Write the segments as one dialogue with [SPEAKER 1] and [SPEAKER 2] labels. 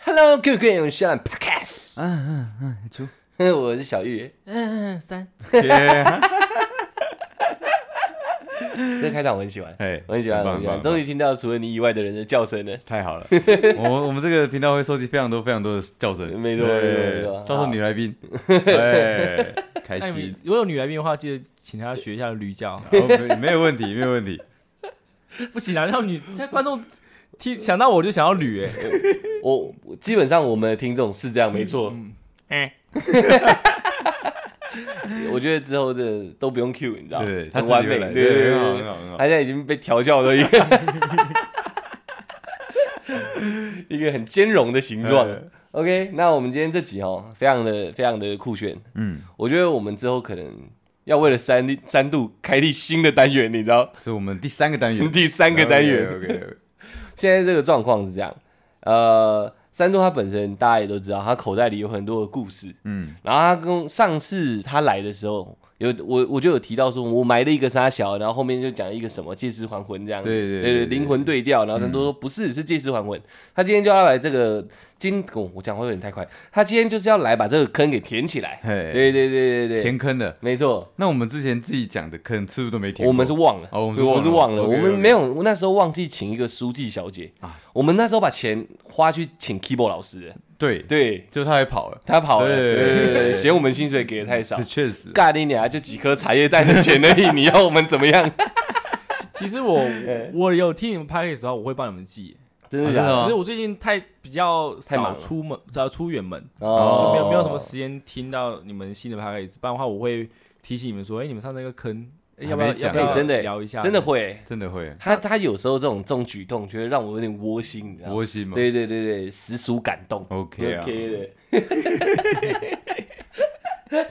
[SPEAKER 1] Hello，各位观众，现在 Podcast，
[SPEAKER 2] 嗯嗯嗯，出。
[SPEAKER 1] 我是小玉。嗯，三。这个开场我很喜欢，
[SPEAKER 2] 哎
[SPEAKER 1] 我很喜欢，
[SPEAKER 2] 很
[SPEAKER 1] 我
[SPEAKER 2] 棒
[SPEAKER 1] 很喜欢。
[SPEAKER 2] 很棒
[SPEAKER 1] 终于听到除了你以外的人的叫声了。
[SPEAKER 2] 太好 了，我我们这个频道会收集非常多非常多的叫声，
[SPEAKER 1] 没错
[SPEAKER 2] 对
[SPEAKER 1] 没错没错
[SPEAKER 2] 到时候女来宾， 对，开
[SPEAKER 3] 那你
[SPEAKER 2] 心，
[SPEAKER 3] 如果有女来宾的话，记得请她学一下驴叫。
[SPEAKER 2] 哦没没有问题，没有问题，
[SPEAKER 3] 不行啊，让女这观众听想到我就想要驴哎、
[SPEAKER 1] 我我基本上我们的听众是这样，没错。
[SPEAKER 2] 嗯
[SPEAKER 3] 哎
[SPEAKER 1] 我觉得之后这都不用 Q，你知道吗？
[SPEAKER 2] 对，他
[SPEAKER 1] 很
[SPEAKER 2] 自己
[SPEAKER 1] 完美
[SPEAKER 2] 会，来
[SPEAKER 1] 对对
[SPEAKER 2] 对，很好
[SPEAKER 1] 对
[SPEAKER 2] 很
[SPEAKER 1] 对。
[SPEAKER 2] 好很好
[SPEAKER 1] 他，现在已经 被调教的一个一个很兼容的形状。
[SPEAKER 2] 嗯
[SPEAKER 1] OK，那我们今天这集哦，非常的非常的酷炫。
[SPEAKER 2] 嗯，
[SPEAKER 1] 我觉得我们之后可能要为了三立三度开立新的单元，你知 道，
[SPEAKER 2] 是我们第三个单元，
[SPEAKER 1] 第 三个单 元。
[SPEAKER 2] ，OK，
[SPEAKER 1] 现在这个状况是这样，呃，三度他本身大家也都知道，他口袋里有很多的故事。
[SPEAKER 2] 嗯，
[SPEAKER 1] 然后他跟上次他来的时候，有我我就有提到说，我埋了一个沙小，然后后面就讲一个什么借尸还魂这样，
[SPEAKER 2] 对对
[SPEAKER 1] 对
[SPEAKER 2] 对对对嗯
[SPEAKER 1] 灵魂对调。然后三多说不是，是借尸还魂。他今天就要来这个，今哦我讲话有点太快，他今天就是要来把这个坑给填起来。
[SPEAKER 2] 嘿
[SPEAKER 1] 对对对对对，
[SPEAKER 2] 填坑的，
[SPEAKER 1] 没错，
[SPEAKER 2] 那我们之前自己讲的坑是不是都没填过？
[SPEAKER 1] 我们是忘了，
[SPEAKER 2] 哦我们是
[SPEAKER 1] 我
[SPEAKER 2] 忘了
[SPEAKER 1] 是忘了，我
[SPEAKER 2] OK，OK
[SPEAKER 1] 们没有，我那时候忘记请一个书记小姐
[SPEAKER 2] 啊
[SPEAKER 1] 我们那时候把钱花去请 keyboard 老师了，
[SPEAKER 2] 对，
[SPEAKER 1] 对
[SPEAKER 2] 就他还跑了，
[SPEAKER 1] 他跑了，
[SPEAKER 2] 对
[SPEAKER 1] 对对对， 嫌我们薪水给的太少
[SPEAKER 2] 这。确实，
[SPEAKER 1] 干你娘！就几颗茶叶蛋的钱而已，你要我们怎么样？
[SPEAKER 3] 其实我我有听你们拍的时候，我会帮你们记。
[SPEAKER 1] 真的
[SPEAKER 2] 啊
[SPEAKER 1] 假
[SPEAKER 2] 真的
[SPEAKER 1] 的哦
[SPEAKER 2] 吗？
[SPEAKER 3] 只是我最近太比较
[SPEAKER 1] 太忙
[SPEAKER 3] 少
[SPEAKER 1] 了
[SPEAKER 3] 出门，少出远门，
[SPEAKER 2] 哦
[SPEAKER 3] 就没有没有什么时间听到你们新的 p a c k 不然的话，我会提醒你们说，哎、你们上那个坑，哎
[SPEAKER 2] 还
[SPEAKER 3] 要不要
[SPEAKER 2] 没讲
[SPEAKER 3] 要不要
[SPEAKER 1] 哎真的
[SPEAKER 3] 聊一下？
[SPEAKER 1] 真的会。
[SPEAKER 2] 真的会
[SPEAKER 1] 他他有时候这种这种举动，觉得让我有点窝心，你知道吗？
[SPEAKER 2] 窝心嘛
[SPEAKER 1] 对对对对，实属感动。
[SPEAKER 2] ，OK 啊，
[SPEAKER 1] OK 的。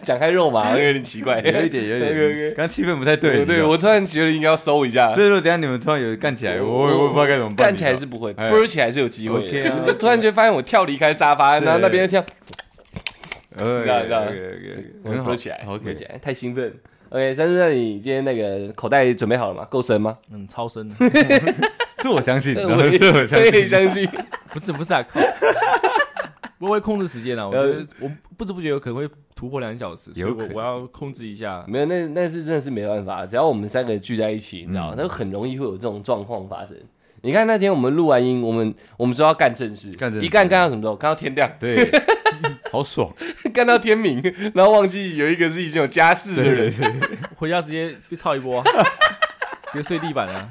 [SPEAKER 1] 讲开肉麻，有点奇怪。
[SPEAKER 2] 有一点有 一
[SPEAKER 1] OK，OK
[SPEAKER 2] 点，刚刚气氛不太对，
[SPEAKER 1] 对
[SPEAKER 2] 你知
[SPEAKER 1] 对，
[SPEAKER 2] 道吗
[SPEAKER 1] 我突然觉得应该要收一下
[SPEAKER 2] 所。以说，等一下你们突然有干起来，我我我不知道该怎么办。
[SPEAKER 1] 啊干起来是不会，
[SPEAKER 2] 哎
[SPEAKER 1] 啵起来是有机会
[SPEAKER 2] OK 啊
[SPEAKER 1] 的。突然间发现我跳离开沙发，然后那边跳，
[SPEAKER 2] 你知道，呃
[SPEAKER 1] 这样这样
[SPEAKER 2] 这
[SPEAKER 1] 我啵起来，啵
[SPEAKER 2] ，OK，
[SPEAKER 1] 起来，太兴奋。OK，三叔，那你今天那个口袋准备好了吗？够深 吗？
[SPEAKER 3] 嗯，超深，
[SPEAKER 2] 这 我 相信，
[SPEAKER 1] 对
[SPEAKER 2] 这
[SPEAKER 1] 我也
[SPEAKER 2] 我相
[SPEAKER 1] 我也
[SPEAKER 2] 信，
[SPEAKER 1] 相 信。
[SPEAKER 3] 不是不是啊，靠，我会控制时间啊，我觉得我不知不觉有可能会突破两小时，所以
[SPEAKER 2] 有可
[SPEAKER 3] 我
[SPEAKER 2] 能
[SPEAKER 3] 我要控制一下。
[SPEAKER 1] 没有，那那是真的是没办法，只要我们三个聚在一起，你知道吗，
[SPEAKER 2] 嗯
[SPEAKER 1] 那、很容易会有这种状况发生。你看那天我们录完音，我们我们说要干正事，
[SPEAKER 2] 干正事
[SPEAKER 1] 一干干到什么时候？干到天亮，
[SPEAKER 2] 对，好爽，
[SPEAKER 1] 干到天明，然后忘记有一个是已经有家室的
[SPEAKER 2] 对对
[SPEAKER 1] 人，
[SPEAKER 2] 对，
[SPEAKER 3] 回家直接被操一波，直接睡地板啊，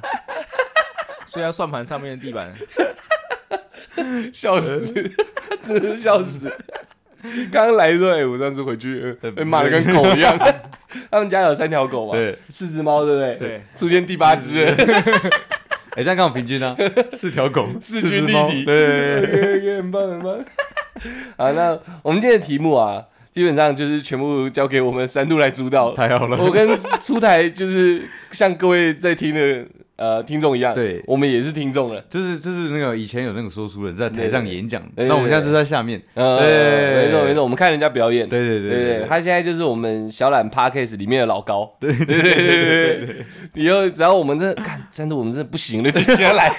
[SPEAKER 3] 睡在算盘上面的地板。
[SPEAKER 1] 笑死，
[SPEAKER 2] 嗯
[SPEAKER 1] 真是笑死。刚刚来的时候，哎、我上次回去、呃被骂的跟狗一样。 他们家有三条狗嘛，
[SPEAKER 2] 对
[SPEAKER 1] 四只猫，对不对？
[SPEAKER 3] 对，
[SPEAKER 1] 出现第八只了，
[SPEAKER 2] 哎，这样刚好平 均啊，四条狗，
[SPEAKER 1] 势
[SPEAKER 2] 四
[SPEAKER 1] 均
[SPEAKER 2] 只
[SPEAKER 1] 力
[SPEAKER 2] 猫
[SPEAKER 1] 敌
[SPEAKER 2] 对对，对对
[SPEAKER 1] 很棒很
[SPEAKER 2] 嗯
[SPEAKER 1] 棒。 好，那我们今天的题目啊，基本上就是全部交给我们三度来主导。
[SPEAKER 2] 太好
[SPEAKER 1] 我
[SPEAKER 2] 了，
[SPEAKER 1] 跟出台就是像各位在听的呃听众一样，
[SPEAKER 2] 对
[SPEAKER 1] 我们也是听众了。
[SPEAKER 2] 就是就是那个以前有那种说书人在台上演讲，
[SPEAKER 1] 对对对
[SPEAKER 2] 那我们现在就在下面，
[SPEAKER 1] 呃，
[SPEAKER 2] 对
[SPEAKER 1] 没错没错，我们看人家表演。
[SPEAKER 2] 对对
[SPEAKER 1] 对
[SPEAKER 2] 对
[SPEAKER 1] 对，他现在就是我们小懒 Parkes 里面的老高。
[SPEAKER 2] 对对
[SPEAKER 1] 对对对对对，以后只要我们这看，真的我们这不行了， 就请他来，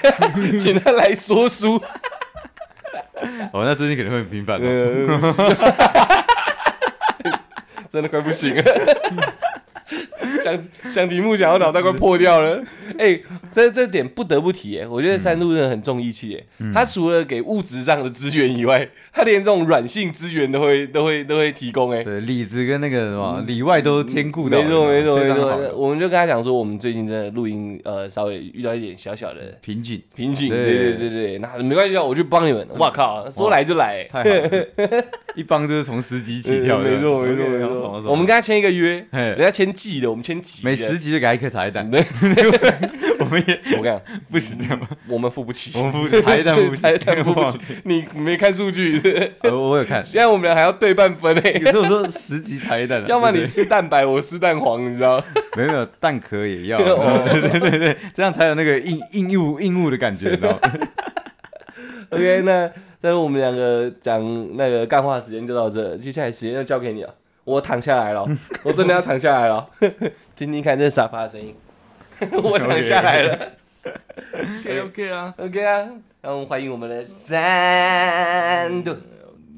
[SPEAKER 1] 请他来说书。
[SPEAKER 2] 哦，那最近可能会很频繁哦，
[SPEAKER 1] 呃， 真的快不行了。 想想题目想到脑袋快破掉了，哎、这这点不得不提耶，我觉得三鹿真的很重义气耶。
[SPEAKER 2] 嗯
[SPEAKER 1] 他除了给物质上的资源以外，他连这种软性资源都会都会都会提供哎。
[SPEAKER 2] 对，里子跟那个什么里外都兼顾到，
[SPEAKER 1] 嗯没错没错
[SPEAKER 2] 非
[SPEAKER 1] 没
[SPEAKER 2] 常好
[SPEAKER 1] 错，我们就跟他讲说，我们最近真的录音呃稍微遇到一点小小的
[SPEAKER 2] 瓶颈，
[SPEAKER 1] 瓶颈，对
[SPEAKER 2] 对
[SPEAKER 1] 对对对，那没关系啊，我去帮你们。哇靠，说来就来，
[SPEAKER 2] 太好了，一帮就是从十级起跳的，
[SPEAKER 1] 没错没错
[SPEAKER 2] OK，
[SPEAKER 1] 没
[SPEAKER 2] 好爽好
[SPEAKER 1] 错。
[SPEAKER 2] 爽
[SPEAKER 1] 我们跟他签一个约，
[SPEAKER 2] 嘿
[SPEAKER 1] 人家签季的，我们签级的。
[SPEAKER 2] 每十集就给他一颗茶叶蛋，
[SPEAKER 1] 对，
[SPEAKER 2] 我们也
[SPEAKER 1] 我跟你讲，
[SPEAKER 2] 不行这样吧，
[SPEAKER 1] 我们付不起，
[SPEAKER 2] 我们不茶叶蛋 不
[SPEAKER 1] 才才付不起。你没看数据是 不是？
[SPEAKER 2] 呃我有看，
[SPEAKER 1] 现在我们俩还要 对半分诶、
[SPEAKER 2] 有时候说十级茶叶蛋啊，
[SPEAKER 1] 要么
[SPEAKER 2] 对
[SPEAKER 1] 你
[SPEAKER 2] 不
[SPEAKER 1] 吃
[SPEAKER 2] 对
[SPEAKER 1] 蛋白，我吃蛋黄，你知道？
[SPEAKER 2] 没有没有蛋壳也要，
[SPEAKER 1] 哦
[SPEAKER 2] 对对对对，这样才有那个硬硬物硬物的感觉，你知道吗？
[SPEAKER 1] OK，那但是我们两个讲那个干话时间就到这了，接下来时间就交给你了。我躺下来 了，我真的要躺下来了， 听听看这沙 发的声音。我躺下来了
[SPEAKER 3] OK OK 啊，
[SPEAKER 1] ，OK 啊，让我们欢迎我们的三度。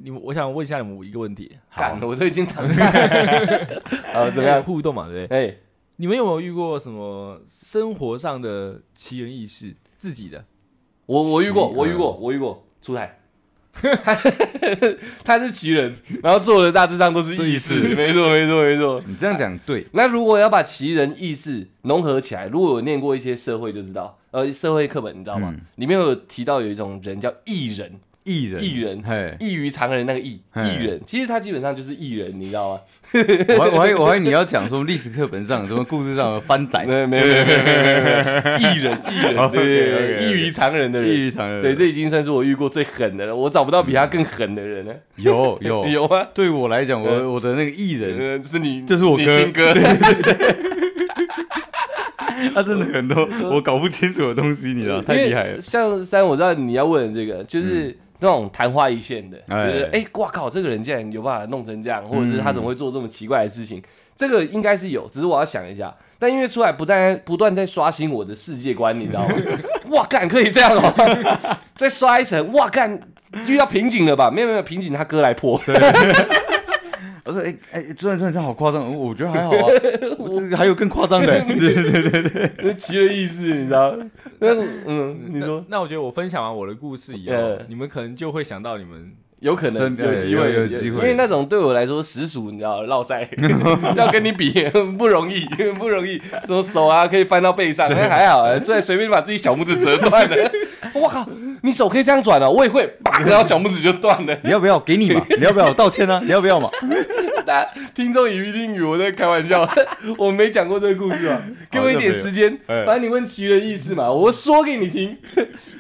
[SPEAKER 3] 你们，我想问一下你们一个问题，
[SPEAKER 1] 干，我都已经躺下来了。 好，怎么样？
[SPEAKER 3] 互动嘛，对不对？
[SPEAKER 1] 哎，
[SPEAKER 3] 你们有没有遇过什么生活上的奇人异事？自己的
[SPEAKER 1] 我我遇过，我遇过，我遇过，出台。 他是奇人，然后做的大致上都是异事，没错没错没错。
[SPEAKER 2] 你这样讲对，
[SPEAKER 1] 那如果要把奇人异事融合起来，如果有念过一些社会就知道，呃，社会课本你知道吗？
[SPEAKER 2] 嗯
[SPEAKER 1] 里面有提到有一种人叫异人，
[SPEAKER 2] 艺人，
[SPEAKER 1] 艺人
[SPEAKER 2] 嘿，
[SPEAKER 1] 异于常人那个异，
[SPEAKER 2] 嘿
[SPEAKER 1] 异人，其实他基本上就是异人，你知道吗？
[SPEAKER 2] 我还我还我还你要讲说历史课本上什么故事上的翻仔，
[SPEAKER 1] 对，没有没有没有没有没有没有，异人异人，对对对
[SPEAKER 2] OK，OK，OK
[SPEAKER 1] 对，异于常人的
[SPEAKER 2] 异
[SPEAKER 1] 人。
[SPEAKER 2] 于常人，
[SPEAKER 1] 对，这已经算是我遇过最狠的了，我找不到比他更狠的人了。
[SPEAKER 2] 有有
[SPEAKER 1] 有吗？
[SPEAKER 2] 对我来讲，我我的那个艺人，
[SPEAKER 1] 呃，是你，
[SPEAKER 2] 这是我
[SPEAKER 1] 你
[SPEAKER 2] 哥
[SPEAKER 1] 亲哥，
[SPEAKER 2] 他真的很多我搞不清楚的东西，你知道，太厉害
[SPEAKER 1] 因为
[SPEAKER 2] 了。嗯
[SPEAKER 1] 像三，我知道你要问的这个，就是那种昙花一现的，
[SPEAKER 2] 哎
[SPEAKER 1] 就是哎，哇靠，这个人竟然有办法弄成这样，或者是他怎么会做这么奇怪的事情？这个应该是有，只是我要想一下。但因为出来不但不断在刷新我的世界观，你知道 吗？哇干，可以这样哦！ 再刷一层，哇干，遇到瓶颈了吧？没有没有瓶颈，他哥来破。
[SPEAKER 2] 我说，哎哎，朱然朱然这样好夸张，我觉得还好 啊，我这个还有更夸张的，对对对对对，
[SPEAKER 1] 那奇了意思，你知道？那嗯，你说
[SPEAKER 3] 那，那我觉得我分享完我的故事以后，
[SPEAKER 1] 呃
[SPEAKER 3] 你们可能就会想到你们
[SPEAKER 1] 有可
[SPEAKER 2] 真
[SPEAKER 1] 能
[SPEAKER 2] 的
[SPEAKER 1] 有机会，
[SPEAKER 2] 有有机会
[SPEAKER 1] 因为那种对我来说实属你知道，落赛 要跟你比不容易， 不容易，什么手啊可以翻到背 上，那还好啊，虽然随便把自己小拇指折断了， 我靠，你手可以这样转哦，我也会，啪，然后小拇指就断了。
[SPEAKER 2] 你要不要给你嘛？你要不要道歉呢？啊你要不要嘛？
[SPEAKER 1] 大家听众以一定语，我在开玩笑， 我没讲过这个故事嘛，给我一点时间，
[SPEAKER 2] 哎
[SPEAKER 1] 反正你问奇人异事嘛，我说给你听，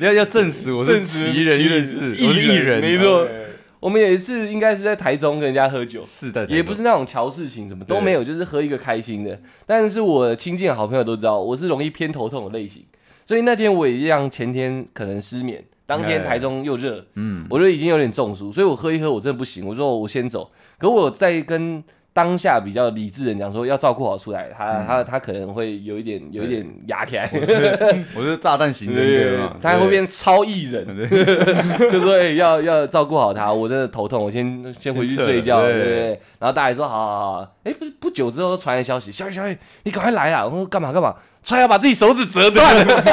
[SPEAKER 2] 要要证实我是
[SPEAKER 1] 证实
[SPEAKER 2] 奇人
[SPEAKER 1] 奇
[SPEAKER 2] 异
[SPEAKER 1] 人
[SPEAKER 2] 事，哎
[SPEAKER 1] 异
[SPEAKER 2] 我是艺
[SPEAKER 1] 人
[SPEAKER 2] 人，
[SPEAKER 1] 没错
[SPEAKER 2] 对
[SPEAKER 1] 我们有一次应该是在台中跟人家喝酒。
[SPEAKER 2] 是的，
[SPEAKER 1] 也不是那种瞧事情，什么都
[SPEAKER 2] 对
[SPEAKER 1] 没有，就是喝一个开心的。但是我亲近的好朋友都知道，我是容易偏头痛的类型，所以那天我也一样，前天可能失眠，当天
[SPEAKER 2] 哎
[SPEAKER 1] 台中又热，
[SPEAKER 2] 嗯，
[SPEAKER 1] 我就已经有点中暑，所以我喝一喝我真的不行，我说我先走。可我在跟当下比较理智的人讲说要照顾好出来，他、
[SPEAKER 2] 嗯
[SPEAKER 1] 他他可能会有一点有一点压起 来，
[SPEAKER 2] 我是炸弹型人格嘛，
[SPEAKER 1] 他会变超艺人， 就说哎、要要照顾好他，我真的头痛，我先先回去睡觉，对
[SPEAKER 2] 先撤了
[SPEAKER 1] 不
[SPEAKER 2] 对
[SPEAKER 1] 对？然后大家也说好好好，哎、不不久之后传来消息，小雨小雨，你赶快来啦！我说干嘛干嘛，川要把自己手指折断 了。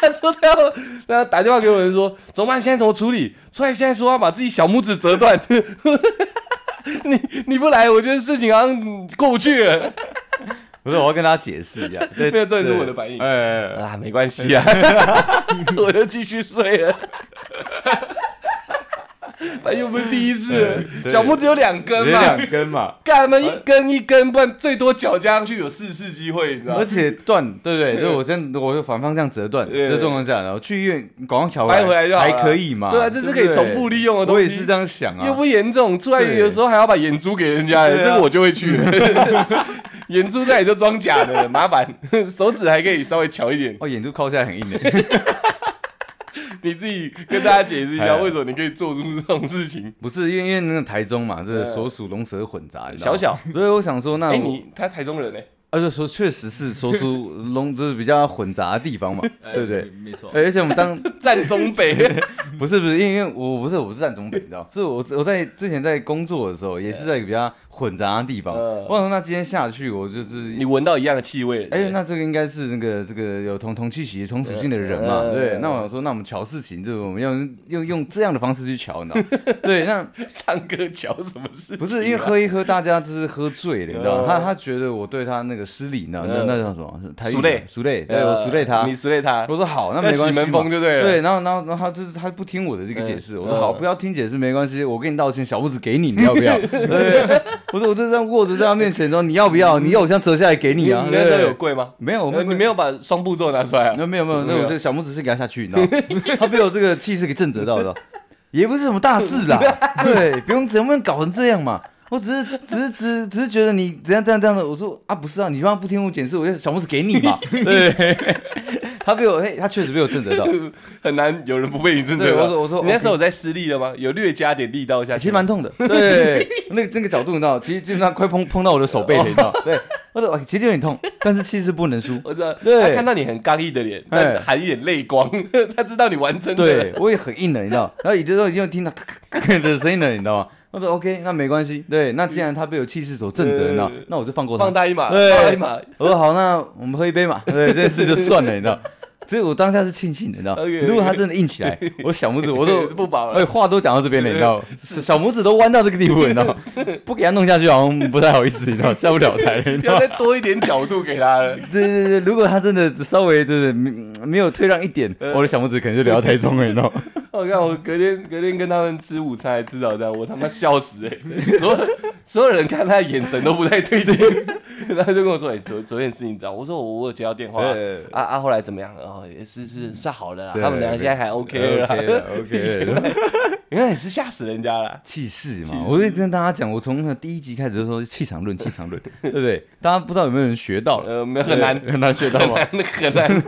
[SPEAKER 1] 他说他要，他打电话给我们说，怎么办？现在怎么处理？川现在说要把自己小拇指折断， 你你不来，我觉得事情好像过不去了。
[SPEAKER 2] 不是，我要跟大家解 释一下，对，
[SPEAKER 1] 没有这也是
[SPEAKER 2] 对
[SPEAKER 1] 我的反应
[SPEAKER 2] 哎哎，哎
[SPEAKER 1] 啊，没关系 啊， 我就继续睡了。 反正又不是第一次了，
[SPEAKER 2] 对
[SPEAKER 1] 小拇指有两根
[SPEAKER 2] 只有
[SPEAKER 1] 嘛，
[SPEAKER 2] 两根嘛，
[SPEAKER 1] 干嘛一根一根，不然最多脚加上去有四次机会，你知道
[SPEAKER 2] 而
[SPEAKER 1] 吗？
[SPEAKER 2] 且断，对不对？就是我先，我就反方向折断，
[SPEAKER 1] 对
[SPEAKER 2] 这状况下，然后去医院赶快调
[SPEAKER 1] 掰回来就好
[SPEAKER 2] 还
[SPEAKER 1] 了
[SPEAKER 2] 可以嘛？
[SPEAKER 1] 对啊这是可以
[SPEAKER 2] 对不对
[SPEAKER 1] 重复利用的东
[SPEAKER 2] 我
[SPEAKER 1] 西
[SPEAKER 2] 也是这样想啊，
[SPEAKER 1] 又不严重，出来
[SPEAKER 2] 对
[SPEAKER 1] 有时候还要把眼珠给人家，
[SPEAKER 2] 对啊
[SPEAKER 1] 这个我就会去 了。眼珠在也就装假的，麻烦。 手指还可以稍微巧一点，
[SPEAKER 2] 哦，眼珠抠下来很硬 欸的，
[SPEAKER 1] 你自己跟大家解释一下，
[SPEAKER 2] 哎
[SPEAKER 1] 为什么你可以做出这种事情。
[SPEAKER 2] 不是因为因为那个台中嘛，这
[SPEAKER 1] 对
[SPEAKER 2] 所属龙蛇混杂，你知道
[SPEAKER 1] 嗯小
[SPEAKER 2] 吗，
[SPEAKER 1] 小，
[SPEAKER 2] 所以我想说，那
[SPEAKER 1] 哎，
[SPEAKER 2] 我
[SPEAKER 1] 你他台中人哎，
[SPEAKER 2] 而且说确实是所属 龙就是比较混杂的地方嘛，
[SPEAKER 1] 哎
[SPEAKER 3] 呃
[SPEAKER 2] 对不对？
[SPEAKER 3] 没错，
[SPEAKER 2] 而且我们当
[SPEAKER 1] 占中北。
[SPEAKER 2] 不是不是，因为因为我不是我是站中北，你知道，是我我在之前在工作的时候，也是在一个比较混杂的地方。
[SPEAKER 1] 哎嗯
[SPEAKER 2] 我想说，那今天下去，我就是
[SPEAKER 1] 你闻到一样的气味了。对
[SPEAKER 2] 哎、
[SPEAKER 1] 不对
[SPEAKER 2] 那这个应该是那个这个有同同气息、同属性的人嘛？
[SPEAKER 1] 呃
[SPEAKER 2] 对，那我想说，那我们瞧事情，就我们要用用用这样的方式去瞧，你知道？对，那
[SPEAKER 1] 唱歌瞧什么事情啊？
[SPEAKER 2] 不是因为喝一喝，大家就是喝醉了，你知道？
[SPEAKER 1] 呃
[SPEAKER 2] 他他觉得我对他那个失礼，你知道？那
[SPEAKER 1] 呃
[SPEAKER 2] 那叫什么？台语
[SPEAKER 1] 熟累
[SPEAKER 2] 熟累，对
[SPEAKER 1] 呃
[SPEAKER 2] 我熟累他
[SPEAKER 1] 你。熟累他，
[SPEAKER 2] 我说好，那
[SPEAKER 1] 那
[SPEAKER 2] 没关
[SPEAKER 1] 洗
[SPEAKER 2] 系嘛
[SPEAKER 1] 门风就对了。
[SPEAKER 2] 对，然后然后然后他就是他不听我的这个解释，
[SPEAKER 1] 嗯
[SPEAKER 2] 我说好，
[SPEAKER 1] 嗯
[SPEAKER 2] 不要听解释没关系，我跟你道歉，小拇指给你，你 要不要？对，我说我就这样握着在他面前，然后你要不要？你要我这样折下来给你
[SPEAKER 1] 你
[SPEAKER 2] 啊？
[SPEAKER 1] 你那时候
[SPEAKER 2] 对
[SPEAKER 1] 有跪吗？
[SPEAKER 2] 没有？我
[SPEAKER 1] 呃
[SPEAKER 2] 们
[SPEAKER 1] 你没有把双步骤拿出来啊？
[SPEAKER 2] 那 没有没有，那
[SPEAKER 1] 没有
[SPEAKER 2] 我这小拇指是给他下去，你知 道吗，他被我这个气势给震折到 的，也不是什么大事 啦，对，不用怎么搞成这样嘛。我只是只是只是只是觉得你怎样怎样怎样的，我说啊不是啊，你他妈不听我解释，我就小拇指给你 嘛。对，他被我嘿，他确实被我震折到，
[SPEAKER 1] 很难有人不被你震
[SPEAKER 2] 对
[SPEAKER 1] 折吧。
[SPEAKER 2] 我说我说
[SPEAKER 1] 你那时候
[SPEAKER 2] OK
[SPEAKER 1] 有在施力了吗？有略加点力道下去吗，
[SPEAKER 2] 其实蛮痛的。对，那个那个角度你知道，其实基本上快碰碰到我的手背了，你知道？对，我说哎其实有点痛，但是气势不能输。
[SPEAKER 1] 我知道，
[SPEAKER 2] 对
[SPEAKER 1] 他看到你很刚毅的脸，但
[SPEAKER 2] 哎
[SPEAKER 1] 含一点泪光， 他知道你玩 真的
[SPEAKER 2] 对
[SPEAKER 1] 了。，
[SPEAKER 2] 我也很硬了，你 知道？然后有的时候已经听到咔咔咔咔的声音了，你知道吗？我说 OK，那没关系。对，那既然他被我气势所震慑，你知道
[SPEAKER 1] 嗯对，
[SPEAKER 2] 那我就放过他
[SPEAKER 1] 放。他一马，
[SPEAKER 2] 对
[SPEAKER 1] 放他一马。
[SPEAKER 2] 我说好，那我们喝一杯 嘛。对，这件事就算了，你知道。所以我当下是庆幸的，你知道。
[SPEAKER 1] OK，OK
[SPEAKER 2] 如果他真的硬 起来，我小拇指我都
[SPEAKER 1] 不保
[SPEAKER 2] 哎，
[SPEAKER 1] 了，
[SPEAKER 2] 话都讲到这边了，你知 道吗，小拇指都弯到这个地步，你知道吗，不给他弄下去好像不太好意思，你知道吗，下不了台了，你知道
[SPEAKER 1] 要
[SPEAKER 2] 吗。
[SPEAKER 1] 再多一点角度给他了。
[SPEAKER 2] 对对对，如果他真的稍微就是没没有退让一点，
[SPEAKER 1] 嗯
[SPEAKER 2] 我的小拇指可能就聊到台中了，你知道吗。
[SPEAKER 1] 我看我隔天隔天跟他们吃午餐还吃早餐，我他妈笑死哎、欸！所有所有人看他的眼神都不太对劲， 然后他就跟我说：“哎、昨昨天事情怎样？”我说我：“我有接到电话啊
[SPEAKER 2] 对
[SPEAKER 1] 啊啊，后来怎么样？哦，也是是是好的啦，
[SPEAKER 2] 对
[SPEAKER 1] 他们俩现在还 OK 了啦
[SPEAKER 2] OK 了，OK 了
[SPEAKER 1] 原来也是吓死人家了。
[SPEAKER 2] 气势嘛，我就跟大家讲，我从第一集开始就说气 场论，气场论，对不对？大家不知道有没有人学到了，
[SPEAKER 1] 呃，没 有很难
[SPEAKER 2] 对很难学 到
[SPEAKER 1] 很
[SPEAKER 2] 嘛，
[SPEAKER 1] 难很难，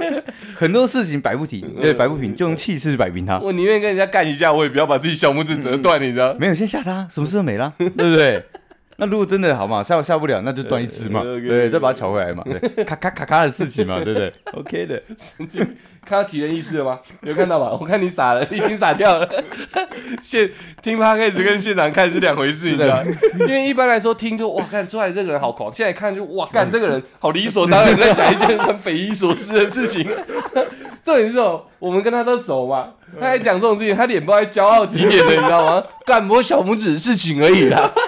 [SPEAKER 2] 很多事情摆 不平，对，摆不平就用气势摆平它。
[SPEAKER 1] 我宁愿跟人家干一架，我也不要把自己小拇指折断，
[SPEAKER 2] 嗯
[SPEAKER 1] 你知道？
[SPEAKER 2] 没有，先吓他，什么事都 没啦，对不对？那如果真的好嘛，下下不了，那就断一只 嘛，
[SPEAKER 1] 呃呃，OK，
[SPEAKER 2] 对，
[SPEAKER 1] OK，
[SPEAKER 2] 再把它抢回来嘛，对，咔咔咔咔的事情嘛，对不对？OK 的，
[SPEAKER 1] 看到奇人异事了吗？有看到吧？我看你傻了，已 经傻掉了。现听 podcast 跟现场看是两回事，你知道吗？因为一般来说听就哇，看出来这个人好狂，现在看就哇，干这个人好理所当然在讲一件很匪夷所思的事情。 重点是哦，我们跟他都熟嘛，他还讲这种事情，他脸不知道在骄傲几点了，你知道吗？干摸小拇指的事情而已啦，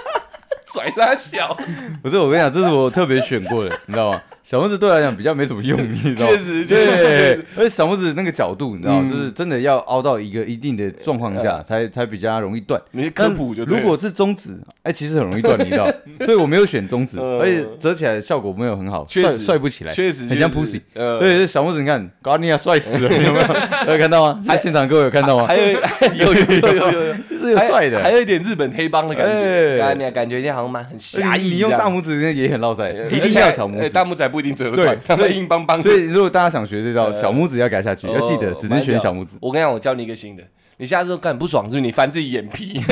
[SPEAKER 1] 拽他笑，
[SPEAKER 2] 不是我跟你讲，这是我特别选过的，你知道吗？小拇指对我来讲比较没什么用，你知道吗？
[SPEAKER 1] 确实确实
[SPEAKER 2] 对
[SPEAKER 1] 确实，
[SPEAKER 2] 而且小拇指那个角度，你知道吗，
[SPEAKER 1] 嗯呃
[SPEAKER 2] 就是真的要凹到一个一定的状况下，才才比较容易断。
[SPEAKER 1] 你科普就对
[SPEAKER 2] 如
[SPEAKER 1] 了
[SPEAKER 2] 果是中指，哎，其实很容易断，你知道吗，所以我没有选中指，
[SPEAKER 1] 呃
[SPEAKER 2] 而且折起来效果没有很好，
[SPEAKER 1] 确
[SPEAKER 2] 帅
[SPEAKER 1] 实
[SPEAKER 2] 帅不起来，
[SPEAKER 1] 确实
[SPEAKER 2] 很像
[SPEAKER 1] 确实
[SPEAKER 2] pussy。
[SPEAKER 1] 呃
[SPEAKER 2] 对，这小拇指，你看，高尼亚帅死了，有没 有？有看到吗？在现场各位有看到吗？
[SPEAKER 1] 还 有有有有 有有。
[SPEAKER 2] 是 有
[SPEAKER 1] 还
[SPEAKER 2] 帅的，
[SPEAKER 1] 还有一点日本黑帮的感觉，
[SPEAKER 2] 哎
[SPEAKER 1] 感觉感觉你好像蛮很侠义这样。
[SPEAKER 2] 你用大拇指那也很落塞，
[SPEAKER 1] 呃
[SPEAKER 2] 一定要小拇
[SPEAKER 1] 哎
[SPEAKER 2] 指。
[SPEAKER 1] 大拇指还不一定折得断
[SPEAKER 2] 对，
[SPEAKER 1] 他
[SPEAKER 2] 所
[SPEAKER 1] 们
[SPEAKER 2] 以
[SPEAKER 1] 硬邦邦的。
[SPEAKER 2] 所以如果大家想学这招，小拇指要改下去，
[SPEAKER 1] 哦
[SPEAKER 2] 要记得只能选小拇指。
[SPEAKER 1] 我跟你讲，我教你一个新的，你下次说干不爽是不是？你翻自己眼 皮。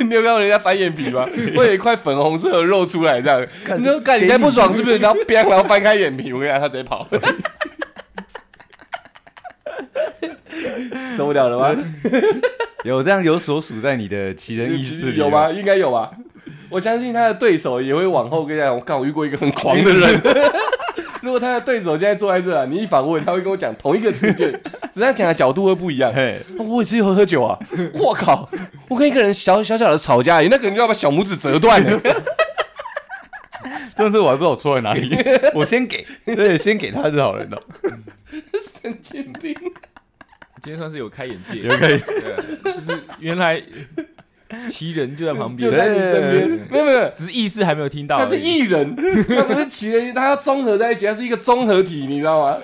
[SPEAKER 1] 你有看过人家翻眼皮吗？会有一块粉红色的肉出来这样。你说干，你现在不爽是不是？然后啪，然后翻开眼皮，我跟你讲，他直接 跑。受不了了吗？
[SPEAKER 2] 有这样有所属在你的奇人异
[SPEAKER 1] 其
[SPEAKER 2] 事
[SPEAKER 1] 实
[SPEAKER 2] 里
[SPEAKER 1] 有吗？？应该有吧。我相信他的对手也会往后跟你讲，我看我遇过一个很狂的人。 如果他的对手现在坐在这啊，你一反问，他会跟我讲同一个事件， 只是他讲的角度会不一样。
[SPEAKER 2] 嘿，
[SPEAKER 1] 我也是喝喝酒啊，我靠，我跟一个人小小小的吵架，那个人就要把小拇指折断了。
[SPEAKER 2] 但是我还不知道我错在哪 里，我先给，对，先给他就好了，你知道
[SPEAKER 1] 神经病！
[SPEAKER 3] 今天算是有开眼界，
[SPEAKER 2] 有可以，
[SPEAKER 3] 对，就是原来奇人就在旁
[SPEAKER 1] 就
[SPEAKER 3] 边，
[SPEAKER 1] 在你身边，没有没有，
[SPEAKER 3] 只是意识还没有听到而
[SPEAKER 1] 他
[SPEAKER 3] 已。
[SPEAKER 1] 是艺人，他不是奇人，他要综合在一起，他是一个综合体，你知道吗？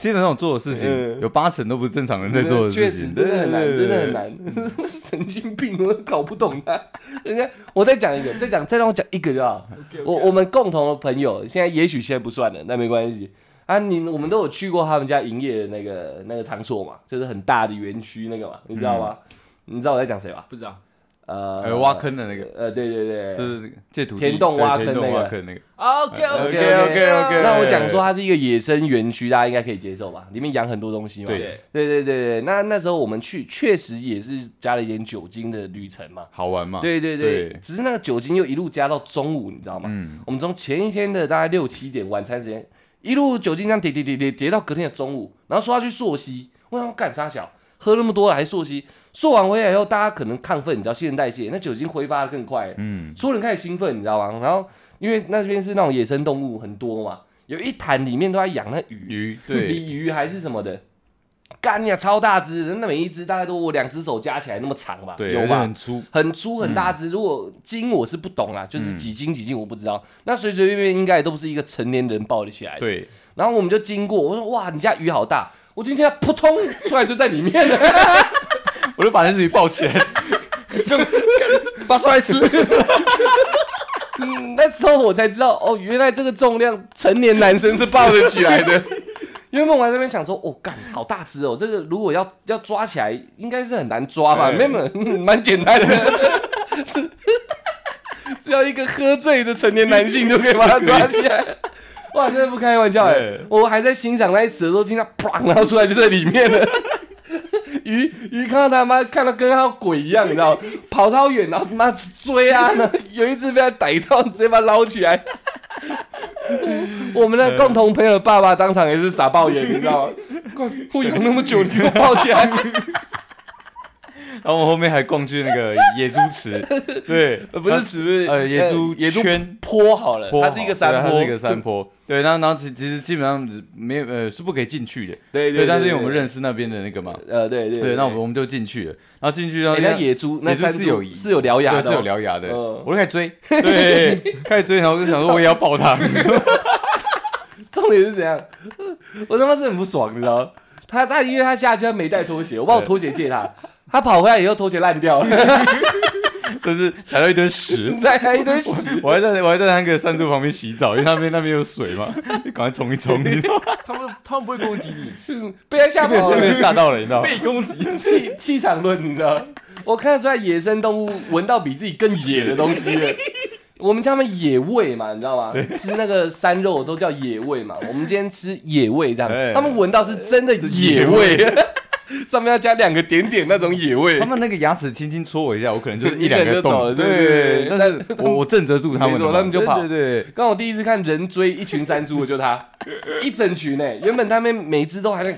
[SPEAKER 2] 基本上我做的事情
[SPEAKER 1] 嗯
[SPEAKER 2] 有八成都不是正常 人在做的
[SPEAKER 1] 确
[SPEAKER 2] 事
[SPEAKER 1] 实
[SPEAKER 2] 情，
[SPEAKER 1] 真的很难，
[SPEAKER 2] 对
[SPEAKER 1] 真的很。难， 神经病，我搞不懂他。 人家我再讲一个，再讲再让我讲一个就好。我我们共同的朋友，现在也许现在不算了，那没关系啊。你我们都有去过他们家营业的那个那个场所嘛，就是很大的园区那个嘛，你知道吗？
[SPEAKER 2] 嗯
[SPEAKER 1] 你知道我在讲谁吧？
[SPEAKER 3] 不知道
[SPEAKER 1] 呃，
[SPEAKER 2] 呃，挖，坑的那个，
[SPEAKER 1] 呃，对对对，
[SPEAKER 2] 就是借土地
[SPEAKER 1] 田洞挖坑
[SPEAKER 2] 对田洞
[SPEAKER 1] 那个
[SPEAKER 2] 挖坑那个。
[SPEAKER 3] ？OK OK，
[SPEAKER 2] OK，OK，OK
[SPEAKER 1] 那我讲说它是一个野生园区，大家应该可以接受吧？里面养很多东西嘛。
[SPEAKER 2] 对
[SPEAKER 3] 对，
[SPEAKER 1] 对对对对，那那时候我们去确实也是加了一点酒精的旅程嘛。
[SPEAKER 2] 好玩嘛？
[SPEAKER 1] 对对对，
[SPEAKER 2] 啊对
[SPEAKER 1] 只是那个酒精又一路加到中午，你知道吗？
[SPEAKER 2] 嗯
[SPEAKER 1] 我们从前一天的大概六七点晚餐时间，一路酒精这样叠叠叠叠叠到隔天的中午，然后说要去溯溪，我想说干啥小，喝那么多了还溯溪，溯完回来以后大家可能亢奋，你知道新陈代谢，那酒精挥发的更快，
[SPEAKER 2] 嗯，
[SPEAKER 1] 所有人开始兴奋，你知道吗？然后因为那边是那种野生动物很多嘛，有一潭里面都在养那鱼，
[SPEAKER 2] 鱼对，
[SPEAKER 1] 鲤鱼还是什么的，干呀，超大只，那每一只大概都我两只手加起来那么长吧，
[SPEAKER 2] 对，
[SPEAKER 1] 有
[SPEAKER 2] 而且
[SPEAKER 1] 吧
[SPEAKER 2] 很？粗，
[SPEAKER 1] 很粗很大只，如果斤我是不懂啦，就是几斤几斤我不知道。那随随便便应该也都不是一个成年人抱得起来的。
[SPEAKER 2] 对，
[SPEAKER 1] 然后我们就经过，我说哇，你家鱼好大，我就听它扑通出来就在里面 了，
[SPEAKER 2] 我就把那只鱼抱起来，
[SPEAKER 1] 拔出来吃。 嗯，那时候我才知道哦，原来这个重量成年男生是抱得起来 的。因为我还在那边想说，哦，干，好大只哦！这个如果要要抓起来，应该是很难抓吧？
[SPEAKER 2] 对
[SPEAKER 1] 没有没有，嗯蛮简单的。要一个喝醉的成年男性就可以把他抓起来。 哇，真的不开玩笑哎、
[SPEAKER 2] 对
[SPEAKER 1] 我还在欣赏那一尺的时候，听到砰，然后出来就在里面了。鱼鱼看到他妈看到跟他鬼一样，你知道吗，跑超远，然后他妈追啊，然后有一只被他逮到，直接把他捞起来。我们的共同朋友的爸爸当场也是傻爆眼，你知道吗？干我养那么久，你给我抱起来，
[SPEAKER 2] 然后我们后面还逛去那个野猪池，对，
[SPEAKER 1] 呃不是只是
[SPEAKER 2] 呃野猪
[SPEAKER 1] 野猪
[SPEAKER 2] 圈
[SPEAKER 1] 坡好了，
[SPEAKER 2] 坡
[SPEAKER 1] 它是一个山
[SPEAKER 2] 对它
[SPEAKER 1] 坡，
[SPEAKER 2] 是一个山 坡，对，然后然后其其实基本上没有呃是不可以进去的，
[SPEAKER 1] 对对
[SPEAKER 2] 对，
[SPEAKER 1] 对，
[SPEAKER 2] 但是因为我们
[SPEAKER 1] 对
[SPEAKER 2] 认识那边的那个嘛，
[SPEAKER 1] 呃对对
[SPEAKER 2] 对，那我们我们就进去了，然后进去然后
[SPEAKER 1] 人家野猪那
[SPEAKER 2] 野猪
[SPEAKER 1] 山
[SPEAKER 2] 是
[SPEAKER 1] 猪
[SPEAKER 2] 有
[SPEAKER 1] 是有獠牙
[SPEAKER 2] 对
[SPEAKER 1] 的
[SPEAKER 2] 是
[SPEAKER 1] 哦，
[SPEAKER 2] 有獠牙的，
[SPEAKER 1] 嗯
[SPEAKER 2] 我就开始追， 对，开始追，然后我就想说我也要抱 它，
[SPEAKER 1] 重点是怎样？我他妈是很不爽，你知道吗？他他因为他下去他没带拖鞋，我把我拖鞋借他，他跑回来以后拖鞋烂掉了，
[SPEAKER 2] 就是踩到一堆屎。
[SPEAKER 1] 再来一堆屎。
[SPEAKER 2] 我还在我还在那个山猪旁边洗澡，因为那边那边有水嘛， 就赶快冲 一冲， 你知道吗？
[SPEAKER 3] 他们 他们不会攻击你，
[SPEAKER 1] 被他吓跑
[SPEAKER 2] 被
[SPEAKER 1] 了，
[SPEAKER 2] 吓到了，你知道吗？
[SPEAKER 3] 被攻击。
[SPEAKER 1] 气气场论，你知道吗？我看得出来野生动物闻到比自己更野的东西了。我们叫他们野味嘛，你知道吗？吃那个山肉都叫野味嘛。我们今天吃野味这
[SPEAKER 2] 哎
[SPEAKER 1] 样，他们闻到是真的野味， 上面要加两个点点那种野 味
[SPEAKER 2] 他。们那个牙齿轻轻戳我一下，我可能就是
[SPEAKER 1] 一
[SPEAKER 2] 一两
[SPEAKER 1] 个人就
[SPEAKER 2] 个洞，
[SPEAKER 1] 走了对
[SPEAKER 2] 对
[SPEAKER 1] 对对
[SPEAKER 2] 但是我我震慑住他
[SPEAKER 1] 没
[SPEAKER 2] 们了
[SPEAKER 1] 错
[SPEAKER 2] 嘛，
[SPEAKER 1] 他们就跑
[SPEAKER 2] 对对对
[SPEAKER 1] 刚我第一次看人追一群山猪，我就他一整群哎、原本他们每只都还 在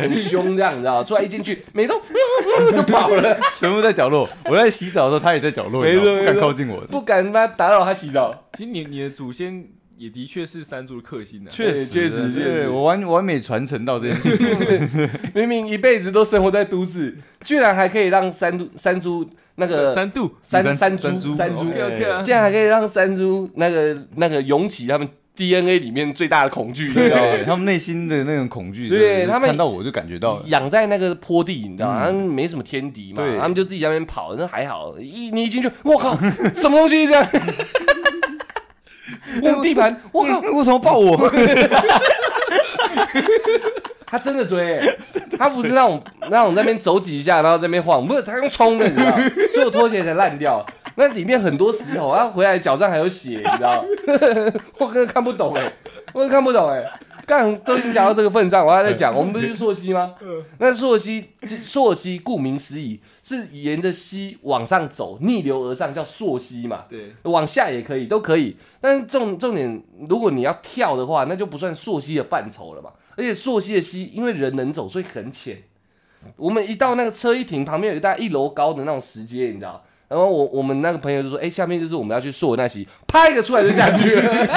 [SPEAKER 1] 很凶这样，你知道吗？出来一进去，每都 就跑了，
[SPEAKER 2] 全部在角落。我在洗澡的时候，他也在角落，
[SPEAKER 1] 没
[SPEAKER 2] 你知
[SPEAKER 1] 错
[SPEAKER 2] 道吗不敢
[SPEAKER 1] 没错
[SPEAKER 2] 靠近我。
[SPEAKER 1] 不敢他妈打扰他洗澡。
[SPEAKER 3] 其实你你的祖先也的确是山猪的克星啊，
[SPEAKER 2] 确
[SPEAKER 1] 对哎
[SPEAKER 2] 实，
[SPEAKER 1] 确实
[SPEAKER 2] 对
[SPEAKER 1] 确实
[SPEAKER 2] 我完完美传承到这件 事情。
[SPEAKER 1] 明明一辈子都生活在都市，居然还可以让山猪山猪那个
[SPEAKER 3] 山度
[SPEAKER 1] 山
[SPEAKER 2] 山
[SPEAKER 1] 猪
[SPEAKER 2] 山猪哦
[SPEAKER 1] 山猪，
[SPEAKER 3] OK OK 啊，
[SPEAKER 1] 竟然还可以让山猪那个那个涌起他们 DNA 里面最大的恐惧，你知道吗？
[SPEAKER 2] 对，他们内心的那种恐惧，
[SPEAKER 1] 对
[SPEAKER 2] 真的是
[SPEAKER 1] 他们
[SPEAKER 2] 看到我就感觉到了。
[SPEAKER 1] 养在那个坡地，你知道吗？他们没什么天敌嘛
[SPEAKER 2] 嗯对，
[SPEAKER 1] 他们就自己在那边跑，那还好。一你一进去，我靠，什么东西 这样？我们地盘， 我靠，
[SPEAKER 2] 为什么抱我？
[SPEAKER 1] 他真的追、欸，他不是那种那种在那边走几下，然后在那边晃，不是他用冲的，你知道吗，所以我拖鞋才烂掉。那里面很多石头，然后回来脚上还有血，你知道吗？我根本看不懂哎、我根本看不懂哎、干都已经讲到这个份上，我还在讲，我们不是去溯溪吗？那溯溪，溯溪顾名思义是沿着溪往上走，逆流而上叫溯溪嘛。
[SPEAKER 3] 对，
[SPEAKER 1] 往下也可以，都可以。但是重重点，如果你要跳的话，那就不算溯溪的范畴了嘛。而且溯溪的溪，因为人能走，所以很浅。我们一到那个车一停，旁边有一大一楼高的那种石阶，你知道？然后我我们那个朋友就说：“哎、下面就是我们要去溯的那溪，啪一个出来就下去 了。”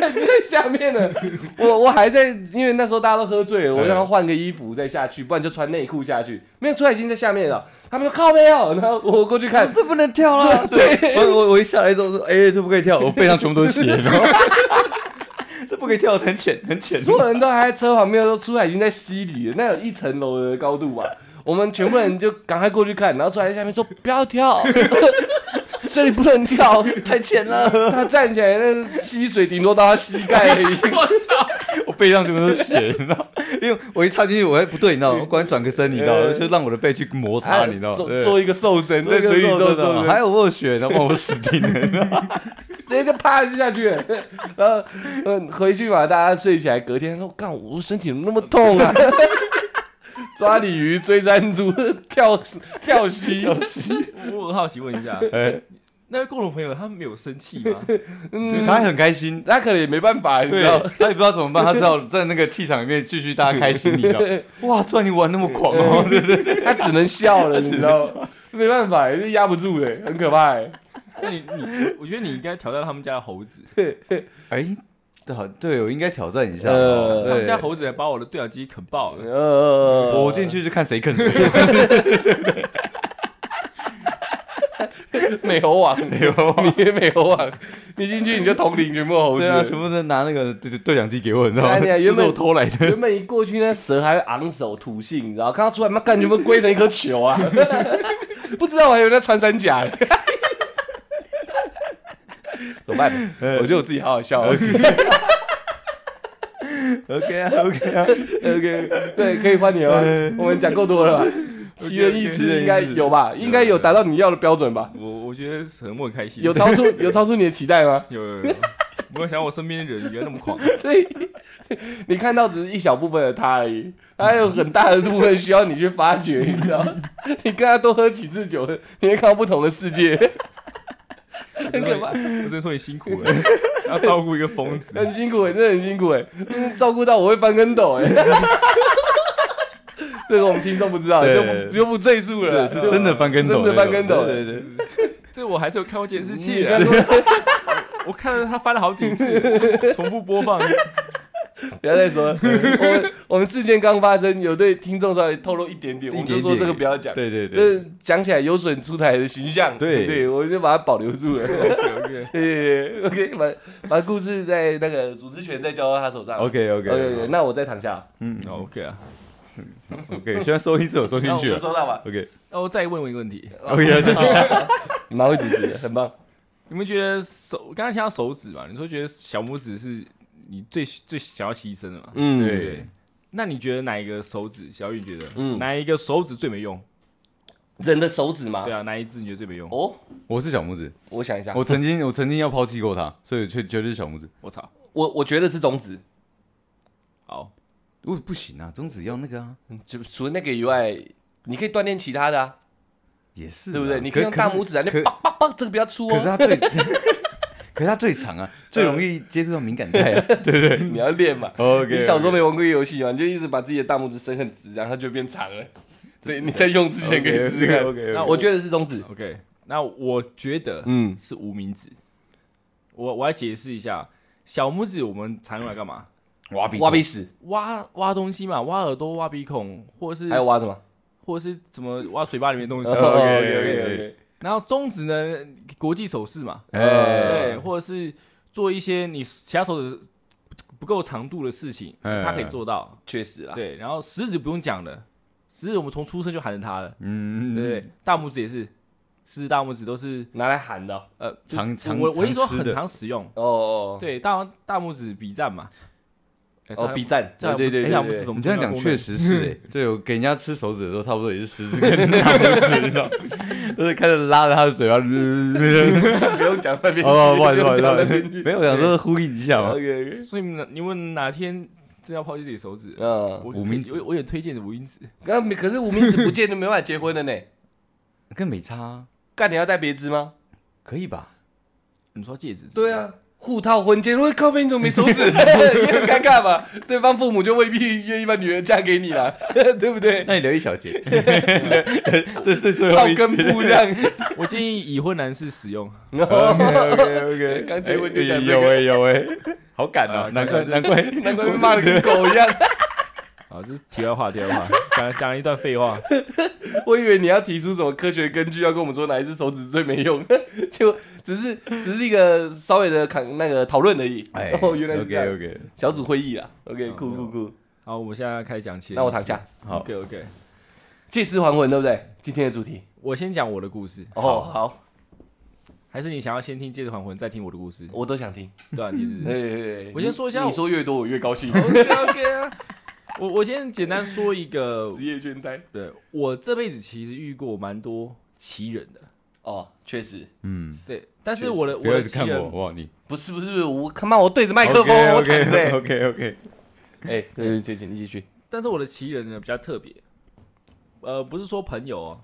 [SPEAKER 1] 在下面呢，我我还在，因为那时候大家都喝醉了，我想要换个衣服再下去，不然就穿内裤下去。没有出来已经在下面了，他们说靠没有，然后我过去 看，
[SPEAKER 2] 这不能跳 啦！对，我我我一下来之后说，哎、这不可以跳，我背上全部都是血，然后 这不可以跳，很浅很浅。
[SPEAKER 1] 所有人都还在车旁边，都出来已经在溪里了，那有一层楼的高度吧。啊我们全部人就赶快过去看，然后出来在下面说不要 跳，这里不能跳。
[SPEAKER 2] 太浅了，
[SPEAKER 1] 他站起来，那溪水顶多到他膝盖而已。
[SPEAKER 3] 我操，
[SPEAKER 2] 我背上全部都是血，你知道？因为我一插进去，我还不对，你知道吗？我赶紧转个身，你知道吗，就让我的背去摩
[SPEAKER 1] 啊
[SPEAKER 2] 擦，你知道
[SPEAKER 1] 嗯哎
[SPEAKER 2] 吗？
[SPEAKER 1] 做
[SPEAKER 2] 对
[SPEAKER 1] 做一个瘦身，在水里做瘦身
[SPEAKER 2] 还，有我有血，然后我死定了 你知道吗。
[SPEAKER 1] 直接就啪就下去了。然后，嗯，回去嘛，大家睡起来，隔天说，干，我身体怎么那么痛 啊？抓鲤鱼、追山猪、跳跳溪，
[SPEAKER 3] 我很好奇问一下，
[SPEAKER 2] 哎，
[SPEAKER 3] 那位共同朋友他没有生气 吗？
[SPEAKER 1] 嗯
[SPEAKER 2] 对他还很开心，
[SPEAKER 1] 他可能也没办法，你
[SPEAKER 2] 对
[SPEAKER 1] 知道。，
[SPEAKER 2] 他也不知道怎么办，他只好在那个气场里面继续大家开心，你知道吗？哇，突然你玩那么狂 哦，对不对？
[SPEAKER 1] 他只能笑了，你知道吗？没办法，这压不住的，很可怕。欸
[SPEAKER 3] 那你你，我觉得你应该挑战他们家的猴子，
[SPEAKER 2] 哎，对好，对我应该挑战一下。哦
[SPEAKER 1] 呃
[SPEAKER 3] 他
[SPEAKER 2] 对
[SPEAKER 3] 们家猴子还把我的对讲机啃爆了。
[SPEAKER 1] 呃，
[SPEAKER 2] 我进去就看谁啃谁。
[SPEAKER 1] 美猴王，美猴王，你美猴王，你进去你就统领全部猴子
[SPEAKER 2] 对啊，
[SPEAKER 1] 了。
[SPEAKER 2] 全部都拿那个对对对讲机给我，你知道
[SPEAKER 1] 哎
[SPEAKER 2] 吗？
[SPEAKER 1] 你看
[SPEAKER 2] 这
[SPEAKER 1] 原
[SPEAKER 2] 是
[SPEAKER 1] 本
[SPEAKER 2] 我偷来的。
[SPEAKER 1] 原本一过去，那蛇还会昂首吐气，你知道？看到出来，妈干，全部归成一颗球 啊！不知道我还以为在穿山甲呢。 怎么办？ 我觉得我自己好好笑 哦。
[SPEAKER 2] OK 啊，OK 啊，
[SPEAKER 1] 对，可以换你了吗。我们讲够多了吧？奇人异事应该有吧？应该有达到你要的标准吧？
[SPEAKER 3] 我我觉得很我很开心，
[SPEAKER 1] 有超出有超出你的期待吗？
[SPEAKER 3] 有有有，没有想到我身边的人原来那么狂，
[SPEAKER 1] 所以你看到只是一小部分的他而已，他有很大的部分需要你去发掘，你知道吗？ 你跟他多喝几次酒，你会看到不同的世界， 很可怕，
[SPEAKER 3] 我只能说你辛苦了，要照顾一个疯子，
[SPEAKER 1] 很辛苦哎、真的很辛苦哎、嗯照顾到我会翻跟斗哎、 这个我们听众不知道，欸
[SPEAKER 2] 对
[SPEAKER 1] 就不就不赘述了啦，
[SPEAKER 2] 是真的翻跟斗那种，
[SPEAKER 1] 真的翻跟斗欸
[SPEAKER 2] 对对对，
[SPEAKER 3] 这我还是有看过监视器
[SPEAKER 1] 你
[SPEAKER 3] 的
[SPEAKER 1] 看，过
[SPEAKER 3] 我看了他翻了好几次，重复播 放，
[SPEAKER 1] 不要再说了。我们我们事件刚发生，有对听众稍微透露一点点，我们就说这个不要讲。
[SPEAKER 2] 对对对
[SPEAKER 1] 这讲起来有损出台的形象，
[SPEAKER 2] 对
[SPEAKER 1] 对，我就把它保留住了。
[SPEAKER 3] 对
[SPEAKER 1] 对 OK，把把故事在那个组织权再交到他手上。
[SPEAKER 2] ，OK
[SPEAKER 1] OK OK，
[SPEAKER 2] OK
[SPEAKER 1] 那我再躺下，
[SPEAKER 2] 嗯
[SPEAKER 3] OK 啊，
[SPEAKER 2] OK，虽然收音只有收进去
[SPEAKER 1] 有
[SPEAKER 2] 了
[SPEAKER 1] 收到吧？
[SPEAKER 2] ，OK
[SPEAKER 3] 那我再问我一个问题，
[SPEAKER 2] OK，
[SPEAKER 1] 你蛮会主持的，很棒。
[SPEAKER 3] 你们觉得手刚才听到手指嘛？你说觉得小拇指是你最最想要牺牲的嘛？
[SPEAKER 1] 嗯，
[SPEAKER 3] 对
[SPEAKER 2] 对
[SPEAKER 3] 不对，那你觉得哪一个手指？小雨觉得，
[SPEAKER 1] 嗯
[SPEAKER 3] 哪一个手指最没用？
[SPEAKER 1] 人的手指吗？
[SPEAKER 3] 对啊，哪一只你觉得最没用？
[SPEAKER 1] 哦，
[SPEAKER 2] 我是小 拇指，
[SPEAKER 1] 我想一下，
[SPEAKER 2] 我曾经我曾经要抛弃过他，所以绝绝对是小拇指。
[SPEAKER 3] 我操！
[SPEAKER 1] 我我觉得是中指，
[SPEAKER 3] 好，
[SPEAKER 2] 我不行啊，中指要那个啊，
[SPEAKER 1] 嗯就除了那个以外，你可以锻炼其他的啊，
[SPEAKER 2] 也是啊，
[SPEAKER 1] 对不对？你可
[SPEAKER 2] 可
[SPEAKER 1] 以用大拇指啊，那
[SPEAKER 2] 可
[SPEAKER 1] 叭叭叭，这个比较粗
[SPEAKER 2] 可是
[SPEAKER 1] 哦，
[SPEAKER 2] 他最， 可是他最长啊，最容易接触到敏感带啊，对不对
[SPEAKER 1] 你要练嘛。
[SPEAKER 2] 哦？OK，
[SPEAKER 1] 你小时候没玩过游戏嘛？你就一直把自己的大拇指伸很直，然后它就变长了。对，你在用之前可以试试看。
[SPEAKER 2] OK，
[SPEAKER 3] 那
[SPEAKER 1] 我觉得是中指。
[SPEAKER 3] OK，那我觉得
[SPEAKER 1] 嗯
[SPEAKER 3] 是无名指。我我要解释一下，小拇指我们常用来干嘛？
[SPEAKER 2] 挖鼻
[SPEAKER 1] 挖鼻屎，
[SPEAKER 3] 挖挖东西嘛，挖耳朵、挖鼻孔，或是
[SPEAKER 1] 还有挖什么
[SPEAKER 3] 或是怎么挖嘴巴里面的东西。
[SPEAKER 2] 哦
[SPEAKER 1] OK，OK，OK，OK
[SPEAKER 3] 然后中指呢，国际手势嘛，
[SPEAKER 2] 哎
[SPEAKER 3] 对，，或者是做一些你其他手指不够长度的事情，
[SPEAKER 2] 哎啊
[SPEAKER 3] 他可以做到。
[SPEAKER 1] 确实啦。
[SPEAKER 3] 对，然后食指不用讲了，食指我们从出生就喊着它了，
[SPEAKER 2] 嗯，
[SPEAKER 3] 对不对？大拇指也是，食指、大拇指都是
[SPEAKER 1] 拿来喊的哦。
[SPEAKER 3] 呃，就
[SPEAKER 2] 常
[SPEAKER 3] 就
[SPEAKER 2] 常
[SPEAKER 3] 我我一
[SPEAKER 2] 常
[SPEAKER 3] 说
[SPEAKER 2] 吃
[SPEAKER 3] 很
[SPEAKER 2] 的
[SPEAKER 3] 常使用，
[SPEAKER 1] 哦哦
[SPEAKER 3] 对，大大拇指比赞嘛，哎
[SPEAKER 1] 哦，
[SPEAKER 3] 这
[SPEAKER 1] 比赞，
[SPEAKER 3] 这
[SPEAKER 1] 对
[SPEAKER 3] 样
[SPEAKER 1] 对
[SPEAKER 3] 不是
[SPEAKER 1] 对
[SPEAKER 3] 哎这样不是
[SPEAKER 1] 对
[SPEAKER 3] 我
[SPEAKER 1] 对。
[SPEAKER 3] 们
[SPEAKER 2] 你这样
[SPEAKER 3] 重
[SPEAKER 2] 讲
[SPEAKER 3] 要功
[SPEAKER 2] 确
[SPEAKER 3] 能
[SPEAKER 2] 实是哎、对我给人家吃手指的时候，差不多也是食指跟大拇指，你知道，就是开始拉着他的嘴巴，
[SPEAKER 1] 不用讲那边去，
[SPEAKER 2] 哦，不好意思，不好
[SPEAKER 1] 用
[SPEAKER 2] 意思不
[SPEAKER 1] 讲
[SPEAKER 2] 好
[SPEAKER 1] 那
[SPEAKER 2] 意思
[SPEAKER 1] 边，去。呃
[SPEAKER 2] 没有我想说呼应一下嘛。
[SPEAKER 1] OK，
[SPEAKER 3] 所以你们你们哪天真要抛弃自己手指，
[SPEAKER 1] 嗯，
[SPEAKER 3] 我
[SPEAKER 2] 呃无名指
[SPEAKER 3] 我我也推荐的无名指，
[SPEAKER 1] 那可是无名指不见得没办法结婚的呢。
[SPEAKER 2] 跟美差啊
[SPEAKER 1] 干，你要戴别枝吗？
[SPEAKER 2] 可以吧？
[SPEAKER 3] 你说戒指，
[SPEAKER 1] 对，啊，互套婚戒，如果靠边你怎么没手指？也很尴尬嘛。对方父母就未必愿意把女儿嫁给你啦，对不对？
[SPEAKER 2] 那你留一小 节，这是 最
[SPEAKER 1] 套
[SPEAKER 2] 后一
[SPEAKER 1] 根部这样。
[SPEAKER 3] 我建议已婚男士使用。
[SPEAKER 2] OK OK OK，
[SPEAKER 1] 刚结婚就讲这
[SPEAKER 2] 有
[SPEAKER 1] 个
[SPEAKER 2] 哎有哎， 好感哦，
[SPEAKER 3] 啊
[SPEAKER 2] 难怪 难怪
[SPEAKER 1] 难怪被骂的 跟狗一样。
[SPEAKER 3] 啊，这是题外话，题 外话，讲讲了一段废话。
[SPEAKER 1] 我以为你要提出什么科学根据，要跟我们说哪一只手指最没用， 就只是只是一个稍微的砍那个讨论而已。
[SPEAKER 2] 哎
[SPEAKER 1] 哦，原来是这
[SPEAKER 2] OK
[SPEAKER 1] 样。
[SPEAKER 2] OK，
[SPEAKER 1] 小组会议啊，OK，
[SPEAKER 3] 嗯
[SPEAKER 1] 酷酷酷。
[SPEAKER 3] 好，我们现在开始讲起。
[SPEAKER 1] 那我躺下，
[SPEAKER 2] 好
[SPEAKER 3] OK OK，
[SPEAKER 1] 借尸还魂，对不对？今天的主题。
[SPEAKER 3] 我先讲我的故事，
[SPEAKER 1] 哦，好，
[SPEAKER 3] 还是你想要先听《戒指还魂》，再听我的故事？
[SPEAKER 1] 我都想听。
[SPEAKER 3] 对啊，戒 指。
[SPEAKER 1] 对对对，
[SPEAKER 3] 我先说一下
[SPEAKER 1] 你你说越多我越高兴。
[SPEAKER 3] OK OK 啊，我我先简单说一个，
[SPEAKER 1] 职业倦怠。
[SPEAKER 3] 对我这辈子其实遇过蛮多奇人的，
[SPEAKER 1] 哦，确实，
[SPEAKER 2] 嗯，
[SPEAKER 3] 对，但是
[SPEAKER 1] 确实
[SPEAKER 3] 我的
[SPEAKER 2] 不
[SPEAKER 3] 我
[SPEAKER 2] 要
[SPEAKER 3] 的
[SPEAKER 2] 一直
[SPEAKER 3] 奇
[SPEAKER 2] 看我，
[SPEAKER 3] 人，
[SPEAKER 2] 哇你
[SPEAKER 1] 不是不是，不是我他妈我对着麦克风，我躺着欸。
[SPEAKER 2] OK OK，
[SPEAKER 1] 哎，对对对，你继续。
[SPEAKER 3] 但是我的奇人呢比较特别，呃，不是说朋友哦，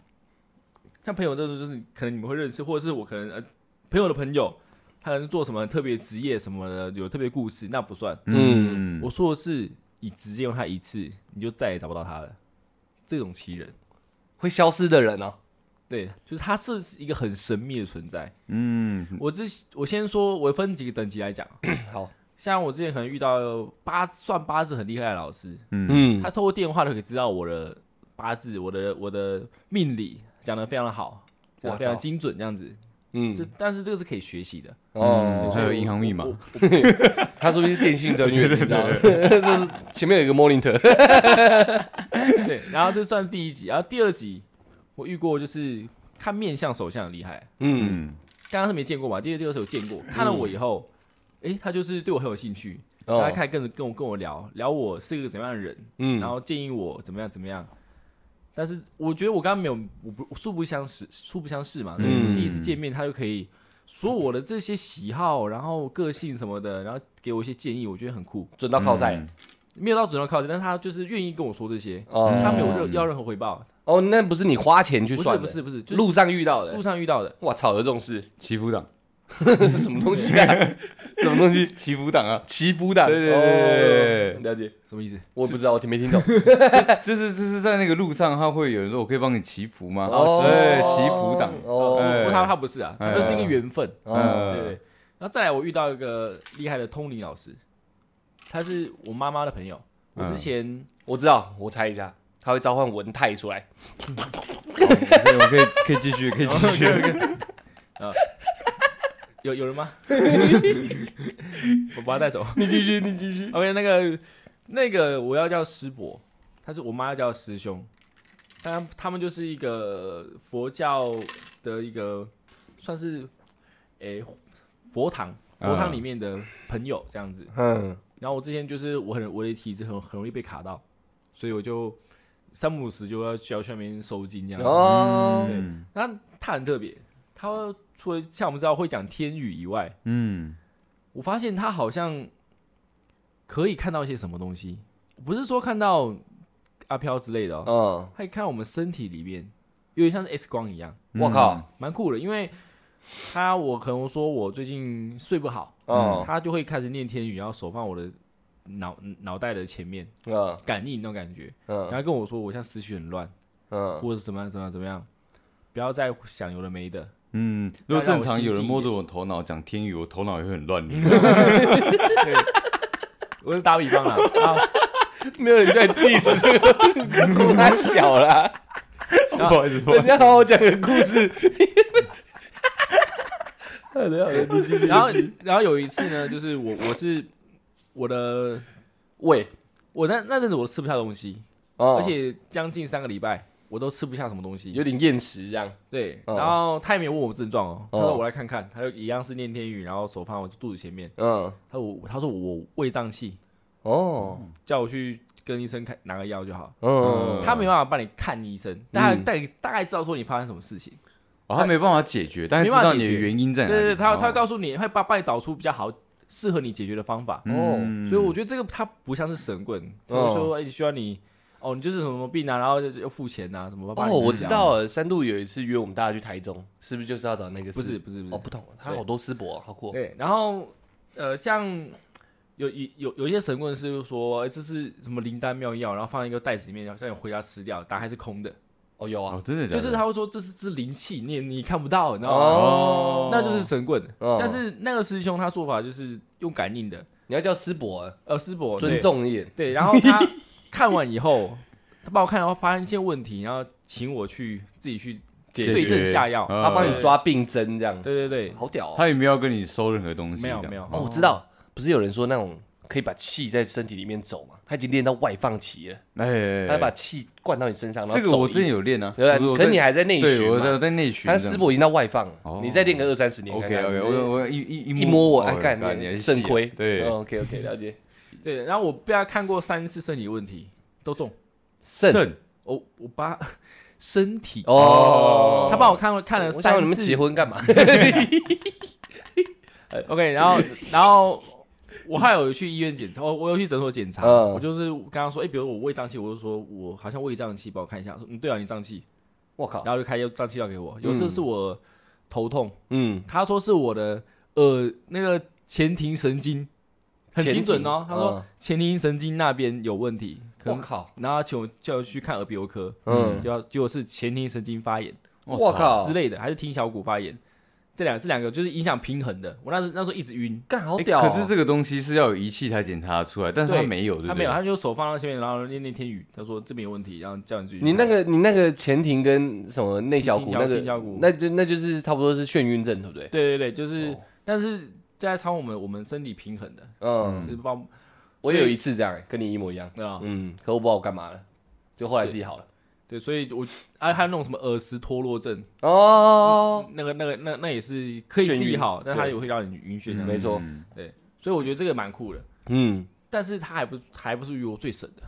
[SPEAKER 3] 像朋友这种就是可能你们会认识，或者是我可能呃朋友的朋友，他可能是做什么特别职业什么的，有特别故事，那不算。
[SPEAKER 1] 嗯
[SPEAKER 2] 嗯，
[SPEAKER 3] 我说的是，你直接用它一次，你就再也找不到它了。这种奇人，
[SPEAKER 1] 会消失的人哦。
[SPEAKER 3] 对，就是它是一个很神秘的存在。
[SPEAKER 2] 嗯，
[SPEAKER 3] 我之我先说，我分几个等级来讲。
[SPEAKER 1] 好，
[SPEAKER 3] 像我之前可能遇到八算八字很厉害的老师，
[SPEAKER 1] 嗯
[SPEAKER 3] 他透过电话就可以知道我的八字、我的我的命理，讲的非常的好，讲
[SPEAKER 1] 我
[SPEAKER 3] 的非常
[SPEAKER 1] 操
[SPEAKER 3] 精准，这样子。
[SPEAKER 1] 嗯
[SPEAKER 3] 这，但是这个是可以学习 的，
[SPEAKER 2] 嗯
[SPEAKER 1] 哦，
[SPEAKER 2] 还有银行密码
[SPEAKER 3] 我我
[SPEAKER 1] 他说不定是电信专员，你知道吗？ 这是前面有一个 monitor，
[SPEAKER 3] 对，然后这算是第一集，然后第二集我遇过就是看面相手相很厉害，
[SPEAKER 1] 嗯，
[SPEAKER 2] 嗯，
[SPEAKER 3] 刚刚是没见过嘛，第二这个是有见过，看了我以后，诶，他就是对我很有兴趣，然后他
[SPEAKER 1] 哦，
[SPEAKER 3] 开始跟着跟我跟我聊聊我是个怎么样的人，
[SPEAKER 1] 嗯，
[SPEAKER 3] 然后建议我怎么样怎么样，但是我觉得我刚刚没有，我不素不相识，素不相识嘛。
[SPEAKER 1] 嗯
[SPEAKER 3] 第一次见面，他就可以说我的这些喜好，然后个性什么的，然后给我一些建议，我觉得很酷。
[SPEAKER 1] 准到靠赛
[SPEAKER 2] 嗯
[SPEAKER 3] 没有到主动靠近，但是他就是愿意跟我说这些，
[SPEAKER 1] 哦，
[SPEAKER 3] 他没有任要任何回报。
[SPEAKER 1] 哦，那不是你花钱去
[SPEAKER 3] 不
[SPEAKER 1] 算
[SPEAKER 3] 是
[SPEAKER 1] 的，
[SPEAKER 3] 不是不是，就是
[SPEAKER 1] 路上遇到的
[SPEAKER 3] 路。上遇到的。
[SPEAKER 1] 哇操，有这种 事？
[SPEAKER 2] 祈 福党，
[SPEAKER 1] 什么东西啊？ 什么东西？
[SPEAKER 2] 祈福党啊，
[SPEAKER 1] 祈福党？
[SPEAKER 2] 对对对
[SPEAKER 1] 哦了解。
[SPEAKER 3] 什么意思？
[SPEAKER 1] 我也不知道，我听没听懂。
[SPEAKER 2] 就是就是在那个路上，他会有人说我可以帮你祈福吗？
[SPEAKER 1] 哦
[SPEAKER 2] 对，祈福党，
[SPEAKER 1] 哦
[SPEAKER 2] 哎
[SPEAKER 3] 不过他他不是啊，他就是一个缘分。
[SPEAKER 1] 哦，
[SPEAKER 2] 嗯
[SPEAKER 3] 对对。然后再来，我遇到一个厉害的通灵老师，他是我妈妈的朋友。我
[SPEAKER 1] 嗯
[SPEAKER 3] 之前
[SPEAKER 1] 我知道，我猜一下，他会召唤文泰出来。
[SPEAKER 2] 可以我可以可以继续，可以继续。
[SPEAKER 3] 有有人 吗？我把他带走。
[SPEAKER 1] 你继续，你继续。
[SPEAKER 3] OK，那个那个我要叫师伯，他是我妈要叫师兄，他他们就是一个佛教的一个算是诶、佛堂佛堂里面的朋友这样子。
[SPEAKER 1] 嗯，
[SPEAKER 3] 然后我之前就是我很我的体质很很容易被卡到，所以我就三不五时就要就要去那边收金这样子。
[SPEAKER 1] 哦，
[SPEAKER 2] 嗯
[SPEAKER 3] 那他很特别，他除了像我们知道会讲天语以外，
[SPEAKER 2] 嗯，
[SPEAKER 3] 我发现他好像可以看到一些什么东西，不是说看到阿飘之类的哦，
[SPEAKER 1] 嗯，
[SPEAKER 3] 他可以看到我们身体里面，有点像是 X 光一样，
[SPEAKER 1] 我靠，
[SPEAKER 3] 蛮酷的。因为他我可能说我最近睡不好，嗯
[SPEAKER 1] 哦，
[SPEAKER 3] 他就会开始念天语，然后手放我的脑脑袋的前面，
[SPEAKER 1] 嗯
[SPEAKER 3] 感应那种感觉，然
[SPEAKER 1] 嗯
[SPEAKER 3] 后跟我说我像思绪很乱，
[SPEAKER 1] 嗯，
[SPEAKER 3] 或者是怎么样怎么样怎么样，不要再想有的没的。
[SPEAKER 2] 嗯，如果正常有人摸着我头脑讲天语，我头脑也会很乱。
[SPEAKER 3] 我是打比方啦，啊，
[SPEAKER 1] 没有人在 diss 这个，哭 他小啦。
[SPEAKER 2] 不
[SPEAKER 3] 哎
[SPEAKER 2] 好意思，不好 意
[SPEAKER 1] 人
[SPEAKER 2] 思。
[SPEAKER 1] 家好好讲个故事。
[SPEAKER 3] 然后然后有一次呢，就是我我是我的
[SPEAKER 1] 喂，
[SPEAKER 3] 我那那阵子我吃不下东西，
[SPEAKER 1] 哦
[SPEAKER 3] 而且将近三个礼拜我都吃不下什么东西。
[SPEAKER 1] 有点厌食这样。
[SPEAKER 3] 对，
[SPEAKER 1] 哦
[SPEAKER 3] 然后他也没有问我症状哦，他说
[SPEAKER 1] 哦
[SPEAKER 3] 我来看看，他就一样是念天语，然后手放我肚子前面，
[SPEAKER 1] 嗯，
[SPEAKER 3] 他说我他说我胃胀气，
[SPEAKER 1] 哦，
[SPEAKER 3] 叫我去跟医生看拿个药就好。
[SPEAKER 1] 嗯，
[SPEAKER 3] 他没办法帮你看医生，但他大概大概知道说你发生什么事情。
[SPEAKER 2] 哦，他没办法解决，但是知道你的原因在
[SPEAKER 3] 对
[SPEAKER 2] 哪里。
[SPEAKER 3] 对，对他
[SPEAKER 2] 哦
[SPEAKER 3] 他会告诉你，会帮帮你找出比较好适合你解决的方法。
[SPEAKER 2] 嗯
[SPEAKER 3] 所以我觉得这个他不像是神棍，
[SPEAKER 1] 嗯
[SPEAKER 3] 他会说哎需要你哦，你就是什么病啊，然后就要付钱啊，什么帮
[SPEAKER 1] 哦，
[SPEAKER 3] 你治疗
[SPEAKER 1] 我知道了。三度有一次约我们大家去台中，是不是就是要找那个师？
[SPEAKER 3] 不是不是不
[SPEAKER 1] 哦，
[SPEAKER 3] 是，
[SPEAKER 1] 不同，他好多师伯哦，好酷哦。
[SPEAKER 3] 对，然后呃，像有有有有一些神棍是说，哎，这是什么灵丹妙药，然后放在一个袋子里面，然后叫你回家吃掉，打开是空的，
[SPEAKER 1] 哦，有啊，
[SPEAKER 2] 哦，真的假
[SPEAKER 3] 就
[SPEAKER 2] 的
[SPEAKER 3] 是他会说这是只灵气，你也你看不到，你知道吗？
[SPEAKER 1] 哦，
[SPEAKER 3] 那就是神棍，
[SPEAKER 1] 哦
[SPEAKER 3] 但是那个师兄他做法就是用感应的，
[SPEAKER 1] 你要叫师伯啊，
[SPEAKER 3] 呃，师伯
[SPEAKER 1] 尊
[SPEAKER 3] 对
[SPEAKER 1] 重一点。
[SPEAKER 3] 对，然后 他看完以后，他帮我看，然后发现一些问题，然后请我去自己去
[SPEAKER 1] 解啊
[SPEAKER 3] 对症下药。
[SPEAKER 2] 嗯
[SPEAKER 1] 他帮你抓病针这样，
[SPEAKER 3] 对对对，
[SPEAKER 1] 好屌哦。
[SPEAKER 2] 他也没有跟你收任何东西，
[SPEAKER 3] 没有
[SPEAKER 2] 这样
[SPEAKER 3] 没有，
[SPEAKER 1] 哦，我知道，不是有人说那种可以把气在身体里面走嘛？他已经练到外放气了，
[SPEAKER 2] 哎哎，哎
[SPEAKER 1] 他把气灌到你身上，然后
[SPEAKER 2] 这个
[SPEAKER 1] 走
[SPEAKER 2] 我
[SPEAKER 1] 一
[SPEAKER 2] 之前有练啊，
[SPEAKER 1] 对不
[SPEAKER 2] 我
[SPEAKER 1] 对，
[SPEAKER 2] 我
[SPEAKER 1] 可是你还在
[SPEAKER 2] 在
[SPEAKER 1] 内
[SPEAKER 2] 对，
[SPEAKER 1] 循
[SPEAKER 2] 我在
[SPEAKER 1] 嘛？
[SPEAKER 2] 在内巡。
[SPEAKER 1] 他师伯已经到外放了
[SPEAKER 2] 哦，
[SPEAKER 1] 你再练个二三十年
[SPEAKER 2] OK
[SPEAKER 1] 看看
[SPEAKER 2] OK，我我一一
[SPEAKER 1] 一摸我，
[SPEAKER 2] 哦
[SPEAKER 1] 哎，干
[SPEAKER 2] 你还
[SPEAKER 1] 你
[SPEAKER 2] 是
[SPEAKER 1] 肾亏，嗯
[SPEAKER 2] 对，
[SPEAKER 1] ，OK OK，了 解。
[SPEAKER 3] 对，然后我被他看过三次身体问题，都中。
[SPEAKER 1] 肾
[SPEAKER 3] 我我把 身体，
[SPEAKER 1] 哦，
[SPEAKER 3] 他帮我看过看了
[SPEAKER 1] 我想
[SPEAKER 3] 三
[SPEAKER 1] 你们结
[SPEAKER 3] 次。
[SPEAKER 1] 婚干嘛？
[SPEAKER 3] OK，然后然后我还有去医院检查，我我有去诊所检查，
[SPEAKER 1] 嗯
[SPEAKER 3] 我就是刚刚说，哎，比如我胃胀气，我就说我好像胃胀气，帮我看一下。说嗯，对啊，你胀气，
[SPEAKER 1] 我靠，
[SPEAKER 3] 然后就开药胀气药给我。有时候是我头痛。
[SPEAKER 1] 嗯，
[SPEAKER 3] 他说是我的呃那个前庭神经，很精准哦。
[SPEAKER 1] 前庭
[SPEAKER 3] 他说
[SPEAKER 1] 嗯
[SPEAKER 3] 前庭神经那边有问题，可
[SPEAKER 1] 我
[SPEAKER 3] 能
[SPEAKER 1] 靠，
[SPEAKER 3] 然后请我叫我去看耳鼻喉科，
[SPEAKER 1] 嗯哦
[SPEAKER 3] 就要结果是前庭神经发炎
[SPEAKER 1] 我靠
[SPEAKER 3] 之，类的，还是听小骨发炎，这两这两个就是影响平衡的。我那时那时候一直晕，
[SPEAKER 1] 干好
[SPEAKER 2] 哎
[SPEAKER 1] 屌哦，
[SPEAKER 2] 可是这个东西是要有仪器才检查得出来，但是他
[SPEAKER 3] 对
[SPEAKER 2] 没有，对不对？
[SPEAKER 3] 他没有，他就手放到前面，然后念念天语，他说这边有问题，然后叫你自己去看。
[SPEAKER 1] 你那个你那个前庭跟什么内小
[SPEAKER 3] 听
[SPEAKER 1] 骨
[SPEAKER 3] 小
[SPEAKER 1] 那
[SPEAKER 3] 听小
[SPEAKER 1] 个
[SPEAKER 3] 骨，
[SPEAKER 1] 那就那就是差不多是眩晕症，对不对？
[SPEAKER 3] 对对对，就是，
[SPEAKER 1] 哦
[SPEAKER 3] 但是在操我们我们身体平衡的，
[SPEAKER 1] 嗯，
[SPEAKER 3] 就是帮
[SPEAKER 1] 我
[SPEAKER 3] 所以
[SPEAKER 1] 有一次这样，跟你一模一样。
[SPEAKER 3] 对啊，
[SPEAKER 1] 嗯，可我不知道我干嘛了，就后来自己好了。
[SPEAKER 3] 对，所以我啊还有那种什么耳石脱落症。
[SPEAKER 1] 哦，
[SPEAKER 3] 那个、那个、那那也是可以
[SPEAKER 1] 眩
[SPEAKER 3] 自
[SPEAKER 1] 晕
[SPEAKER 3] 己好，但它
[SPEAKER 1] 对
[SPEAKER 3] 也会让你晕眩
[SPEAKER 1] 嗯
[SPEAKER 3] 的。
[SPEAKER 1] 没错
[SPEAKER 2] 嗯
[SPEAKER 3] 所以我觉得这个蛮酷的，
[SPEAKER 1] 嗯，
[SPEAKER 3] 但是它还不还不是于我最神的，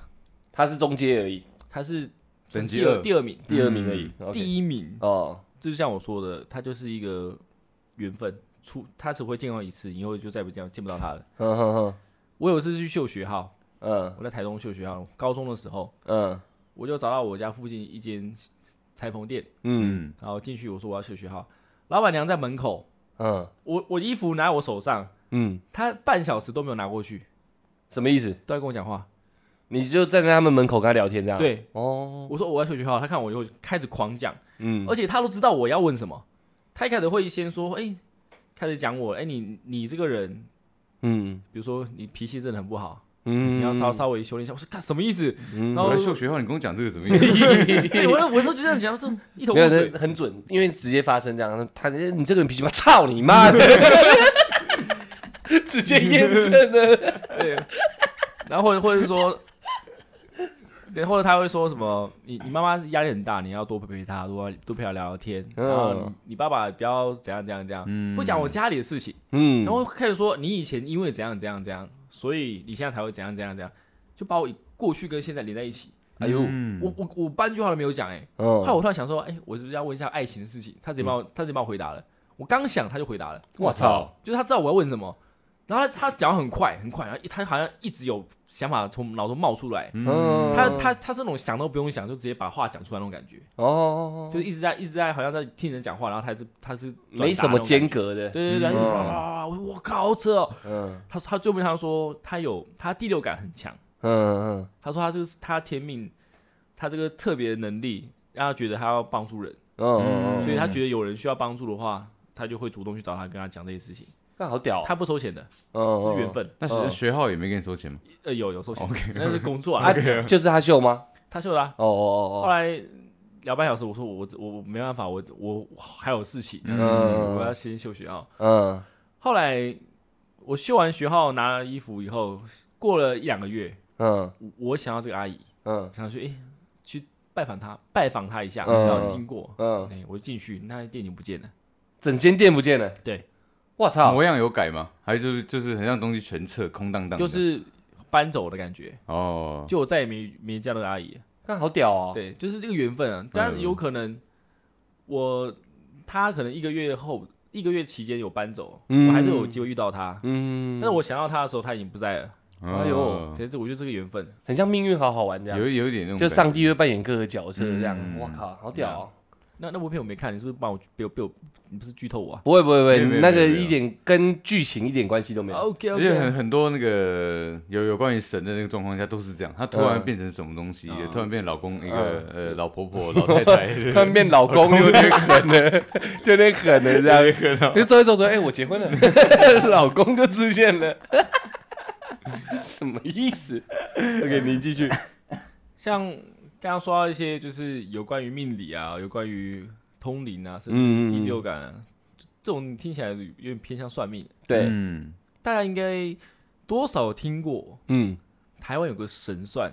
[SPEAKER 1] 他是中间而已。
[SPEAKER 3] 它是就
[SPEAKER 2] 等
[SPEAKER 3] 是
[SPEAKER 2] 级
[SPEAKER 3] 第二
[SPEAKER 2] 二
[SPEAKER 3] 第二名，嗯
[SPEAKER 1] 第二名而已。
[SPEAKER 3] 第
[SPEAKER 1] 一
[SPEAKER 3] 一名，
[SPEAKER 1] 哦，
[SPEAKER 3] 这就像我说的，他就是一个缘分，出他只会见到一次，以后就再也不见见不到他了。
[SPEAKER 1] 哼哼哼，
[SPEAKER 3] 我有一次去秀学号，
[SPEAKER 1] 嗯
[SPEAKER 3] 我在台中秀学号，高中的时候，
[SPEAKER 1] 嗯
[SPEAKER 3] 我就找到我家附近一间裁缝店，
[SPEAKER 1] 嗯
[SPEAKER 2] 嗯，
[SPEAKER 3] 然后进去我说我要秀学号，老板娘在门口，
[SPEAKER 1] 嗯
[SPEAKER 3] 我我衣服拿在我手上，
[SPEAKER 1] 嗯，
[SPEAKER 3] 她半小时都没有拿过去，
[SPEAKER 1] 什么意思？
[SPEAKER 3] 都在跟我讲话。
[SPEAKER 1] 你就站在他们门口跟他聊天这样？，
[SPEAKER 3] 对，
[SPEAKER 1] 哦，
[SPEAKER 3] 我说我要秀学号，她看我以后开始狂讲，
[SPEAKER 1] 嗯
[SPEAKER 3] 而且她都知道我要问什么，她一开始会先说，哎、开始讲我，哎、你你这个人，
[SPEAKER 1] 嗯
[SPEAKER 3] 比如说你脾气真的很不好，
[SPEAKER 1] 嗯，
[SPEAKER 3] 你要稍稍微修炼一下。我说干什么意思？然后
[SPEAKER 2] 我来 秀学号，你跟我讲这个什么意 思？
[SPEAKER 3] 对我那我就这样讲，这一头雾
[SPEAKER 1] 没有，
[SPEAKER 3] 水
[SPEAKER 1] 这。很准，因为直接发生这样，他你这个人脾气吧，操你妈的， 直接验证了。
[SPEAKER 3] 对，然后或者或者是说，对，或者他会说什么？你你妈妈压力很大，你要多陪陪她，多多陪她聊聊天。
[SPEAKER 1] 嗯
[SPEAKER 3] 然后你你爸爸不要怎样怎样怎样，
[SPEAKER 2] 嗯
[SPEAKER 3] 会讲我家里的事情，
[SPEAKER 1] 嗯
[SPEAKER 3] 然，后开始说你以前因为怎样怎样怎样，所以你现在才会怎样怎样怎样，就把我过去跟现在连在一起。
[SPEAKER 1] 哎呦，
[SPEAKER 2] 嗯
[SPEAKER 3] 我我我半句话都没有讲哎、欸后来
[SPEAKER 1] 嗯，
[SPEAKER 3] 我突然想说，哎、我是不是要问一下爱情的事情？他直接帮我，他直接帮我回答了。我刚想他就回答了，
[SPEAKER 1] 我操，
[SPEAKER 3] 就是他知道我要问什么，然后他他讲得很快很快，然后一他好像一直有想法从脑中冒出来。
[SPEAKER 1] 嗯，
[SPEAKER 3] 他他他是那种想都不用想就直接把话讲出来那种感觉，
[SPEAKER 1] 哦，
[SPEAKER 3] 就是一直在一直在好像在听人讲话，然后他是他是转达
[SPEAKER 1] 没什么
[SPEAKER 3] 那种感
[SPEAKER 1] 间
[SPEAKER 3] 觉，
[SPEAKER 1] 隔的，
[SPEAKER 3] 对对对，
[SPEAKER 1] 嗯
[SPEAKER 3] 他一直叭叭叭叭，我说我靠，好扯哦。
[SPEAKER 1] 嗯
[SPEAKER 3] 他他最后面他说他有他第六感很强，
[SPEAKER 1] 嗯
[SPEAKER 3] 他说他这个是他天命，他这个特别的能力让他觉得他要帮助人。
[SPEAKER 1] 嗯嗯，
[SPEAKER 3] 所以他觉得有人需要帮助的话，他就会主动去找他，跟他讲这些事情。
[SPEAKER 1] 那好屌，
[SPEAKER 3] 他不收钱的，
[SPEAKER 1] 嗯
[SPEAKER 3] 是缘分。
[SPEAKER 2] 那
[SPEAKER 1] 嗯
[SPEAKER 2] 学学号也没跟你收钱吗？
[SPEAKER 3] 呃，有有收钱， 那是工作 啊
[SPEAKER 1] 啊。，就是他秀吗？
[SPEAKER 3] 他秀啦。
[SPEAKER 1] 哦哦
[SPEAKER 3] 后
[SPEAKER 1] 哦，
[SPEAKER 3] 来聊半小时，我说我我我没办法，我我我还有事情，
[SPEAKER 1] 嗯
[SPEAKER 3] 我要先休学号。
[SPEAKER 1] 嗯
[SPEAKER 3] 后来我秀完学号，拿了衣服以后，过了一两个月，
[SPEAKER 1] 嗯
[SPEAKER 3] 我我想到这个阿姨，
[SPEAKER 1] 嗯
[SPEAKER 3] 想去诶去拜访她，拜访她一下，
[SPEAKER 1] 嗯
[SPEAKER 3] 刚好经过，
[SPEAKER 1] 嗯，
[SPEAKER 3] 哎，我进去，那店已经不见了。
[SPEAKER 1] 整间店不见了，
[SPEAKER 3] 对，
[SPEAKER 1] 我操，
[SPEAKER 2] 模样有改吗？还是就是就是很像东西全撤，空荡荡的？
[SPEAKER 3] 就是搬走的感觉，
[SPEAKER 2] 哦，
[SPEAKER 3] 就我再也没没见到这个阿姨了。
[SPEAKER 1] 那好屌哦，
[SPEAKER 3] 对，就是这个缘分啊。当然有可能我他可能一个月后，一个月期间有搬走，
[SPEAKER 1] 嗯
[SPEAKER 3] 我还是有机会遇到他。
[SPEAKER 1] 嗯
[SPEAKER 3] 但是，我想到他的时候，他已经不在了。
[SPEAKER 1] 哎呦
[SPEAKER 2] 哦
[SPEAKER 3] 对，这我觉得这个缘分，
[SPEAKER 1] 很像命运好好玩这样。
[SPEAKER 2] 有有一点那种
[SPEAKER 1] 就
[SPEAKER 2] 感觉
[SPEAKER 1] 上帝会扮演各个角色这样。
[SPEAKER 2] 嗯
[SPEAKER 1] 我靠，好屌、哦！
[SPEAKER 3] 那那部片我没看，你是不是帮我被我被我，你不是剧透我啊
[SPEAKER 1] 不会不会不会，
[SPEAKER 2] 没有没有
[SPEAKER 1] 那个
[SPEAKER 2] 没有哦
[SPEAKER 1] 一点跟剧情一点关系都没有。
[SPEAKER 3] ？OK
[SPEAKER 2] 而且很
[SPEAKER 3] OK，
[SPEAKER 2] 很多那个有有关于神的那个状况下都是这样，他突然
[SPEAKER 1] 嗯
[SPEAKER 2] 变成什么东西，
[SPEAKER 3] 嗯
[SPEAKER 2] 突然变老公一个呃老婆婆老太太，
[SPEAKER 1] 突然变老公有点狠了， 有点狠了这样。就走一走走，哎、我结 婚了，老公就出现了， 什么意思？OK，你嗯继续。
[SPEAKER 3] 像刚刚说到一些就是有关于命理啊，有关于通灵啊，甚至
[SPEAKER 1] 嗯
[SPEAKER 3] 第六感、啊，这种听起来有点偏向算命，
[SPEAKER 1] 对，
[SPEAKER 2] 嗯，
[SPEAKER 3] 大家应该多少有听过。
[SPEAKER 1] 嗯，
[SPEAKER 3] 台湾有个神算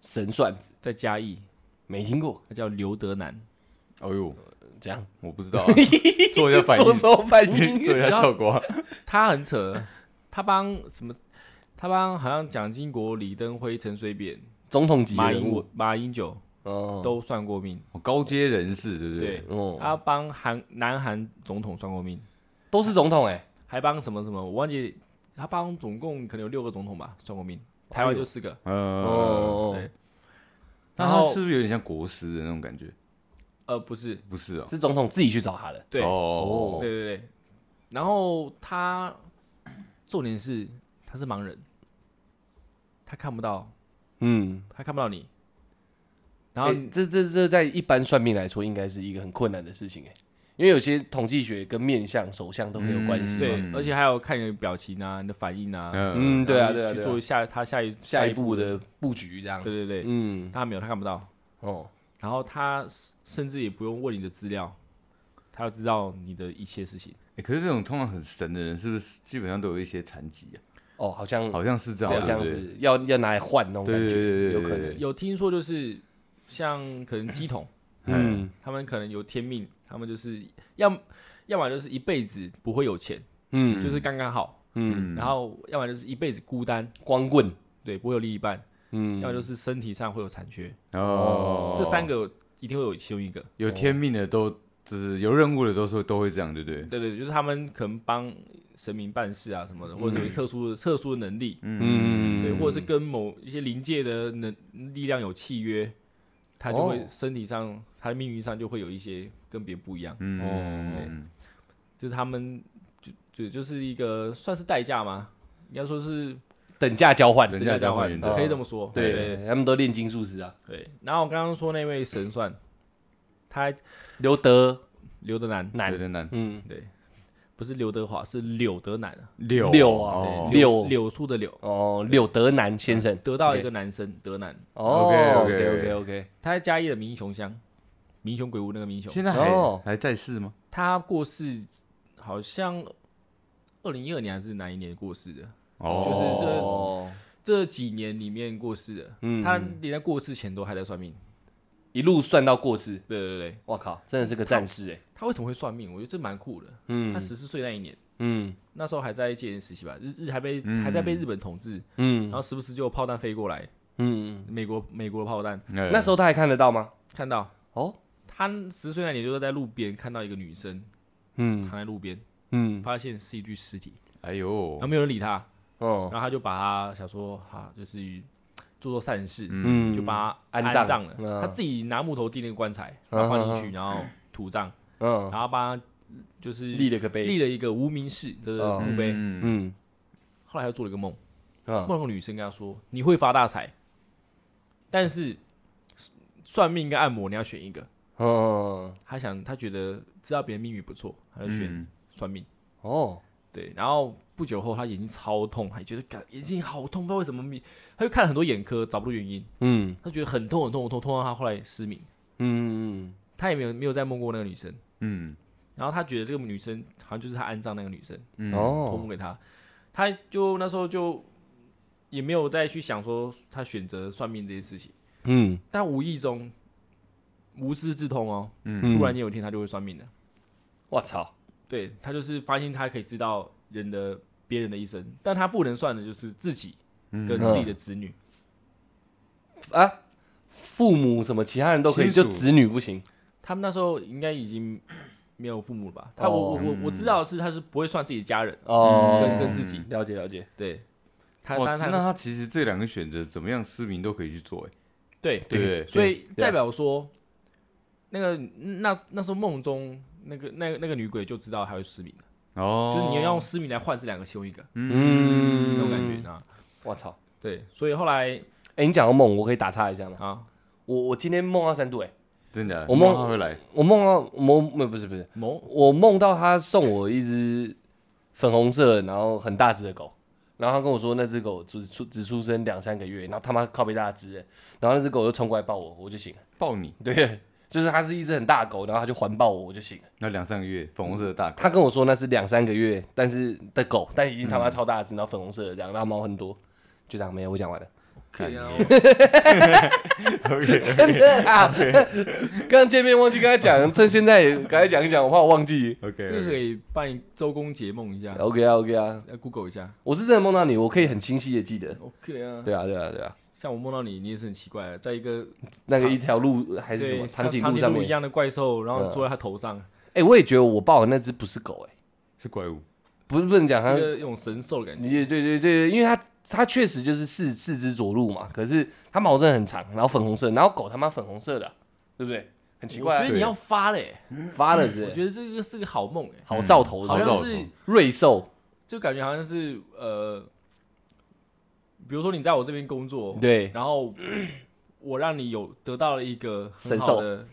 [SPEAKER 1] 神算子
[SPEAKER 3] 在嘉义，
[SPEAKER 1] 没听过，
[SPEAKER 3] 他叫刘德南。
[SPEAKER 2] 哎呦，
[SPEAKER 1] 这样
[SPEAKER 2] 我不知道啊，做一下 反
[SPEAKER 1] 做
[SPEAKER 2] 应，
[SPEAKER 1] 手反应
[SPEAKER 2] 做一下 效果啊，
[SPEAKER 3] 他很扯，他帮什么？他帮好像蒋经国、李登辉、陈水扁、
[SPEAKER 1] 总统级
[SPEAKER 3] 马
[SPEAKER 1] 人
[SPEAKER 3] 英
[SPEAKER 1] 物
[SPEAKER 3] 九、马英九
[SPEAKER 1] 哦，
[SPEAKER 3] 都算过命，
[SPEAKER 2] 哦高阶人士对不对？
[SPEAKER 3] 对，啊
[SPEAKER 1] 哦，
[SPEAKER 3] 他帮韩南韩总统算过命，
[SPEAKER 1] 都是总统哎、
[SPEAKER 3] 还帮什么什么，我忘记，他帮总共可能有六个总统吧算过命，台
[SPEAKER 1] 哎
[SPEAKER 3] 湾
[SPEAKER 1] 呦
[SPEAKER 3] 就四个，
[SPEAKER 2] 呃，
[SPEAKER 1] 哦，
[SPEAKER 3] 嗯对，
[SPEAKER 2] 那
[SPEAKER 3] 然
[SPEAKER 2] 他
[SPEAKER 3] 后
[SPEAKER 2] 是不是有点像国师的那种感觉？
[SPEAKER 3] 呃，不是，
[SPEAKER 2] 不是哦，
[SPEAKER 1] 是总统自己去找他的。
[SPEAKER 3] 对，
[SPEAKER 2] 哦
[SPEAKER 3] 对，对对，然后他重点是他是盲人，他看不到，
[SPEAKER 1] 嗯，
[SPEAKER 3] 他看不到你，然
[SPEAKER 1] 然
[SPEAKER 3] 后
[SPEAKER 1] 后这这这在一般算命来说，应该是一个很困难的事情哎，因为有些统计学跟面相、手相都很有关系。
[SPEAKER 3] 对，
[SPEAKER 2] 嗯
[SPEAKER 3] 而且还有看你的表情啊，你的反应啊，
[SPEAKER 2] 嗯
[SPEAKER 1] 嗯，对啊，对
[SPEAKER 3] 然后
[SPEAKER 1] 啊，
[SPEAKER 3] 去
[SPEAKER 1] 对
[SPEAKER 3] 做
[SPEAKER 1] 啊。
[SPEAKER 3] 下他下一
[SPEAKER 1] 下一
[SPEAKER 3] 一
[SPEAKER 1] 步
[SPEAKER 3] 步，
[SPEAKER 1] 的布局这样。
[SPEAKER 3] 对对对，
[SPEAKER 1] 嗯，
[SPEAKER 3] 他没有，他看不到。
[SPEAKER 1] 哦，
[SPEAKER 3] 然后他甚至也不用问你的资料，他要知道你的一切事情。
[SPEAKER 2] 欸可是这种通常很神的人，是不是基本上都有一些残疾啊？
[SPEAKER 1] 哦，好像
[SPEAKER 2] 好像是这样，
[SPEAKER 1] 好像
[SPEAKER 2] 对不对
[SPEAKER 1] 是要要拿来换那种感
[SPEAKER 2] 对对
[SPEAKER 1] 觉，
[SPEAKER 2] 对对
[SPEAKER 1] 有可
[SPEAKER 2] 对
[SPEAKER 1] 能。
[SPEAKER 3] 有听说就是像可能鸡桶，
[SPEAKER 1] 嗯
[SPEAKER 3] 他们可能有天命，他们就是要要么就是一辈子不会有钱，
[SPEAKER 1] 嗯
[SPEAKER 3] 就是刚刚好，
[SPEAKER 1] 嗯，
[SPEAKER 2] 嗯
[SPEAKER 3] 然后要么就是一辈子孤单，
[SPEAKER 1] 光棍，
[SPEAKER 3] 对，不会有另一半。
[SPEAKER 1] 嗯，
[SPEAKER 3] 要就是身体上会有残缺，
[SPEAKER 2] 哦，
[SPEAKER 3] 这三个一定会有其中一个。
[SPEAKER 2] 有天命的都就是有任务的都是都会这样，对不对？
[SPEAKER 3] 对对，就是他们可能帮神明办事啊什么的，或者有特殊的、特殊的能力，
[SPEAKER 1] 嗯，
[SPEAKER 3] 对，或者是跟某一些灵界的能力量有契约，他就会
[SPEAKER 1] 哦
[SPEAKER 3] 身体上、他的命运上就会有一些跟别人不一样，
[SPEAKER 2] 嗯，
[SPEAKER 3] 就是他们就就就是一个算是代价吗？应该说是
[SPEAKER 1] 等价交换，
[SPEAKER 2] 人
[SPEAKER 3] 等
[SPEAKER 2] 家
[SPEAKER 3] 价
[SPEAKER 2] 交
[SPEAKER 3] 交
[SPEAKER 2] 换
[SPEAKER 3] 换
[SPEAKER 2] 原，则
[SPEAKER 3] 对可以这么说。
[SPEAKER 1] 对，他们都炼金术师啊，
[SPEAKER 3] 对。然后我刚刚说那位神算，他
[SPEAKER 1] 刘德
[SPEAKER 3] 刘德南，
[SPEAKER 1] 南
[SPEAKER 2] 对，对难
[SPEAKER 1] 嗯，
[SPEAKER 3] 不是刘德华，是柳德南啊，
[SPEAKER 2] 六
[SPEAKER 1] 六啊
[SPEAKER 2] 哦
[SPEAKER 1] 对
[SPEAKER 3] 柳
[SPEAKER 1] 柳
[SPEAKER 3] 柳树的柳，
[SPEAKER 1] 哦，柳德南先生，
[SPEAKER 3] 得到一个男生德南，
[SPEAKER 1] 哦
[SPEAKER 2] OK，OK，OK
[SPEAKER 1] OK OK，
[SPEAKER 3] 他在嘉义的民雄乡，民雄鬼屋那个民雄，
[SPEAKER 2] 现在还
[SPEAKER 1] 哦
[SPEAKER 2] 还在世吗？
[SPEAKER 3] 他过世好像二零一二年还是哪一年过世的？就是这
[SPEAKER 1] 哦，
[SPEAKER 3] 这几年里面过世的，
[SPEAKER 1] 嗯
[SPEAKER 3] 他连在过世前都还在算命。
[SPEAKER 1] 一路算到过世，
[SPEAKER 3] 对对对，
[SPEAKER 1] 我靠，真的是个战士哎，
[SPEAKER 3] 他为什么会算命？我觉得这蛮酷的。他
[SPEAKER 1] 嗯
[SPEAKER 3] 十四岁那一年，
[SPEAKER 1] 嗯
[SPEAKER 3] 那时候还在戒严时期吧，日日还被还在被日本统治，然
[SPEAKER 1] 嗯
[SPEAKER 3] 后时不时就有炮弹飞过来，
[SPEAKER 1] 嗯，
[SPEAKER 3] 美国美国的炮弹，
[SPEAKER 1] 那
[SPEAKER 2] 那
[SPEAKER 1] 时候他还看得到吗？
[SPEAKER 3] 看到
[SPEAKER 1] 哦，
[SPEAKER 3] 他十岁那年就是在路边看到一个女生
[SPEAKER 1] 嗯
[SPEAKER 3] 躺在路边，
[SPEAKER 1] 嗯
[SPEAKER 3] 发现是一具尸体，
[SPEAKER 2] 哎
[SPEAKER 3] 然
[SPEAKER 2] 呦
[SPEAKER 3] 后，没有人理他，
[SPEAKER 1] 哦
[SPEAKER 3] 然后他就把他想说哈，就是做做善事，
[SPEAKER 1] 嗯，
[SPEAKER 3] 就把他
[SPEAKER 1] 安
[SPEAKER 3] 安
[SPEAKER 1] 葬
[SPEAKER 3] 葬了。
[SPEAKER 1] 嗯
[SPEAKER 3] 他自己拿木头钉那个棺材，
[SPEAKER 1] 嗯
[SPEAKER 3] 然后放进去，然后土葬，
[SPEAKER 1] 嗯
[SPEAKER 3] 然后帮他就是
[SPEAKER 1] 立了个碑，
[SPEAKER 3] 立了一个无名氏的
[SPEAKER 1] 嗯
[SPEAKER 3] 墓碑。
[SPEAKER 2] 嗯
[SPEAKER 1] 嗯
[SPEAKER 3] 后来他做了一个梦，
[SPEAKER 1] 嗯
[SPEAKER 3] 梦到个女生跟他说：“你会发大财，但是算命跟按摩你要选一个。
[SPEAKER 1] 嗯”
[SPEAKER 3] 他想，他觉得知道别人命运不错，他就选
[SPEAKER 2] 嗯
[SPEAKER 3] 算命。
[SPEAKER 1] 哦，
[SPEAKER 3] 对，然后不久后他眼睛超痛，还觉得感眼睛好痛，不知道为什么命，他就看了很多眼科，找不出原因。
[SPEAKER 1] 嗯
[SPEAKER 3] 他觉得很痛很痛很痛，痛到他后来失明，
[SPEAKER 1] 嗯
[SPEAKER 3] 他也没有没有再梦过那个女生。
[SPEAKER 2] 嗯
[SPEAKER 3] 然后他觉得这个女生好像就是他安葬那个女生，
[SPEAKER 2] 嗯
[SPEAKER 3] 托
[SPEAKER 1] 哦
[SPEAKER 3] 梦给他，他就那时候就也没有再去想说他选择算命这件事情，
[SPEAKER 1] 嗯
[SPEAKER 3] 但无意中无师自通哦，
[SPEAKER 1] 嗯，
[SPEAKER 3] 突然间有一天他就会算命的，
[SPEAKER 1] 我操，
[SPEAKER 3] 对他就是发现他可以知道人的别人的一生，但他不能算的就是自己
[SPEAKER 2] 嗯
[SPEAKER 1] 嗯
[SPEAKER 3] 跟自己的子女，
[SPEAKER 1] 啊，父母什么其他人都可以，
[SPEAKER 2] 亲
[SPEAKER 1] 就
[SPEAKER 2] 属
[SPEAKER 1] 子女不行。
[SPEAKER 3] 他们那时候应该已经没有父母了吧？他我我
[SPEAKER 1] 哦
[SPEAKER 3] 我我知道的是他是不会算自己的家人，
[SPEAKER 1] 哦，
[SPEAKER 3] 跟跟自己，
[SPEAKER 1] 了解了解，
[SPEAKER 3] 对他，
[SPEAKER 1] 哦
[SPEAKER 2] 哇，
[SPEAKER 3] 但
[SPEAKER 2] 那
[SPEAKER 3] 他
[SPEAKER 2] 他其实这两个选择怎么样，思明都可以去做，哎，
[SPEAKER 3] 对
[SPEAKER 2] 对不对？
[SPEAKER 3] 所以
[SPEAKER 1] 对啊
[SPEAKER 3] 代表说，那个那那时候梦中那个那那个女鬼就知道她会失明了，
[SPEAKER 2] 哦，
[SPEAKER 3] 就是你要用失明来换这两个其中一个、
[SPEAKER 1] 嗯
[SPEAKER 3] 那种感觉啊。
[SPEAKER 1] 我操！
[SPEAKER 3] 对，所以后来
[SPEAKER 1] 哎、你讲到梦，我可以打岔一下吗？
[SPEAKER 3] 啊，
[SPEAKER 1] 我我今天梦到三度、哎，
[SPEAKER 2] 真的啊，
[SPEAKER 1] 我梦
[SPEAKER 2] 他会来，
[SPEAKER 1] 我梦到我梦不是不是，
[SPEAKER 3] 某
[SPEAKER 1] 我梦到他送我一只粉红色然后很大只的狗，然后他跟我说那只狗只出只出生两三个月，然后他妈靠背大只、哎然后那只狗就冲过来抱我，我就醒了。
[SPEAKER 2] 抱你，
[SPEAKER 1] 对，就是它是一只很大的狗，然后它就环抱我，我就醒了。
[SPEAKER 2] 那两三个月，粉红色的大狗，
[SPEAKER 1] 他跟我说那是两三个月，但是的狗，但已经他妈超大只，然后粉红色的这样，然后毛很多，就这样没有，我讲完了。
[SPEAKER 3] 可以啊，
[SPEAKER 1] 真的啊！刚见面忘记跟他讲，趁现在赶快讲一讲，我怕我忘记。
[SPEAKER 3] 这个
[SPEAKER 2] OK，
[SPEAKER 3] 可以帮你周公解梦一下，
[SPEAKER 1] OK 啊，OK 啊，
[SPEAKER 3] 来 Google 一下。
[SPEAKER 1] 我是真的梦到你，我可以很清晰的记得。
[SPEAKER 3] OK 啊，
[SPEAKER 1] 对啊，对啊，对啊，
[SPEAKER 3] 像我梦到你，你也是很奇怪啊的，在一个
[SPEAKER 1] 那个一条路还是什
[SPEAKER 3] 对
[SPEAKER 1] 么长颈
[SPEAKER 3] 长
[SPEAKER 1] 鹿上
[SPEAKER 3] 颈鹿一
[SPEAKER 1] 面？
[SPEAKER 3] 样的怪兽，然后
[SPEAKER 1] 嗯
[SPEAKER 3] 坐在他头上，
[SPEAKER 1] 哎，我也觉得我抱的那只不是狗，哎，
[SPEAKER 2] 是怪物，
[SPEAKER 1] 不是不能讲它
[SPEAKER 3] 是一，个一种神兽的感觉。
[SPEAKER 1] 啊你对对对对，因为它它确实就是四四肢着陆嘛，可是它毛真的很长，然后粉红色，然后狗他妈粉红色的啊，对不对？很奇怪
[SPEAKER 3] 我
[SPEAKER 1] 啊
[SPEAKER 3] 觉，得你要发嘞、
[SPEAKER 1] 发了是
[SPEAKER 3] 我
[SPEAKER 1] 不
[SPEAKER 3] 觉
[SPEAKER 1] 是，
[SPEAKER 3] 得这个是个好梦哎、
[SPEAKER 1] 好哦兆头
[SPEAKER 2] 嗯
[SPEAKER 1] 的，
[SPEAKER 3] 好
[SPEAKER 2] 好
[SPEAKER 3] 像
[SPEAKER 2] 兆
[SPEAKER 3] 是
[SPEAKER 2] 头
[SPEAKER 1] 瑞兽，
[SPEAKER 3] 就感觉好像是呃，比如说你在我这边工作，
[SPEAKER 1] 对，
[SPEAKER 3] 然后我让你有得到了一个很好的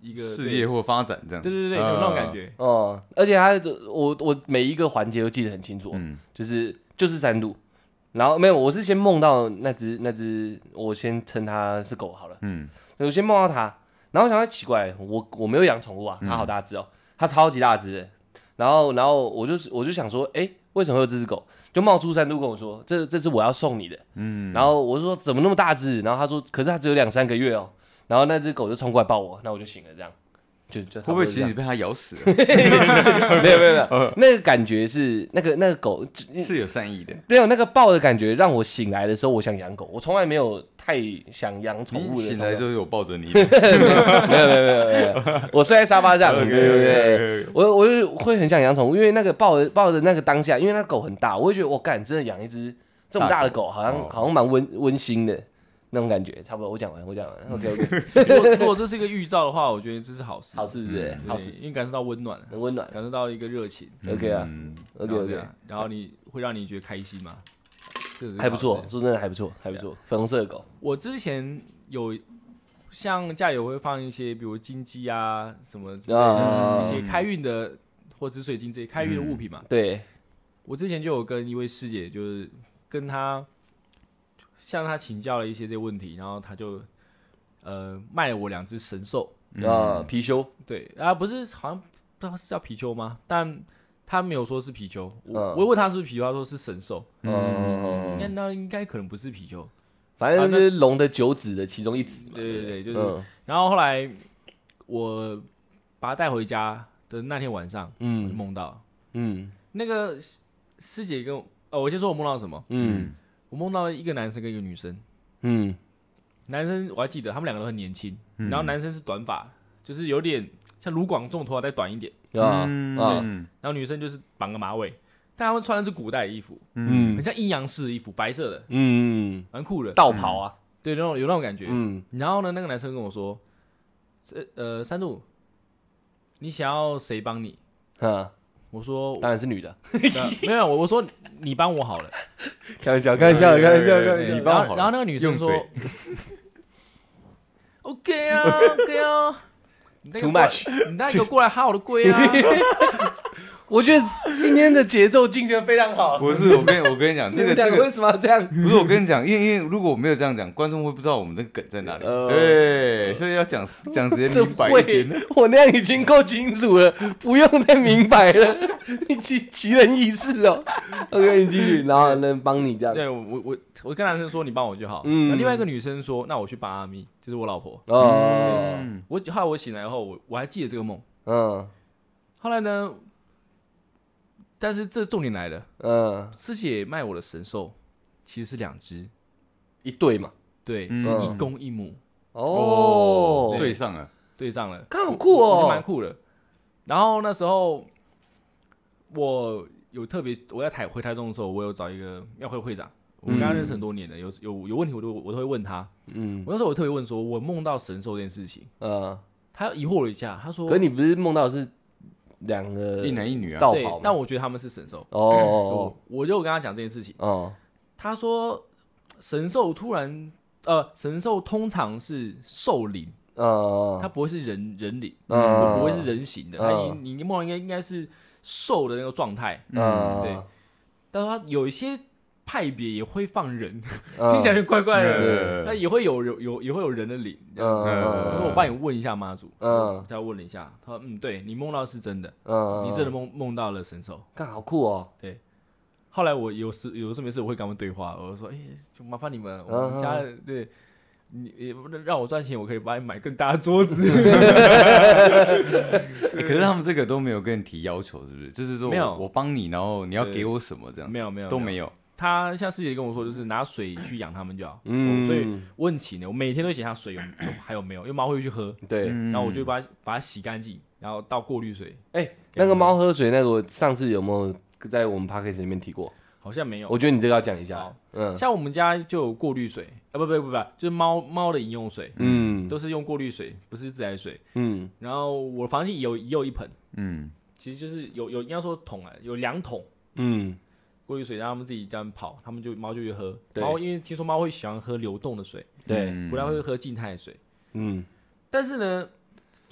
[SPEAKER 3] 一个
[SPEAKER 2] 事业或发展这样，嗯
[SPEAKER 3] 对对对对，
[SPEAKER 1] 嗯
[SPEAKER 3] 有那种感觉，
[SPEAKER 1] 哦、而且它我我每一个环节都记得很清楚哦，
[SPEAKER 2] 嗯，
[SPEAKER 1] 就是就是三度，然后没有，我是先梦到那只那只，我先称它是狗好了，
[SPEAKER 2] 嗯
[SPEAKER 1] 我先梦到它，然后我想到奇怪，我我没有养宠物
[SPEAKER 2] 嗯
[SPEAKER 1] 啊，它好大只哦，它超级大只的，然后然后我就我就想说，哎，为什么会有这只狗？就冒出三度跟我说，这这是我要送你的，
[SPEAKER 2] 嗯，
[SPEAKER 1] 然后我就说怎么那么大只？然后他说，可是它只有两三个月哦，然后那只狗就冲过来抱我，那我就醒了这样。就就
[SPEAKER 2] 会
[SPEAKER 1] 差
[SPEAKER 2] 不
[SPEAKER 1] 多
[SPEAKER 2] 会
[SPEAKER 1] 是这
[SPEAKER 2] 其实
[SPEAKER 1] 样
[SPEAKER 2] 你被它 咬死了？
[SPEAKER 1] 没有没有没
[SPEAKER 2] 嗯
[SPEAKER 1] 有，那个感觉是那个那个狗
[SPEAKER 2] 是有善意的。
[SPEAKER 1] 没有那个抱的感觉，让我醒来的时候我想养狗，我从来没有太想养宠物
[SPEAKER 2] 你
[SPEAKER 1] 的
[SPEAKER 2] 醒
[SPEAKER 1] 时
[SPEAKER 2] 来之
[SPEAKER 1] 候。
[SPEAKER 2] 后有抱着 你，
[SPEAKER 1] 没有没有没有没 有，我睡在沙发上，对对对。我我就会很想养宠物，因为那个抱着抱着那个当下，因为那狗很大，我会觉得我干，真的养一只这么大的狗，好像、
[SPEAKER 2] 哦
[SPEAKER 1] 好像蛮温温馨的那种感觉。差不多，我讲完，我讲完，OK OK，
[SPEAKER 3] 如果如果这是一个预兆的话，我觉得这是好事，
[SPEAKER 1] 好事是不是
[SPEAKER 3] 对
[SPEAKER 1] 好事，
[SPEAKER 3] 因为感受到温暖，
[SPEAKER 1] 很温暖
[SPEAKER 3] 感受到一个热情
[SPEAKER 1] ，OK 啊
[SPEAKER 2] 嗯
[SPEAKER 1] ，OK
[SPEAKER 3] 然后对
[SPEAKER 1] OK，
[SPEAKER 3] 啊然后你会让你觉得开心嘛？这是一个
[SPEAKER 1] 还不错
[SPEAKER 3] 好，事
[SPEAKER 1] 说真的还不错，还不错，粉红色的狗，
[SPEAKER 3] 我之前有像家里我会放一些，比如金鸡啊什么之类
[SPEAKER 1] 啊
[SPEAKER 2] 嗯
[SPEAKER 1] 嗯
[SPEAKER 3] 的，一些开运的或紫水晶这些开运的物品嘛。
[SPEAKER 1] 对，
[SPEAKER 3] 我之前就有跟一位师姐，就是跟她向她请教了一些这些问题，然后她就呃卖了我两只神兽，
[SPEAKER 1] 啊，貔貅，
[SPEAKER 3] 对啊，不是好像不知道是叫貔貅吗？但她没有说是貔貅，我、
[SPEAKER 1] 嗯
[SPEAKER 3] 我问她是不是貔貅，她说是神兽，
[SPEAKER 1] 嗯
[SPEAKER 3] 应该，那应该可能不是貔貅，
[SPEAKER 1] 反正就是龙的九指的其中一指嘛，
[SPEAKER 3] 对对对，就是、
[SPEAKER 1] 嗯
[SPEAKER 3] 然后后来我把她带回家的那天晚上，我就
[SPEAKER 1] 嗯
[SPEAKER 3] 梦到
[SPEAKER 1] 嗯
[SPEAKER 3] 那个师姐跟我，哦，我先说我梦到什么，
[SPEAKER 1] 嗯
[SPEAKER 3] 我梦到了一个男生跟一个女生。
[SPEAKER 1] 嗯，
[SPEAKER 3] 男生我还记得，他们两个都很年轻，然后男生是短发，就是有点像卢广仲头发再短一点，
[SPEAKER 1] 啊啊，
[SPEAKER 2] 嗯
[SPEAKER 3] 然后女生就是绑个马尾，但他们穿的是古代的衣服，
[SPEAKER 1] 嗯
[SPEAKER 3] 很像阴阳师的衣服，白色的，
[SPEAKER 1] 嗯，
[SPEAKER 3] 蛮酷的，
[SPEAKER 1] 道袍啊，
[SPEAKER 3] 对，那种有那种感觉。
[SPEAKER 1] 嗯
[SPEAKER 3] 然后呢，那个男生跟我说，呃呃，三度，你想要谁帮你？
[SPEAKER 1] 啊，
[SPEAKER 3] 我说
[SPEAKER 1] 当然是女的，
[SPEAKER 3] 那没有，我我说你帮我好了。
[SPEAKER 1] 开玩笑，开玩笑，开玩笑，开玩
[SPEAKER 3] 对
[SPEAKER 1] 笑
[SPEAKER 2] 你。帮我
[SPEAKER 3] 然
[SPEAKER 2] 好了
[SPEAKER 3] 后然后那个女生说
[SPEAKER 2] 用
[SPEAKER 3] ，OK 啊，OK 啊。你带个
[SPEAKER 1] Too
[SPEAKER 3] 过来
[SPEAKER 1] much
[SPEAKER 3] 你带个过来哈我的龟啊！
[SPEAKER 1] 我觉得今天的节奏进行得非常好。
[SPEAKER 2] 不是，我跟我跟你讲，
[SPEAKER 1] 你
[SPEAKER 2] 这个
[SPEAKER 1] 们
[SPEAKER 2] 这
[SPEAKER 1] 两个
[SPEAKER 2] 个
[SPEAKER 1] 为什么要 这样？
[SPEAKER 2] 不是我跟你讲，因为因为如果我没有这样讲，观众会不知道我们的梗在哪里。
[SPEAKER 1] 呃
[SPEAKER 2] 对，所以要讲讲直接
[SPEAKER 1] 这
[SPEAKER 2] 明白一
[SPEAKER 1] 会
[SPEAKER 2] 点。，
[SPEAKER 1] 我那样已经够清楚了，不用再明白 了。你奇奇人异事哦。OK，你继续，然后能帮你这样。
[SPEAKER 3] 对我我我我跟男生说你帮我就好，
[SPEAKER 1] 嗯
[SPEAKER 3] 嗯，另外一个女生说那我去帮阿咪，就是我老婆。
[SPEAKER 1] 哦，
[SPEAKER 3] 我后来我醒来后，我我还记得这个梦。
[SPEAKER 1] 嗯
[SPEAKER 3] 后来呢，但是这重点来了，
[SPEAKER 1] 嗯，
[SPEAKER 3] 师姐卖我的神兽其实是两只，
[SPEAKER 1] 一对嘛。
[SPEAKER 3] 对，
[SPEAKER 2] 嗯
[SPEAKER 3] 是一公一母
[SPEAKER 1] 哦，
[SPEAKER 2] 对上了，
[SPEAKER 3] 对上了，
[SPEAKER 1] 看好酷
[SPEAKER 3] 我觉得蛮
[SPEAKER 1] 哦。
[SPEAKER 3] 酷的。然后那时候我有特别，我在台回台中的时候，我有找一个庙会会长，我跟他认识很多年的，有有有问题我都我都会问他。
[SPEAKER 1] 嗯
[SPEAKER 3] 我那时候我特别问说，我梦到神兽这件事情，
[SPEAKER 1] 嗯，
[SPEAKER 3] 他疑惑了一下，他说
[SPEAKER 1] 可你不是梦到的是两个
[SPEAKER 2] 一男一女啊。
[SPEAKER 1] 道
[SPEAKER 3] 对
[SPEAKER 1] 袍，吗？
[SPEAKER 3] 但我觉得他们是神兽。
[SPEAKER 1] 哦哦
[SPEAKER 3] 我我就有跟他讲这件事情，
[SPEAKER 1] 哦哦，
[SPEAKER 3] 他说呃神兽突然呃，神兽通常是兽灵，
[SPEAKER 1] 嗯
[SPEAKER 3] 它不会是人人灵，
[SPEAKER 1] 嗯
[SPEAKER 3] 不不会是人形的，它
[SPEAKER 1] 嗯
[SPEAKER 3] 你你梦到应该应该是兽的那个状态。
[SPEAKER 1] 嗯，
[SPEAKER 3] 对但是它有一些派别也会放人，
[SPEAKER 1] 嗯
[SPEAKER 3] 听起来就怪怪的。
[SPEAKER 1] 对
[SPEAKER 3] 那也会有有有也会有人的灵，这样子。
[SPEAKER 1] 嗯
[SPEAKER 3] 我说我帮你问一下妈祖，
[SPEAKER 1] 嗯
[SPEAKER 3] 嗯，再问了一下，他说嗯，对你梦到是真的，
[SPEAKER 1] 嗯，
[SPEAKER 3] 你真的梦梦到了神兽。
[SPEAKER 1] 干好酷哦，
[SPEAKER 3] 后来我有事有事没事我会跟他们对话，我就说哎、就麻烦你们，我
[SPEAKER 1] 嗯
[SPEAKER 3] 们家对你也不能让我赚钱，我可以帮你买更大的桌 子。
[SPEAKER 2] 欸可是他们这个都没有跟你提要求，是不是？就是说我
[SPEAKER 3] 没有
[SPEAKER 2] 我帮你，然后你要
[SPEAKER 3] 对
[SPEAKER 2] 给我什么这样
[SPEAKER 3] 没有没有
[SPEAKER 2] 都没，有。
[SPEAKER 3] 他像师姐跟我说，就是拿水去养他们就好。
[SPEAKER 1] 嗯，
[SPEAKER 3] 所以我很勤的，我每天都检查水有有还有没有，因为猫会去喝，
[SPEAKER 1] 对，
[SPEAKER 2] 嗯
[SPEAKER 3] 然后我就把它把它洗干净，然后倒过滤水，
[SPEAKER 1] 哎、那个猫喝水那个，我上次有没有在我们 p a c a s t 里面提过？
[SPEAKER 3] 好像没有。
[SPEAKER 1] 我觉得你这个要讲一下
[SPEAKER 3] 好。
[SPEAKER 2] 哦
[SPEAKER 1] 嗯
[SPEAKER 3] 像我们家就有过滤水，啊不不不不，就是猫猫的饮用水，
[SPEAKER 1] 嗯
[SPEAKER 3] 都是用过滤水，不是自来水。
[SPEAKER 1] 嗯
[SPEAKER 3] 然后我房间也有也有一盆，
[SPEAKER 2] 嗯，
[SPEAKER 3] 其实就是有有应该说桶啊，有两桶
[SPEAKER 1] 嗯，
[SPEAKER 3] 过滤水，让他们自己这样跑，他们就猫就去喝。
[SPEAKER 1] 对
[SPEAKER 3] 猫因为听说猫会喜欢喝流动的水，
[SPEAKER 1] 对，
[SPEAKER 2] 嗯
[SPEAKER 3] 不太会喝静态的水。
[SPEAKER 1] 嗯
[SPEAKER 3] 但是呢，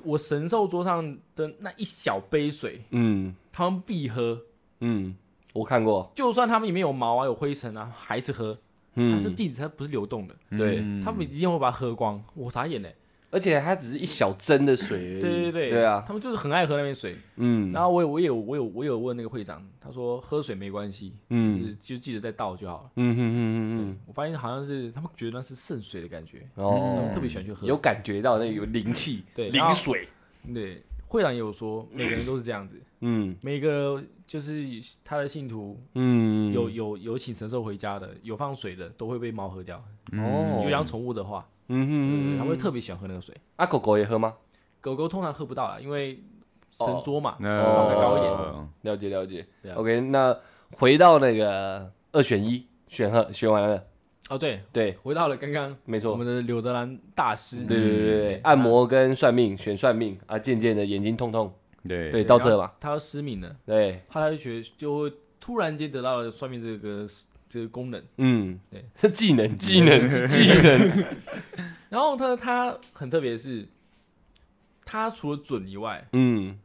[SPEAKER 3] 我神兽桌上的那一小杯水，
[SPEAKER 1] 嗯
[SPEAKER 3] 他们必喝，
[SPEAKER 1] 嗯，我看过。
[SPEAKER 3] 就算他们里面有毛啊、有灰尘啊，还是喝。它是
[SPEAKER 1] 嗯，
[SPEAKER 3] 静止，它不是流动的，
[SPEAKER 1] 对，
[SPEAKER 2] 嗯
[SPEAKER 3] 他们一定会把它喝光。我傻眼嘞！
[SPEAKER 1] 而且它只是一小针的水而已。
[SPEAKER 3] 对对对，
[SPEAKER 1] 对啊，
[SPEAKER 3] 他们就是很爱喝那边水。
[SPEAKER 1] 嗯
[SPEAKER 3] 然后我有我有我有我有问那个会长，他说喝水没关系，就
[SPEAKER 1] 嗯
[SPEAKER 3] 是就记得再倒就好了。
[SPEAKER 1] 嗯嗯嗯嗯
[SPEAKER 3] 我发现好像是他们觉得那是圣水的感觉，
[SPEAKER 1] 嗯，
[SPEAKER 3] 他
[SPEAKER 1] 哦
[SPEAKER 3] 们，特别喜欢去喝。
[SPEAKER 1] 有感觉到那个有灵气，
[SPEAKER 3] 对
[SPEAKER 1] 灵
[SPEAKER 3] 然后
[SPEAKER 1] 水。
[SPEAKER 3] 对，会长也有说，每个人都是这样子，
[SPEAKER 1] 嗯
[SPEAKER 3] 每个就是他的信徒
[SPEAKER 1] 嗯，
[SPEAKER 3] 有有有请神兽回家的，有放水的都会被猫喝掉。
[SPEAKER 2] 嗯
[SPEAKER 1] 哦
[SPEAKER 3] 有养宠物的话，
[SPEAKER 1] 嗯
[SPEAKER 3] 嗯，
[SPEAKER 1] 嗯
[SPEAKER 3] 他
[SPEAKER 1] 嗯，
[SPEAKER 3] 会特别喜欢喝那个水。
[SPEAKER 1] 啊，狗狗也喝吗？
[SPEAKER 3] 狗狗通常喝不到啦，因为
[SPEAKER 1] 哦
[SPEAKER 3] 神桌嘛，
[SPEAKER 2] 那
[SPEAKER 1] 放
[SPEAKER 3] 得高一点
[SPEAKER 1] 了解了解
[SPEAKER 3] 对啊
[SPEAKER 1] ，OK，那回到那个二选一，选喝选完了，
[SPEAKER 3] 哦对，
[SPEAKER 1] 对，
[SPEAKER 3] 回到了刚刚
[SPEAKER 1] 没
[SPEAKER 3] 我
[SPEAKER 1] 错，
[SPEAKER 3] 们的柳德兰大师，
[SPEAKER 1] 对对对对，
[SPEAKER 3] 嗯
[SPEAKER 1] 按摩跟算命选算命啊，渐渐的眼睛痛痛，
[SPEAKER 2] 对
[SPEAKER 1] 对，到这嘛，
[SPEAKER 3] 他要失明了，
[SPEAKER 1] 对，
[SPEAKER 3] 他就觉得就会突然间得到了算命这个这个功能。
[SPEAKER 1] 嗯
[SPEAKER 3] 对，
[SPEAKER 1] 这技能技能技能，
[SPEAKER 3] 然后他他很特别的是，他除了准以外，
[SPEAKER 1] 嗯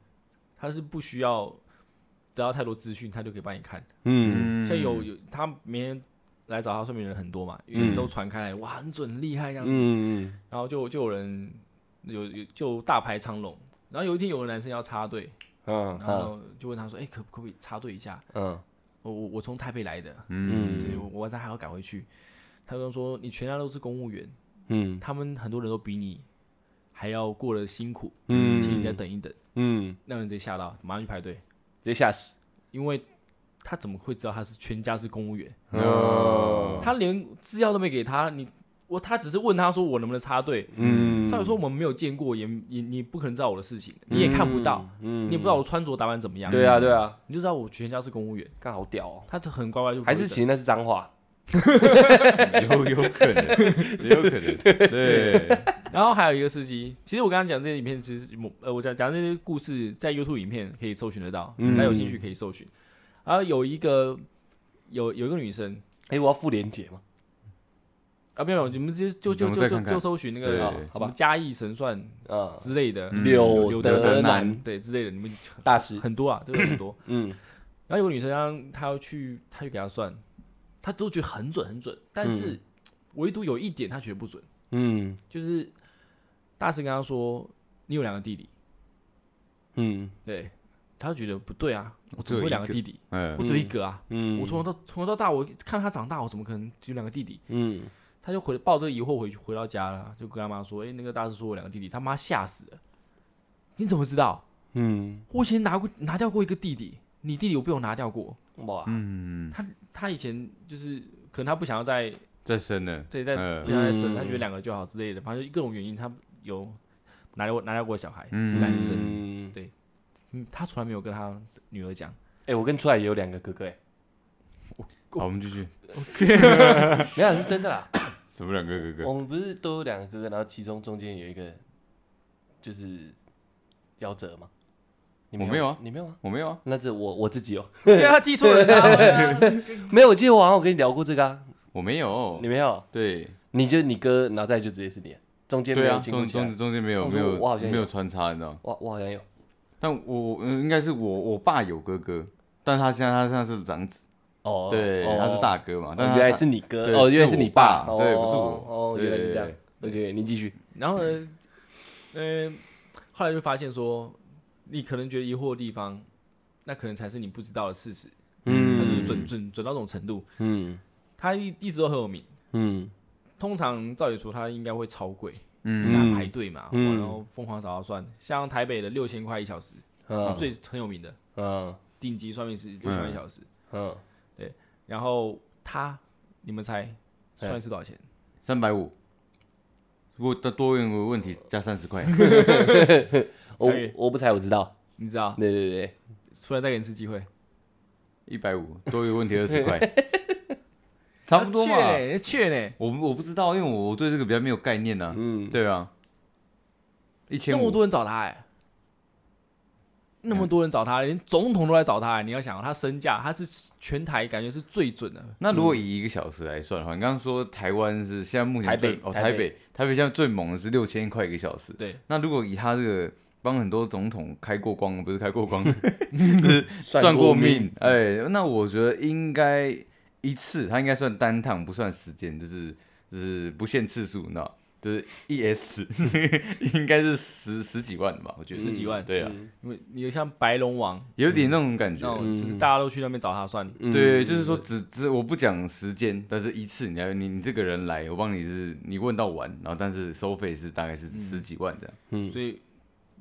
[SPEAKER 3] 他是不需要得到太多资讯，他就可以帮你看。
[SPEAKER 1] 嗯
[SPEAKER 3] 像有有他每天来找他算命的人很多嘛，因
[SPEAKER 1] 嗯
[SPEAKER 3] 为都传开来，哇，很准很厉害这样
[SPEAKER 1] 嗯
[SPEAKER 3] 子。
[SPEAKER 1] 嗯
[SPEAKER 3] 然后就就有人有有就大排长龙。然后有一天有个男生要插队，
[SPEAKER 1] 嗯
[SPEAKER 3] 然
[SPEAKER 1] 嗯
[SPEAKER 3] 后就问他说：“哎、可可不可以插队一下？
[SPEAKER 1] 嗯
[SPEAKER 3] 我我我从台北来的，
[SPEAKER 1] 嗯
[SPEAKER 3] 对，我我晚上还要赶回去。”他就说：“你全家都是公务员，
[SPEAKER 1] 嗯
[SPEAKER 3] 他们很多人都比你还要过得辛苦，
[SPEAKER 1] 嗯
[SPEAKER 3] 请你再等一等。
[SPEAKER 1] 嗯，”
[SPEAKER 3] 那人直接吓到，马上去排队，
[SPEAKER 1] 直接吓死，
[SPEAKER 3] 因为他怎么会知道他是全家是公务员？
[SPEAKER 1] 哦，
[SPEAKER 3] 他连资料都没给他，你我他只是问他说我能不能插队。
[SPEAKER 1] 嗯
[SPEAKER 3] 照理说我们没有见过，也也你不可能知道我的事情，你也看不到，，
[SPEAKER 1] 嗯
[SPEAKER 3] 你也不知道我穿着打扮怎么样，
[SPEAKER 1] 对啊对啊，
[SPEAKER 3] 你就知道我全家是公务员，
[SPEAKER 1] 干好屌哦，
[SPEAKER 3] 他就很乖乖就不会
[SPEAKER 1] 还是
[SPEAKER 3] 整
[SPEAKER 1] 其实那是脏话，
[SPEAKER 2] 有有可能，有可能，对，
[SPEAKER 3] 然后还有一个司机，其实我刚刚讲这些影片，其实我呃我讲讲这些故事在 YouTube 影片可以搜寻得到，
[SPEAKER 1] 嗯
[SPEAKER 3] 大家有兴趣可以搜寻。然后有一个有有一个女生
[SPEAKER 1] 哎，我要附连结嘛，
[SPEAKER 3] 啊，没有，你们直接就就
[SPEAKER 2] 我们
[SPEAKER 3] 就
[SPEAKER 2] 再
[SPEAKER 3] 就
[SPEAKER 2] 看看
[SPEAKER 3] 就搜寻那
[SPEAKER 2] 对
[SPEAKER 3] 个啊
[SPEAKER 1] 好吧
[SPEAKER 3] 嘉义神算
[SPEAKER 1] 嗯，
[SPEAKER 3] 之类的，
[SPEAKER 2] 嗯
[SPEAKER 1] 柳
[SPEAKER 3] 柳
[SPEAKER 1] 德
[SPEAKER 3] 德
[SPEAKER 1] 南
[SPEAKER 3] 对之类的，你们
[SPEAKER 1] 大师，
[SPEAKER 3] 很多啊，这个 很多。
[SPEAKER 1] 嗯
[SPEAKER 3] 然后有个女生让她要去，她去给她算，她都觉得很准很准，但
[SPEAKER 2] 嗯
[SPEAKER 3] 是唯独有一点她觉得不准，
[SPEAKER 1] 嗯
[SPEAKER 3] 就是大师跟她说你有两个弟弟，
[SPEAKER 1] 嗯
[SPEAKER 3] 对，她就觉得不对啊，我怎么会有两个弟弟？
[SPEAKER 2] 嗯
[SPEAKER 3] 我只有一个啊，
[SPEAKER 1] 嗯，
[SPEAKER 3] 我从小到从小到大我看她长大，我怎么可能只有两个弟弟？
[SPEAKER 1] 嗯
[SPEAKER 3] 她就回抱这个疑惑回去回到家了，就跟她妈说，哎、那个大师说我两个弟弟，他妈吓死了，你怎么知道？
[SPEAKER 1] 嗯
[SPEAKER 3] 我以前拿过拿掉过一个弟弟，你弟弟我被我拿掉过，
[SPEAKER 1] 哇，
[SPEAKER 2] 嗯，
[SPEAKER 3] 他以前就是可能他不想要再
[SPEAKER 2] 再生了，
[SPEAKER 3] 对，在
[SPEAKER 2] 嗯
[SPEAKER 3] 不要再生，
[SPEAKER 1] 嗯
[SPEAKER 3] 他觉得两个就好之类的，反正各种原因，他有拿掉过拿掉过小孩是男生，
[SPEAKER 1] 嗯，
[SPEAKER 3] 嗯，他从来没有跟他女儿讲，
[SPEAKER 1] 哎，我跟出来也有两个哥哥，哎，
[SPEAKER 2] 好，我们继续，
[SPEAKER 1] 没有是真的啦，
[SPEAKER 2] 什么两个哥哥？
[SPEAKER 1] 我们不是都有两个哥哥，然后其中中间有一个就是夭折吗？你
[SPEAKER 2] 我没有啊
[SPEAKER 1] 你没有啊？
[SPEAKER 2] 我没有啊，
[SPEAKER 1] 那这我我自己有，
[SPEAKER 3] 对啊，他记错人了，
[SPEAKER 1] 没有，我记得我好像我跟你聊过这个啊，
[SPEAKER 2] 我没有
[SPEAKER 1] 你，没有，
[SPEAKER 2] 对，
[SPEAKER 1] 你就你哥，然后再就直接是你，中间没
[SPEAKER 2] 对
[SPEAKER 1] 有
[SPEAKER 2] 啊，
[SPEAKER 1] 经过哦
[SPEAKER 2] 中
[SPEAKER 1] 起来
[SPEAKER 2] 中中间没有没有没有穿插，你知道？
[SPEAKER 1] 我我好像有，
[SPEAKER 2] 但我我应该是我我爸有哥哥，但他现在他现在是长子，
[SPEAKER 1] 哦，
[SPEAKER 2] 对，
[SPEAKER 1] 哦
[SPEAKER 2] 他是大哥嘛，
[SPEAKER 1] 哦
[SPEAKER 2] 但
[SPEAKER 1] 原来是你哥，
[SPEAKER 2] 对
[SPEAKER 1] 哦，原来
[SPEAKER 2] 是
[SPEAKER 1] 是你
[SPEAKER 2] 我爸
[SPEAKER 1] 哦
[SPEAKER 2] 对不是我
[SPEAKER 1] 哦，原来是这样
[SPEAKER 2] 对。
[SPEAKER 1] OK，你继续。
[SPEAKER 3] 然后呢，呃，后来就发现说，你可能觉得疑惑的地方，那可能才是你不知道的事实，他
[SPEAKER 1] 嗯
[SPEAKER 3] 就是准准准到这种程度，
[SPEAKER 1] 嗯
[SPEAKER 3] 他一一直都很有名，
[SPEAKER 1] 嗯
[SPEAKER 3] 通常照理说他应该会超贵，因为
[SPEAKER 2] 嗯
[SPEAKER 3] 他排队嘛，
[SPEAKER 1] 嗯
[SPEAKER 3] 然后疯狂找他算，像台北的六千块一小时，
[SPEAKER 1] 嗯
[SPEAKER 3] 最很有名的
[SPEAKER 1] 嗯
[SPEAKER 3] 顶级算命师六千块一小时，
[SPEAKER 1] 嗯，
[SPEAKER 3] 然后他，你们猜
[SPEAKER 1] 哎
[SPEAKER 3] 算一次多少钱？
[SPEAKER 2] 三百五。如果再多问个问题，加三十 块。
[SPEAKER 1] 我
[SPEAKER 3] 小雨
[SPEAKER 1] 我不猜，我知道。
[SPEAKER 3] 你知道？
[SPEAKER 1] 对对对，
[SPEAKER 3] 出来再给你一次机会，
[SPEAKER 2] 一百五，多一个问题二十 块，差不多嘛。
[SPEAKER 3] 要啊确呢，要确呢，
[SPEAKER 2] 我我不知道，因为我我对这个比较没有概念啊。
[SPEAKER 1] 嗯，
[SPEAKER 2] 对啊，一
[SPEAKER 3] 那
[SPEAKER 2] 千
[SPEAKER 3] 么
[SPEAKER 2] 五，
[SPEAKER 3] 多人找他哎，那么多人找他，连总统都来找他哎。你要想，他身价，他是全台感觉是最准的。
[SPEAKER 2] 那如果以一个小时来算的话，你刚刚说台湾是现在目前
[SPEAKER 1] 台
[SPEAKER 2] 最
[SPEAKER 1] 北
[SPEAKER 2] 哦
[SPEAKER 1] 台北
[SPEAKER 2] 台北台北现在最猛的是六千块一个小时。
[SPEAKER 3] 对，
[SPEAKER 2] 那如果以他这个帮很多总统开过光，不是开过光，
[SPEAKER 1] 算
[SPEAKER 2] 过
[SPEAKER 1] 命。
[SPEAKER 2] 命，哎，那我觉得应该一次，他应该算单趟，不算时间，就是就是不限次数，你知道，就是 E S，应该是十十几万吧，我觉得
[SPEAKER 3] 十几万
[SPEAKER 2] 对啊，
[SPEAKER 1] 嗯
[SPEAKER 3] 因为你像白龙王
[SPEAKER 2] 有点那种感
[SPEAKER 3] 那
[SPEAKER 2] 觉。
[SPEAKER 3] 种，就是大家都去那边找他算，
[SPEAKER 1] 嗯
[SPEAKER 2] 对，就是说只只我不讲时间，但是一次你要你你这个人来，我帮你是你问到完，然后但是收费是大概是十几万这样。
[SPEAKER 1] 嗯
[SPEAKER 3] 所以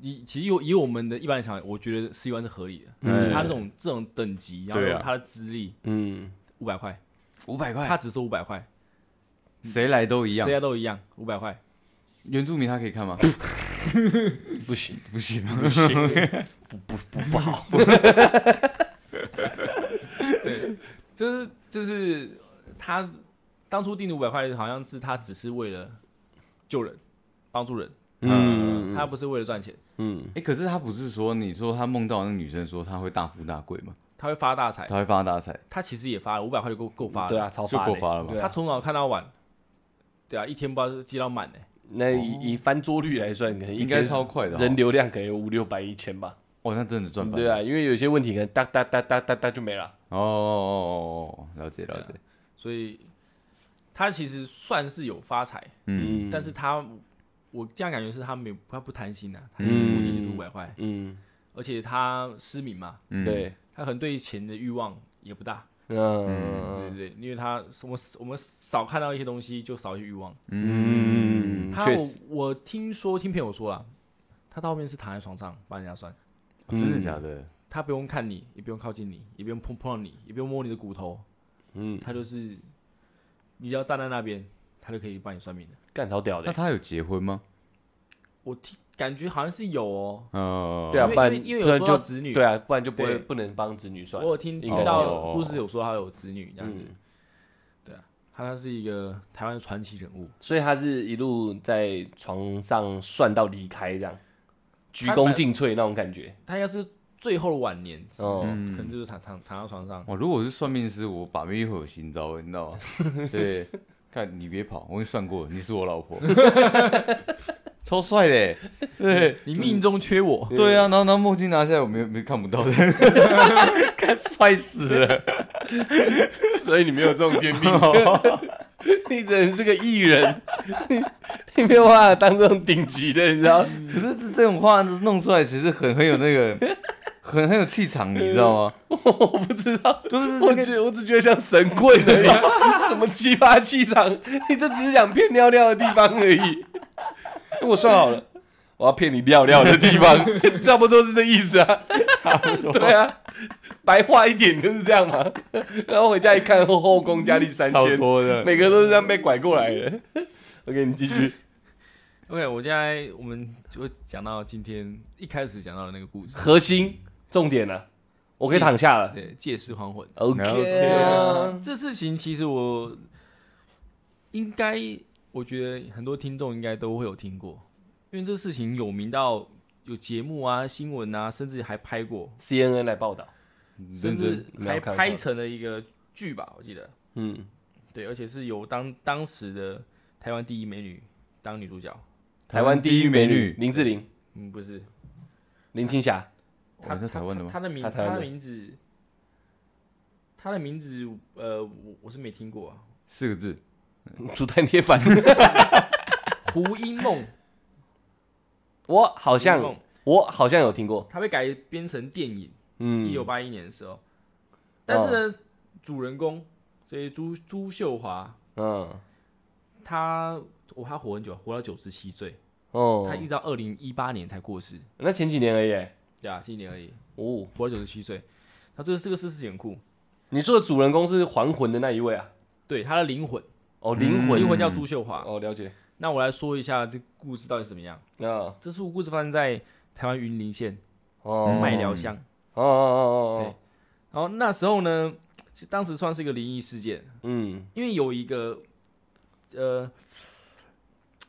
[SPEAKER 3] 以其实以以我们的一般来讲，我觉得十一万是合理的。
[SPEAKER 1] 嗯
[SPEAKER 3] 他那种这种等级，然
[SPEAKER 2] 对
[SPEAKER 3] 后
[SPEAKER 2] 啊
[SPEAKER 3] 他的资历
[SPEAKER 1] 嗯，
[SPEAKER 3] 五百块，
[SPEAKER 2] 五百块，
[SPEAKER 3] 他只收五百块，
[SPEAKER 1] 嗯
[SPEAKER 2] 谁来都一样
[SPEAKER 3] 谁。家都一样，五百块。
[SPEAKER 2] 原住民他可以 看吗？
[SPEAKER 1] 不行，
[SPEAKER 2] 不 行，
[SPEAKER 1] 不 行，不不不不好。
[SPEAKER 3] 就是就是他当初定的五百块，好像是他只是为了救人、帮助人，
[SPEAKER 1] 嗯，
[SPEAKER 3] 他不是为了赚钱，
[SPEAKER 1] 嗯，
[SPEAKER 2] 哎，可是他不是说你说他梦到那女生说他会大富大贵吗？
[SPEAKER 3] 他会发大财。
[SPEAKER 2] 他会发大财，
[SPEAKER 3] 他其实也发了五百块就够够发了，
[SPEAKER 1] 对啊，超
[SPEAKER 2] 就
[SPEAKER 1] 发
[SPEAKER 2] 够
[SPEAKER 1] 的
[SPEAKER 2] 发了吧
[SPEAKER 1] 对啊
[SPEAKER 3] 他从早看到晚，对啊，一天不知道接到满呢、
[SPEAKER 1] 那以以翻桌率来算，可能一
[SPEAKER 2] 应该
[SPEAKER 1] 天
[SPEAKER 2] 超快的哦。
[SPEAKER 1] 人流量可能有五六百、一千吧。
[SPEAKER 2] 哦，那真的赚翻。
[SPEAKER 1] 对
[SPEAKER 2] 了。
[SPEAKER 1] 啊，因为有些问题可能哒哒哒哒哒哒就没了。
[SPEAKER 2] 哦哦哦哦哦，了解了
[SPEAKER 1] 啊
[SPEAKER 2] 解。
[SPEAKER 3] 所以他其实算是有发财，
[SPEAKER 2] 嗯，
[SPEAKER 1] 嗯，
[SPEAKER 3] 但是他我这样感觉是他没有他不贪心啊，他就是目的就是五百块，
[SPEAKER 1] 嗯，
[SPEAKER 3] 而且他失明嘛，
[SPEAKER 2] 嗯，
[SPEAKER 1] 对，
[SPEAKER 3] 他可能对钱的欲望也不大，对
[SPEAKER 1] 嗯
[SPEAKER 3] 对对，因为他我们我们少看到一些东西，就少一些欲望。
[SPEAKER 1] 嗯，
[SPEAKER 3] 他
[SPEAKER 1] 确实，
[SPEAKER 3] 我我听说听朋友说啊，他到后面是躺在床上帮人家算，
[SPEAKER 2] 哦真
[SPEAKER 1] 嗯
[SPEAKER 2] 的假的？
[SPEAKER 3] 他不用看你，也不用靠近你，也不用碰碰到你，也不用摸你的骨头，
[SPEAKER 1] 嗯，
[SPEAKER 3] 他就是你只要站在那边，他就可以帮你算命的。
[SPEAKER 1] 干超屌
[SPEAKER 2] 那
[SPEAKER 1] 的。
[SPEAKER 2] 他有结婚吗？
[SPEAKER 3] 我听感觉好像是有哦，
[SPEAKER 2] 哦，
[SPEAKER 1] 对啊
[SPEAKER 3] 因为
[SPEAKER 1] 不然
[SPEAKER 3] 因为因为
[SPEAKER 1] 不
[SPEAKER 3] 有
[SPEAKER 1] 然
[SPEAKER 3] 说到
[SPEAKER 1] 就
[SPEAKER 3] 子女，
[SPEAKER 1] 对啊，不然就不会
[SPEAKER 3] 对
[SPEAKER 1] 不能帮子女
[SPEAKER 3] 我
[SPEAKER 1] 算。
[SPEAKER 3] 有听
[SPEAKER 1] 应该
[SPEAKER 3] 听
[SPEAKER 1] 是哦
[SPEAKER 3] 到
[SPEAKER 2] 有
[SPEAKER 3] 故事有说他有子女这样子，
[SPEAKER 1] 嗯，
[SPEAKER 3] 他他是一个台湾传奇人物，
[SPEAKER 1] 所以他是一路在床上算到离开这样，鞠
[SPEAKER 3] 他
[SPEAKER 1] 躬
[SPEAKER 3] 本
[SPEAKER 1] 尽瘁那种感觉。
[SPEAKER 3] 他应该是最后的晚年，
[SPEAKER 1] 哦
[SPEAKER 3] 可能就是躺躺躺到床上，
[SPEAKER 2] 哇，哦如果我是算命师，我把妹会有新招，你知 道吗？对，看你别跑，我跟你算过，你是我老 婆，超帅的 欸。对
[SPEAKER 3] 你命中缺我，
[SPEAKER 2] 对啊，然后然后墨镜拿下来，我没没看不 到的，看帅死了。
[SPEAKER 1] 所以你没有这种天 命，你只能是个艺人， 你你没有办法当这种顶级的，你知道？
[SPEAKER 2] 可是这这种话弄出来，其实很很有那个，很很有气场，你知道 吗？
[SPEAKER 1] 我不知道，
[SPEAKER 2] 就是
[SPEAKER 1] 我
[SPEAKER 2] 那个
[SPEAKER 1] 只我只觉得像神棍而 已，什么奇葩气场，你这只是想骗尿尿的地方而已。哎我算好了，我要骗你尿尿的地 方，差不多是这意思啊。对啊，白话一点就是这样嘛。然后回家一看，后后宫佳丽三
[SPEAKER 2] 超
[SPEAKER 1] 千，
[SPEAKER 2] 多的。
[SPEAKER 1] 每个都是这样被拐过来的。OK，你继续。
[SPEAKER 3] OK，我现在我们就讲到今天一开始讲到的那个故事，
[SPEAKER 1] 核心重点呢、我可以躺下了。
[SPEAKER 3] 对，借尸还魂。
[SPEAKER 1] OK
[SPEAKER 2] 啊
[SPEAKER 1] 啊，
[SPEAKER 3] 这事情其实我应该，我觉得很多听众应该都会有听过，因为这事情有名到有节目啊、新闻啊，甚至还拍过，
[SPEAKER 1] CNN 来报道。
[SPEAKER 3] 甚
[SPEAKER 2] 认
[SPEAKER 3] 至
[SPEAKER 2] 真，
[SPEAKER 1] 没有
[SPEAKER 3] 还
[SPEAKER 1] 开玩
[SPEAKER 3] 拍
[SPEAKER 1] 笑
[SPEAKER 3] 成了一个剧吧，我记得。
[SPEAKER 1] 嗯，
[SPEAKER 3] 对，而且是由当当时的台湾第一美女当女主角。
[SPEAKER 1] 台湾第一美女林志玲、
[SPEAKER 3] 嗯，不是，
[SPEAKER 1] 林青霞，
[SPEAKER 3] 她
[SPEAKER 2] 哦是
[SPEAKER 3] 她
[SPEAKER 2] 台湾的
[SPEAKER 3] 她
[SPEAKER 2] 吗
[SPEAKER 3] 她的名
[SPEAKER 1] 她
[SPEAKER 3] 她
[SPEAKER 1] 台湾的
[SPEAKER 3] 的名字，她的名字，呃，我我是没听过、啊。
[SPEAKER 2] 四个字，
[SPEAKER 1] 煮蛋铁 饭。
[SPEAKER 3] 胡因梦，
[SPEAKER 1] 我好
[SPEAKER 3] 好
[SPEAKER 1] 像我好像有听过。
[SPEAKER 3] 它被改编成电影，
[SPEAKER 1] 嗯哦
[SPEAKER 3] 一九八一年的时候。但是呢，主人公所以朱朱秀华，
[SPEAKER 1] 嗯
[SPEAKER 3] 她我她活很久，活到九十七岁，她
[SPEAKER 1] 哦，
[SPEAKER 3] 一直到二零一八年才过世，
[SPEAKER 1] 那前几年而已耶。
[SPEAKER 3] 对啊，今年而已，
[SPEAKER 1] 哦，
[SPEAKER 3] 活到九十七岁。她这个这个事事情很酷，
[SPEAKER 1] 你说的主人公是还魂的那一位啊？
[SPEAKER 3] 对，她的灵魂，
[SPEAKER 2] 嗯
[SPEAKER 1] 哦，灵
[SPEAKER 3] 灵
[SPEAKER 1] 魂。
[SPEAKER 3] 魂叫朱秀华。
[SPEAKER 1] 哦，了解。
[SPEAKER 3] 那我来说一下这故事到底是怎么样。
[SPEAKER 1] 啊
[SPEAKER 3] 这是故事发生在台湾云林县
[SPEAKER 1] 哦
[SPEAKER 3] 麦寮乡。
[SPEAKER 1] 哦哦哦
[SPEAKER 3] 然后那时候呢，其实当时算是一个灵异事件，
[SPEAKER 1] 哦，嗯
[SPEAKER 3] 因为有一个呃，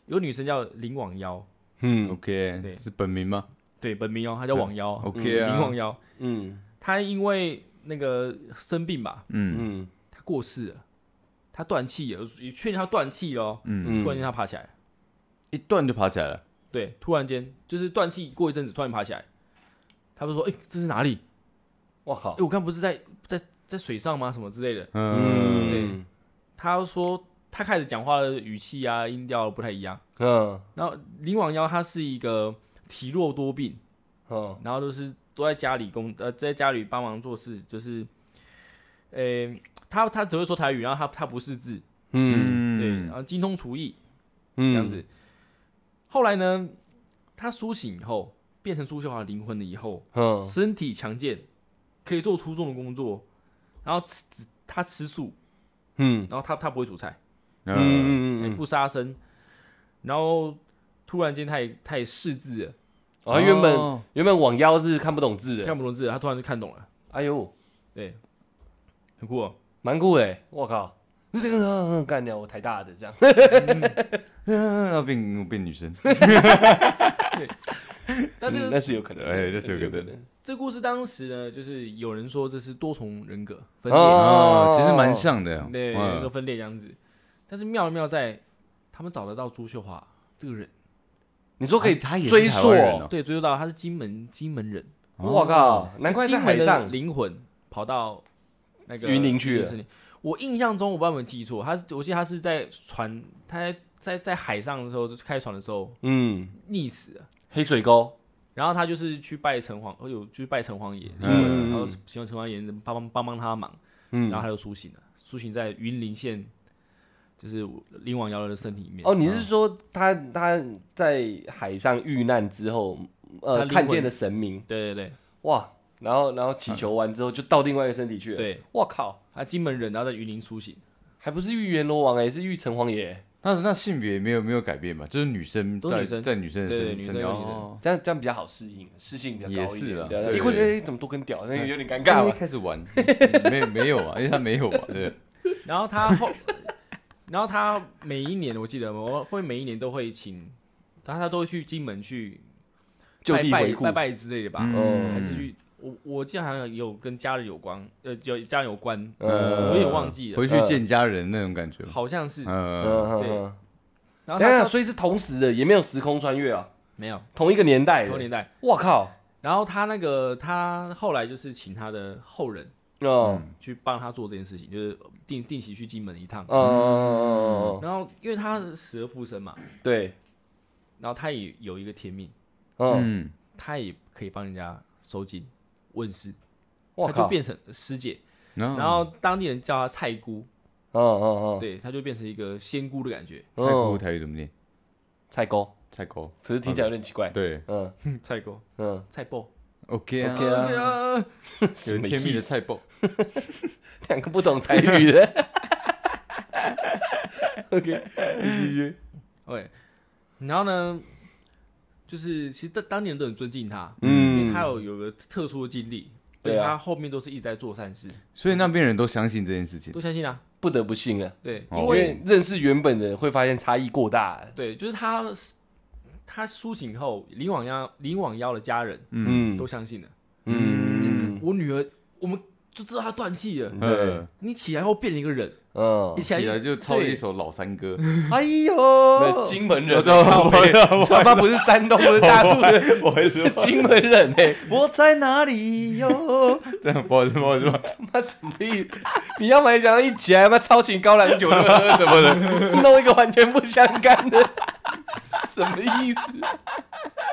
[SPEAKER 3] 有女生叫林网妖，
[SPEAKER 1] 嗯
[SPEAKER 2] OK，
[SPEAKER 3] 对
[SPEAKER 2] 是本名吗
[SPEAKER 3] 对，本名哦，她叫网妖，
[SPEAKER 2] ？OK
[SPEAKER 3] 林
[SPEAKER 2] 啊
[SPEAKER 3] 网，妖。
[SPEAKER 1] 嗯
[SPEAKER 3] 她因为那个生病吧，
[SPEAKER 2] 嗯
[SPEAKER 1] 嗯
[SPEAKER 3] 她过世了，她断气了，也确定她断气了哦，
[SPEAKER 2] 嗯，
[SPEAKER 3] 突然间
[SPEAKER 1] 嗯，
[SPEAKER 3] 她爬起来，
[SPEAKER 2] 一段就爬起来了。
[SPEAKER 3] 对，突然间就是断气过一阵子，突然爬起来，她就说：“哎、这是哪里？
[SPEAKER 1] 我
[SPEAKER 3] 哎、
[SPEAKER 1] 靠，
[SPEAKER 3] 我刚不是在在在水上吗？什么之类的。”
[SPEAKER 2] 嗯，
[SPEAKER 1] 嗯
[SPEAKER 3] 她说她开始讲话的语气啊、音调不太一样。
[SPEAKER 1] 嗯
[SPEAKER 3] 然后林网妖她是一个体弱多病，
[SPEAKER 1] 嗯
[SPEAKER 3] 然后都是都在家里工呃在家里帮忙做事，就是，呃、他他只会说台语，然后他他不识字，
[SPEAKER 1] 嗯
[SPEAKER 3] 对，
[SPEAKER 2] 嗯
[SPEAKER 3] 然后精通厨艺
[SPEAKER 1] 嗯
[SPEAKER 3] 这样子。后来呢，他苏醒以后，变成朱秀华的灵魂了以后，
[SPEAKER 1] 嗯，
[SPEAKER 3] 身体强健，可以做粗重的工作，然后吃只他吃素，
[SPEAKER 1] 嗯
[SPEAKER 3] 然后他他不会煮菜，
[SPEAKER 1] 嗯
[SPEAKER 2] 嗯，
[SPEAKER 1] 嗯
[SPEAKER 3] 也
[SPEAKER 1] 嗯嗯，
[SPEAKER 3] 不杀生，然后突然间他也他也识字了，
[SPEAKER 1] 哦，他原本
[SPEAKER 2] 哦
[SPEAKER 1] 原本网腰是看不懂字的，
[SPEAKER 3] 看不懂字了，他突然就看懂了，
[SPEAKER 1] 哎呦，
[SPEAKER 3] 对，很酷、哦，
[SPEAKER 1] 蛮酷的，我靠，你这个嗯干掉我台大的这样，
[SPEAKER 2] 嗯， 要变变女 生，
[SPEAKER 3] 但这个、
[SPEAKER 1] 嗯那是有可能的，
[SPEAKER 2] 哎那是有可能的
[SPEAKER 1] 能，
[SPEAKER 3] 这故事当时呢，就是有人说这是多重人格分裂，
[SPEAKER 1] 哦
[SPEAKER 2] 哦，其实蛮像的呀，
[SPEAKER 3] 对，人格
[SPEAKER 2] 嗯
[SPEAKER 3] 分裂这样子。但是妙的妙在，他们找得到朱秀华这个人，
[SPEAKER 1] 你说可以
[SPEAKER 2] 他他也是
[SPEAKER 1] 追溯
[SPEAKER 2] 台湾人哦
[SPEAKER 3] 对，追究到他是金门金门人，
[SPEAKER 2] 啊
[SPEAKER 1] 我靠，难怪在
[SPEAKER 3] 金
[SPEAKER 1] 海
[SPEAKER 3] 门的
[SPEAKER 1] 上
[SPEAKER 3] 灵魂跑到那个
[SPEAKER 1] 云林去了
[SPEAKER 3] 森林。我印象中，我不知道有没有记错，他是我记得他是在船，他在在在海上的时候，就是开船的时候
[SPEAKER 1] 嗯，
[SPEAKER 3] 溺死了。
[SPEAKER 1] 黑水沟，然
[SPEAKER 3] 然后他就是去拜城隍，哦有去拜城隍爷，
[SPEAKER 1] 嗯
[SPEAKER 3] 然后希望城隍爷能帮帮帮帮他忙，
[SPEAKER 1] 嗯
[SPEAKER 3] 然后他就苏醒了，苏醒在云林县，就是林王瑶的身体里面。
[SPEAKER 1] 哦，你是说他他在海上遇难之后，
[SPEAKER 3] 他
[SPEAKER 1] 呃，
[SPEAKER 3] 灵魂
[SPEAKER 1] 看见了神明，
[SPEAKER 3] 对对
[SPEAKER 1] 哇，然后然后祈求完之后就到另外一个身体去了，
[SPEAKER 3] 对对，
[SPEAKER 1] 我靠，
[SPEAKER 3] 他金门人，然后在云林苏醒，
[SPEAKER 1] 还不是遇阎罗王哎，是遇城隍爷，
[SPEAKER 2] 那那性别没有没有改变吧？就是女生
[SPEAKER 3] 都是
[SPEAKER 2] 在
[SPEAKER 3] 女
[SPEAKER 2] 在女
[SPEAKER 3] 生
[SPEAKER 2] 生的
[SPEAKER 3] 对
[SPEAKER 2] 身
[SPEAKER 3] 女
[SPEAKER 2] 身
[SPEAKER 3] 生
[SPEAKER 2] 体
[SPEAKER 3] 有女生
[SPEAKER 2] 哦
[SPEAKER 1] 这样这样比较好适应，适性比较高一
[SPEAKER 2] 也是
[SPEAKER 1] 点
[SPEAKER 2] 啦
[SPEAKER 1] 对啊。
[SPEAKER 2] 对嗯
[SPEAKER 1] 一过去哎怎么多根屌，那个有点尴尬
[SPEAKER 2] 刚
[SPEAKER 1] 嘛。
[SPEAKER 2] 开始玩， 没没有啊，因为他没有啊， 对，
[SPEAKER 3] 然后他后，然后他每一年我记得我会每一年都会请，他他都会去金门去
[SPEAKER 1] 就地
[SPEAKER 3] 拜
[SPEAKER 1] 回
[SPEAKER 3] 拜
[SPEAKER 1] 顾
[SPEAKER 3] 拜拜之类的吧，哦
[SPEAKER 1] 嗯
[SPEAKER 3] 啊还是去我我记得好像有跟家人有关，呃，有家人有关，
[SPEAKER 1] 呃
[SPEAKER 3] 我有点忘记了，
[SPEAKER 2] 回去见家人那种感觉，
[SPEAKER 3] 好像是。
[SPEAKER 2] 嗯，
[SPEAKER 1] 嗯嗯
[SPEAKER 3] 对
[SPEAKER 1] 嗯，等
[SPEAKER 3] 然后
[SPEAKER 1] 一下，
[SPEAKER 3] 他
[SPEAKER 1] 所以是同时的，也没有时空穿越啊，
[SPEAKER 3] 没有
[SPEAKER 1] 同一个年代
[SPEAKER 3] 同
[SPEAKER 1] 的。
[SPEAKER 3] 年代，
[SPEAKER 1] 我靠，
[SPEAKER 3] 然后他那个他后来就是请他的后人
[SPEAKER 1] 哦，
[SPEAKER 3] 去帮他做这件事情，就是定定期去金门一趟
[SPEAKER 1] 嗯。嗯，嗯
[SPEAKER 3] 然后因为他死而复生嘛，
[SPEAKER 1] 对，
[SPEAKER 3] 然后他也有一个天命，
[SPEAKER 1] 嗯，
[SPEAKER 2] 嗯，
[SPEAKER 3] 他也可以帮人家收金问世，
[SPEAKER 1] 我
[SPEAKER 3] 他就
[SPEAKER 1] 靠，
[SPEAKER 3] 变成师姐，
[SPEAKER 2] 然
[SPEAKER 3] 然后当地人叫他菜姑，
[SPEAKER 1] 嗯嗯嗯，
[SPEAKER 3] 对，他就变成一个仙姑的感觉，
[SPEAKER 2] 菜姑
[SPEAKER 1] 嗯
[SPEAKER 2] 台语怎么念？
[SPEAKER 1] 菜沟，
[SPEAKER 2] 菜姑，
[SPEAKER 1] 只是听起来有点奇怪。
[SPEAKER 2] 对
[SPEAKER 1] 嗯
[SPEAKER 3] 菜姑
[SPEAKER 1] 嗯，
[SPEAKER 3] 菜爆，
[SPEAKER 2] ，OK 啊
[SPEAKER 1] OK 啊
[SPEAKER 3] 对啊，
[SPEAKER 2] 有天命的菜爆，
[SPEAKER 1] 两个不懂台语的。OK，你继续。
[SPEAKER 3] 对，然后呢，就是其实当当地人都很尊敬他，因为
[SPEAKER 1] 嗯
[SPEAKER 3] 他有有个特殊的经历，而
[SPEAKER 1] 对啊
[SPEAKER 3] 且他后面都是一直在做善事，
[SPEAKER 2] 所以那边人都相信这件事情
[SPEAKER 3] 都。相信啊，
[SPEAKER 1] 不得不信了，
[SPEAKER 3] 对，
[SPEAKER 2] 哦
[SPEAKER 3] 因
[SPEAKER 1] 因
[SPEAKER 3] 为
[SPEAKER 1] 为认识原本的会发现差异过大。
[SPEAKER 3] 对，就是他他苏醒后，林网妖林网妖的家人
[SPEAKER 1] 嗯
[SPEAKER 3] 都相信了，
[SPEAKER 1] 嗯
[SPEAKER 3] 我女儿我们就知道她断气了，
[SPEAKER 2] 嗯，
[SPEAKER 3] 你起来后变了一个人，
[SPEAKER 1] 嗯
[SPEAKER 3] 一，
[SPEAKER 2] 起
[SPEAKER 3] 起来
[SPEAKER 2] 来就抄了一
[SPEAKER 3] 对
[SPEAKER 2] 首老山 歌，
[SPEAKER 1] 哎呦，金门人，
[SPEAKER 2] 我知道
[SPEAKER 1] 靠北哦他妈不是山东，不是大陆的，
[SPEAKER 2] 不好意思，
[SPEAKER 1] 金门人哎，
[SPEAKER 2] 我在哪里哟？这样不好意思，不好意思，
[SPEAKER 1] 他妈什么意思？你要么讲一起来，他妈超情高粱酒喝什么的，弄一个完全不相干的， 什么意思？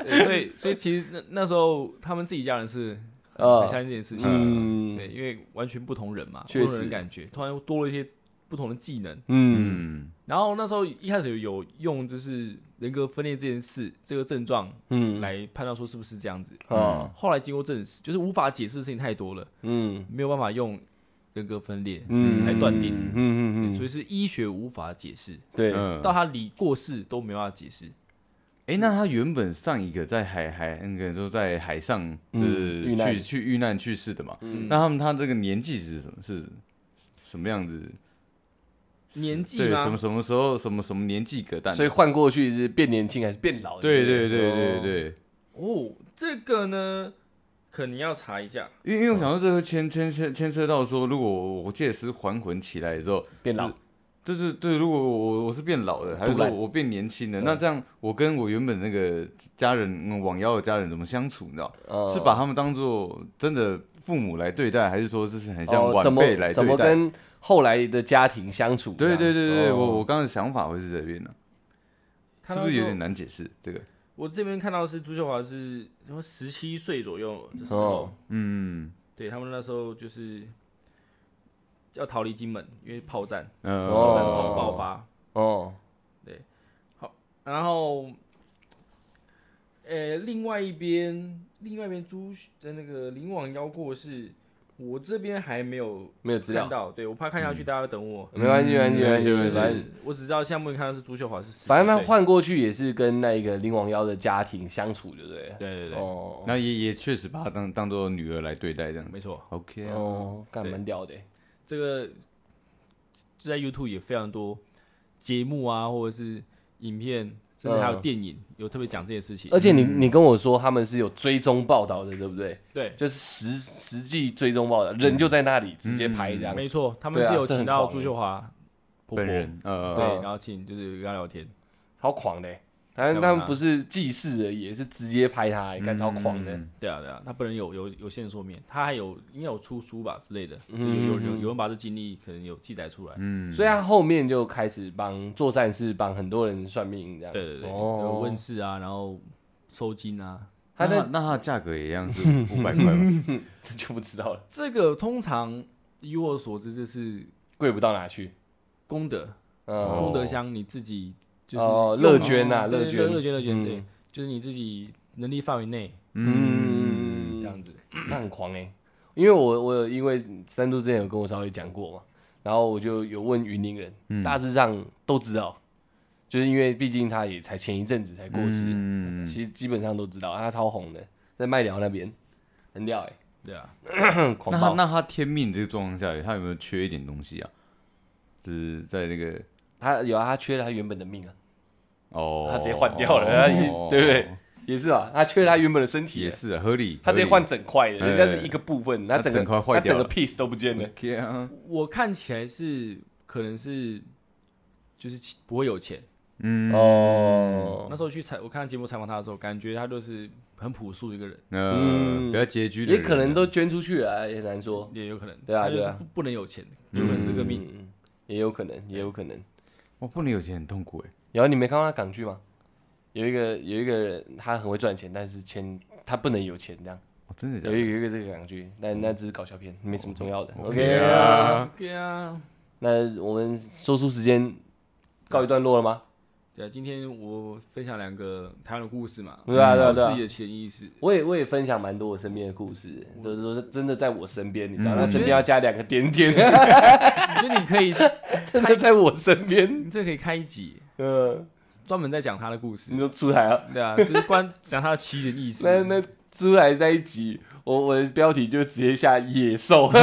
[SPEAKER 3] 对所以所以其实那那时候他们自己家人是很
[SPEAKER 1] 啊
[SPEAKER 3] 很相信这件事情的，
[SPEAKER 1] 嗯
[SPEAKER 3] 对，因为完全不同人嘛，
[SPEAKER 1] 确
[SPEAKER 3] 不同人
[SPEAKER 1] 实
[SPEAKER 3] 的感觉，突然又多了一些不同的技能。
[SPEAKER 1] 嗯
[SPEAKER 2] 嗯，
[SPEAKER 3] 然后那时候一开始有有用就是人格分裂这件事这个症状
[SPEAKER 1] 嗯，
[SPEAKER 3] 来判断说是不是这样子，
[SPEAKER 2] 哦
[SPEAKER 1] 啊
[SPEAKER 3] 后来经过证实，就是无法解释的事情太多了，
[SPEAKER 1] 嗯
[SPEAKER 3] 没有办法用人格分裂
[SPEAKER 1] 嗯
[SPEAKER 3] 来断定，
[SPEAKER 1] 嗯嗯嗯嗯，
[SPEAKER 3] 所以是医学无法解释，
[SPEAKER 1] 对，
[SPEAKER 2] 嗯
[SPEAKER 3] 到他离过世都没办法解释。
[SPEAKER 2] 哎、那他原本上一个在海海那个时候在海上就
[SPEAKER 1] 嗯
[SPEAKER 2] 是去、
[SPEAKER 1] 遇难
[SPEAKER 2] 去遇难去世的嘛？
[SPEAKER 1] 嗯
[SPEAKER 2] 那他们他这个年纪是什么是什么样子？
[SPEAKER 3] 年纪
[SPEAKER 2] 对，
[SPEAKER 3] 吗？
[SPEAKER 2] 什么什么时候什么什么年纪隔代？
[SPEAKER 1] 所以换过去是变年轻还是变老？
[SPEAKER 2] 对对对对对，
[SPEAKER 3] 哦，这个呢，可能要查一下。
[SPEAKER 2] 因为因为我想到这个牵牵涉牵涉到说，如果我我记得是还魂起来的时候，
[SPEAKER 1] 变老，
[SPEAKER 2] 就是对，如果我我是变老的，还是
[SPEAKER 1] 杜
[SPEAKER 2] 说
[SPEAKER 1] 兰
[SPEAKER 2] 我变年轻的？
[SPEAKER 1] 嗯
[SPEAKER 2] 那这样我跟我原本那个家人嗯网妖的家人怎么相处？你知道？
[SPEAKER 1] 哦
[SPEAKER 2] 是把他们当做真的父母来对待，还是说这是很像
[SPEAKER 1] 哦怎
[SPEAKER 2] 晚
[SPEAKER 1] 么
[SPEAKER 2] 辈来
[SPEAKER 1] 怎么
[SPEAKER 2] 对待？
[SPEAKER 1] 跟后来的家庭相处这
[SPEAKER 2] 对
[SPEAKER 1] 样？
[SPEAKER 2] 对对对，
[SPEAKER 1] 哦
[SPEAKER 2] 我我刚刚的想法会是这边呢、
[SPEAKER 3] 看
[SPEAKER 2] 是
[SPEAKER 3] 到
[SPEAKER 2] 不是有
[SPEAKER 3] 说
[SPEAKER 2] 点？难解释这个？
[SPEAKER 3] 我这边看到的是朱秀华是什么十七岁左右的时候，
[SPEAKER 1] 哦
[SPEAKER 2] 嗯
[SPEAKER 3] 对他们那时候就是要逃离金门，因为炮战，
[SPEAKER 2] 呃
[SPEAKER 3] 炮战
[SPEAKER 1] 哦
[SPEAKER 3] 爆爆发，
[SPEAKER 1] 哦，
[SPEAKER 3] 然后，哎、呃，另外一边，另外一边朱的那个林网邀过是，我这边还没有
[SPEAKER 1] 没有资料嗯
[SPEAKER 3] 看，到，对我怕看下去大家要等我。
[SPEAKER 1] 没关系，没关系，没关系，
[SPEAKER 3] 对
[SPEAKER 1] 没关系。
[SPEAKER 3] 我只知道现在目前看到是朱秀华是十七岁，
[SPEAKER 1] 反正他换过去也是跟那个林王妖的家庭相处，对不对了？
[SPEAKER 3] 对对对，
[SPEAKER 1] 哦
[SPEAKER 2] 那也也确实把她当当做女儿来对待这样。
[SPEAKER 3] 没错，
[SPEAKER 2] OK 啊，
[SPEAKER 1] 哦，干蛮屌的欸。
[SPEAKER 3] 这个在 YouTube 也非常多节目啊，或者是影片，甚至还有
[SPEAKER 1] 嗯
[SPEAKER 3] 电影，有特别讲这些事情
[SPEAKER 1] 而。且你你跟我说他们是有追踪报道的，对不对？
[SPEAKER 3] 对，
[SPEAKER 1] 就是实实际追踪报道，人就在那里直接拍这样。
[SPEAKER 3] 没错，他们
[SPEAKER 1] 对啊
[SPEAKER 3] 是有
[SPEAKER 1] 这很
[SPEAKER 3] 请到
[SPEAKER 1] 狂
[SPEAKER 3] 朱
[SPEAKER 1] 欸
[SPEAKER 3] 秀华婆婆，
[SPEAKER 2] 本
[SPEAKER 3] 对，
[SPEAKER 2] 人呃，
[SPEAKER 1] 嗯
[SPEAKER 3] 然后请就是跟他聊天。
[SPEAKER 1] 超狂的欸。反正他们不是祭祀而已，也是直接拍他欸，干超狂的。
[SPEAKER 2] 嗯
[SPEAKER 3] 对啊，对啊，他本人有有有线索面，他还有应该有出书吧之类的，就
[SPEAKER 1] 嗯
[SPEAKER 3] 有有有有人把这经历可能有记载出来。
[SPEAKER 2] 嗯，
[SPEAKER 1] 所以他后面就开始帮做善事，帮很多人算命这样。
[SPEAKER 3] 对对对，有
[SPEAKER 1] 哦
[SPEAKER 3] 问，世啊，然后收金啊，
[SPEAKER 1] 他
[SPEAKER 2] 他
[SPEAKER 1] 的
[SPEAKER 2] 的那它的价格也一 样是五百块吗？
[SPEAKER 1] 这就不知道了，
[SPEAKER 3] 这个通常以我所知就是
[SPEAKER 1] 贵不到哪去。
[SPEAKER 3] 功德，
[SPEAKER 1] 嗯，
[SPEAKER 3] 功德箱你自己就是
[SPEAKER 1] 哦
[SPEAKER 3] 用
[SPEAKER 1] 乐捐呐
[SPEAKER 3] 对
[SPEAKER 1] 乐
[SPEAKER 3] 对
[SPEAKER 1] 捐
[SPEAKER 3] 乐捐乐捐，对
[SPEAKER 1] 嗯，
[SPEAKER 3] 就是你自己能力范围内
[SPEAKER 1] 嗯
[SPEAKER 3] 这样子。
[SPEAKER 1] 那很狂哎、因为我我有因为三度之前有跟我稍微讲过嘛，然后我就有问云林人，
[SPEAKER 2] 嗯
[SPEAKER 1] 大致上都知道，就是因为毕竟他也才前一阵子才过世，
[SPEAKER 2] 嗯，
[SPEAKER 1] 其实基本上都知道，他超红的，在麦寮那边很屌哎、
[SPEAKER 3] 对啊，
[SPEAKER 1] 很狂
[SPEAKER 2] 那他
[SPEAKER 1] 暴。
[SPEAKER 2] 那他天命这个状况下，他有没有缺一点东西啊？就是在那个
[SPEAKER 1] 他有啊，他缺了他原本的命啊，
[SPEAKER 2] 哦，
[SPEAKER 1] 他直接换掉了他已经
[SPEAKER 2] 哦
[SPEAKER 1] 对不对？也是啊，他缺了他原本的身体
[SPEAKER 2] 也
[SPEAKER 1] 欸，
[SPEAKER 2] 是啊合理，
[SPEAKER 1] 他直接
[SPEAKER 2] 合理
[SPEAKER 1] 换整块的，
[SPEAKER 2] 哎
[SPEAKER 1] 人家是一个部分，他整个
[SPEAKER 2] 他整块坏
[SPEAKER 1] 他整
[SPEAKER 2] 掉
[SPEAKER 1] 个
[SPEAKER 2] 了
[SPEAKER 1] piece 都不见了。
[SPEAKER 2] OK 啊，
[SPEAKER 3] 我看起来是可能是就是不会有钱。
[SPEAKER 2] 嗯
[SPEAKER 1] 哦
[SPEAKER 3] 那时候去采我看节目采访他的时候，感觉他就是很朴素的一个人，
[SPEAKER 2] 呃，比较拮据的
[SPEAKER 1] 也
[SPEAKER 2] 人啊，
[SPEAKER 1] 可能都捐出去了啊，也很难说。
[SPEAKER 3] 也有可能，
[SPEAKER 1] 对啊
[SPEAKER 3] 他就
[SPEAKER 1] 对
[SPEAKER 3] 是
[SPEAKER 1] 啊
[SPEAKER 3] 不不能有钱，有可能是个命。
[SPEAKER 1] 嗯，也有可能，也有可能。
[SPEAKER 2] 哇，哦不能有钱很痛苦哎，
[SPEAKER 1] 然后啊你没看过他港剧吗？有一个有一个人，他很会赚钱，但是钱他不能有钱这样。
[SPEAKER 2] 哦，真的假
[SPEAKER 1] 有
[SPEAKER 2] 的
[SPEAKER 1] 一个有一个这个港剧，但那只是搞笑片，没什么重要的。
[SPEAKER 2] 对
[SPEAKER 1] OK，
[SPEAKER 2] 嗯啊
[SPEAKER 3] 对啊，
[SPEAKER 1] 那我们说书时间告一段落了吗？
[SPEAKER 3] 对啊，今天我分享两个台湾的故事嘛，
[SPEAKER 1] 对啊，对啊，对
[SPEAKER 3] 自己
[SPEAKER 1] 啊。
[SPEAKER 3] 的潜意识。
[SPEAKER 1] 我也我也分享蛮多我身边的故事，就是说真的在我身边，你知道，
[SPEAKER 2] 嗯
[SPEAKER 1] 那身边要加两个点点，
[SPEAKER 3] 我觉得你可以，
[SPEAKER 1] 真的在我身边。
[SPEAKER 3] 你这可以开一集，
[SPEAKER 1] 嗯，
[SPEAKER 3] 专门在讲他的故事
[SPEAKER 1] 你。就出来啊，
[SPEAKER 3] 对啊，就是关讲他的奇人异 事。
[SPEAKER 1] 那那出来那一集，我我的标题就直接下野兽。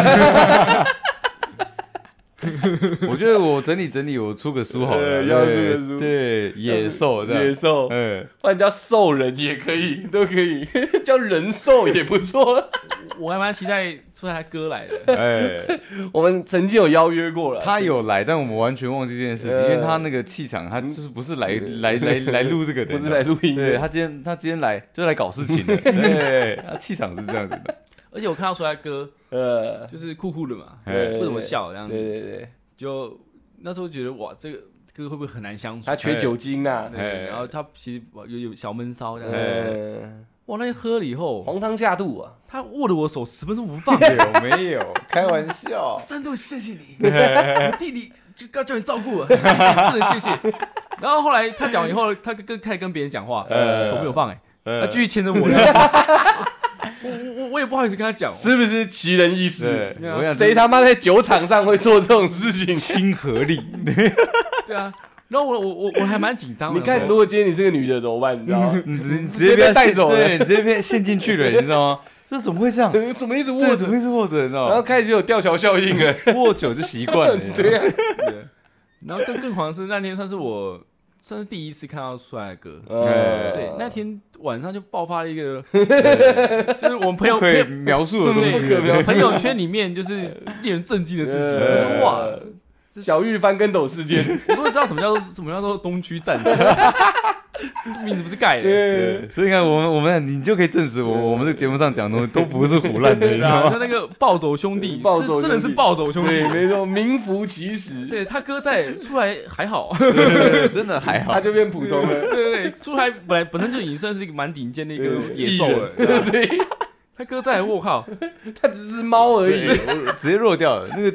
[SPEAKER 2] 我觉得我整理整理，我哎出个书好了，
[SPEAKER 1] 呃要出
[SPEAKER 2] 对
[SPEAKER 1] 个书
[SPEAKER 2] 对，野兽 这
[SPEAKER 1] 野
[SPEAKER 2] 样，
[SPEAKER 1] 兽，
[SPEAKER 2] 嗯，
[SPEAKER 1] 不然叫兽人也可以， 都可以叫人兽也不错。
[SPEAKER 3] 我还蛮期待出他歌来的。
[SPEAKER 2] 哎，
[SPEAKER 1] 我们曾经有邀约过了，
[SPEAKER 2] 他有来，但我们完全忘记这件事情，因为
[SPEAKER 1] 啊呃
[SPEAKER 2] 他那个气场，他就是不是来来来来录这个的，
[SPEAKER 1] 不是来录音
[SPEAKER 2] 对
[SPEAKER 1] 的，
[SPEAKER 2] 他今天他今天来就来搞事 情的，对，他气场是这样子的，
[SPEAKER 3] 而且我看到出来歌
[SPEAKER 1] 呃，
[SPEAKER 3] 就是酷酷的嘛，
[SPEAKER 1] 对
[SPEAKER 2] 哎，
[SPEAKER 3] 不怎么笑这样
[SPEAKER 1] 对
[SPEAKER 3] 子。
[SPEAKER 1] 对对，
[SPEAKER 3] 就那时候觉得哇，这个歌会不会很难相处
[SPEAKER 1] 他？缺酒精啊呐，
[SPEAKER 3] 对，
[SPEAKER 2] 哎。
[SPEAKER 3] 然后他其实有有小闷骚这样子。
[SPEAKER 1] 呃，
[SPEAKER 3] 哇，那喝了以后，
[SPEAKER 1] 黄汤下肚啊，
[SPEAKER 3] 他握着我手十分钟不放
[SPEAKER 2] 有没有开玩笑？
[SPEAKER 3] 三度谢谢你，我弟弟就要叫你照顾 我，谢谢真的谢谢。然后后来他讲完以后，他跟跟开始跟别人讲话，
[SPEAKER 2] 呃
[SPEAKER 3] 手没有放哎、
[SPEAKER 2] 呃
[SPEAKER 3] 他
[SPEAKER 1] 啊
[SPEAKER 3] 继续牵着我。 我我我也不好意思跟他 讲，
[SPEAKER 1] 是不是奇人异
[SPEAKER 2] 对
[SPEAKER 1] 事？，
[SPEAKER 2] 我想
[SPEAKER 1] 啊谁他妈在酒场上会做这种事 情？
[SPEAKER 2] 亲 和力？
[SPEAKER 3] 对啊。然后我我我我还蛮紧张的。
[SPEAKER 1] 你看，如果今天你是个女的怎么办？你知道 吗？
[SPEAKER 2] 你直你
[SPEAKER 1] 直
[SPEAKER 2] 直
[SPEAKER 1] 接
[SPEAKER 2] 接
[SPEAKER 1] 被
[SPEAKER 2] 被他
[SPEAKER 1] 带
[SPEAKER 2] 陷
[SPEAKER 1] 走了
[SPEAKER 2] 对，你直接被陷进去了，你知道吗？这怎么会这样？
[SPEAKER 1] 呃怎么一直握
[SPEAKER 2] 这怎
[SPEAKER 1] 着
[SPEAKER 2] 么，会是握着？你知道
[SPEAKER 1] 然后
[SPEAKER 2] 吗？
[SPEAKER 1] 开始有吊桥效应 了。
[SPEAKER 2] 握久就习惯了。你知道吗
[SPEAKER 1] 对啊呀，
[SPEAKER 3] 然后更更狂的是那天算是我算是第一次看到出来的歌，
[SPEAKER 1] 呃
[SPEAKER 3] 对，那天晚上就爆发了 一个，呃就是我们朋友
[SPEAKER 2] 不可以
[SPEAKER 3] 朋
[SPEAKER 2] 描述的东
[SPEAKER 1] 不
[SPEAKER 2] 西，
[SPEAKER 1] 可
[SPEAKER 3] 友
[SPEAKER 1] 描
[SPEAKER 3] 朋友圈里面就是令人震惊的事情，我
[SPEAKER 1] 呃
[SPEAKER 3] 说哇，
[SPEAKER 1] 小玉翻跟斗事件，
[SPEAKER 3] 我都会知道什么叫做什么叫做东区战争，这名字不是盖的。
[SPEAKER 1] 呃
[SPEAKER 2] 对所以你看，我们我们你就可以证实我我们这个节目上讲的东西都不是胡乱的，你
[SPEAKER 3] 对
[SPEAKER 2] 知
[SPEAKER 3] 啊，
[SPEAKER 2] 道
[SPEAKER 3] 就
[SPEAKER 2] 吗？
[SPEAKER 3] 那个暴走兄弟，
[SPEAKER 1] 暴走
[SPEAKER 3] 这真的是
[SPEAKER 1] 兄弟
[SPEAKER 3] 暴走兄
[SPEAKER 1] 对，
[SPEAKER 3] 弟。
[SPEAKER 1] 没错，名副其实，
[SPEAKER 3] 对他哥在出来还好，
[SPEAKER 2] 对真的还
[SPEAKER 1] 他
[SPEAKER 2] 好，
[SPEAKER 1] 就变普通了。
[SPEAKER 3] 对对对，出来本来本身就已经算是一个蛮顶尖的一个
[SPEAKER 1] 对
[SPEAKER 3] 野兽了。对啊
[SPEAKER 1] 对，
[SPEAKER 3] 他哥在，我靠，
[SPEAKER 1] 他只是猫而已，
[SPEAKER 2] 我直接弱掉了，那个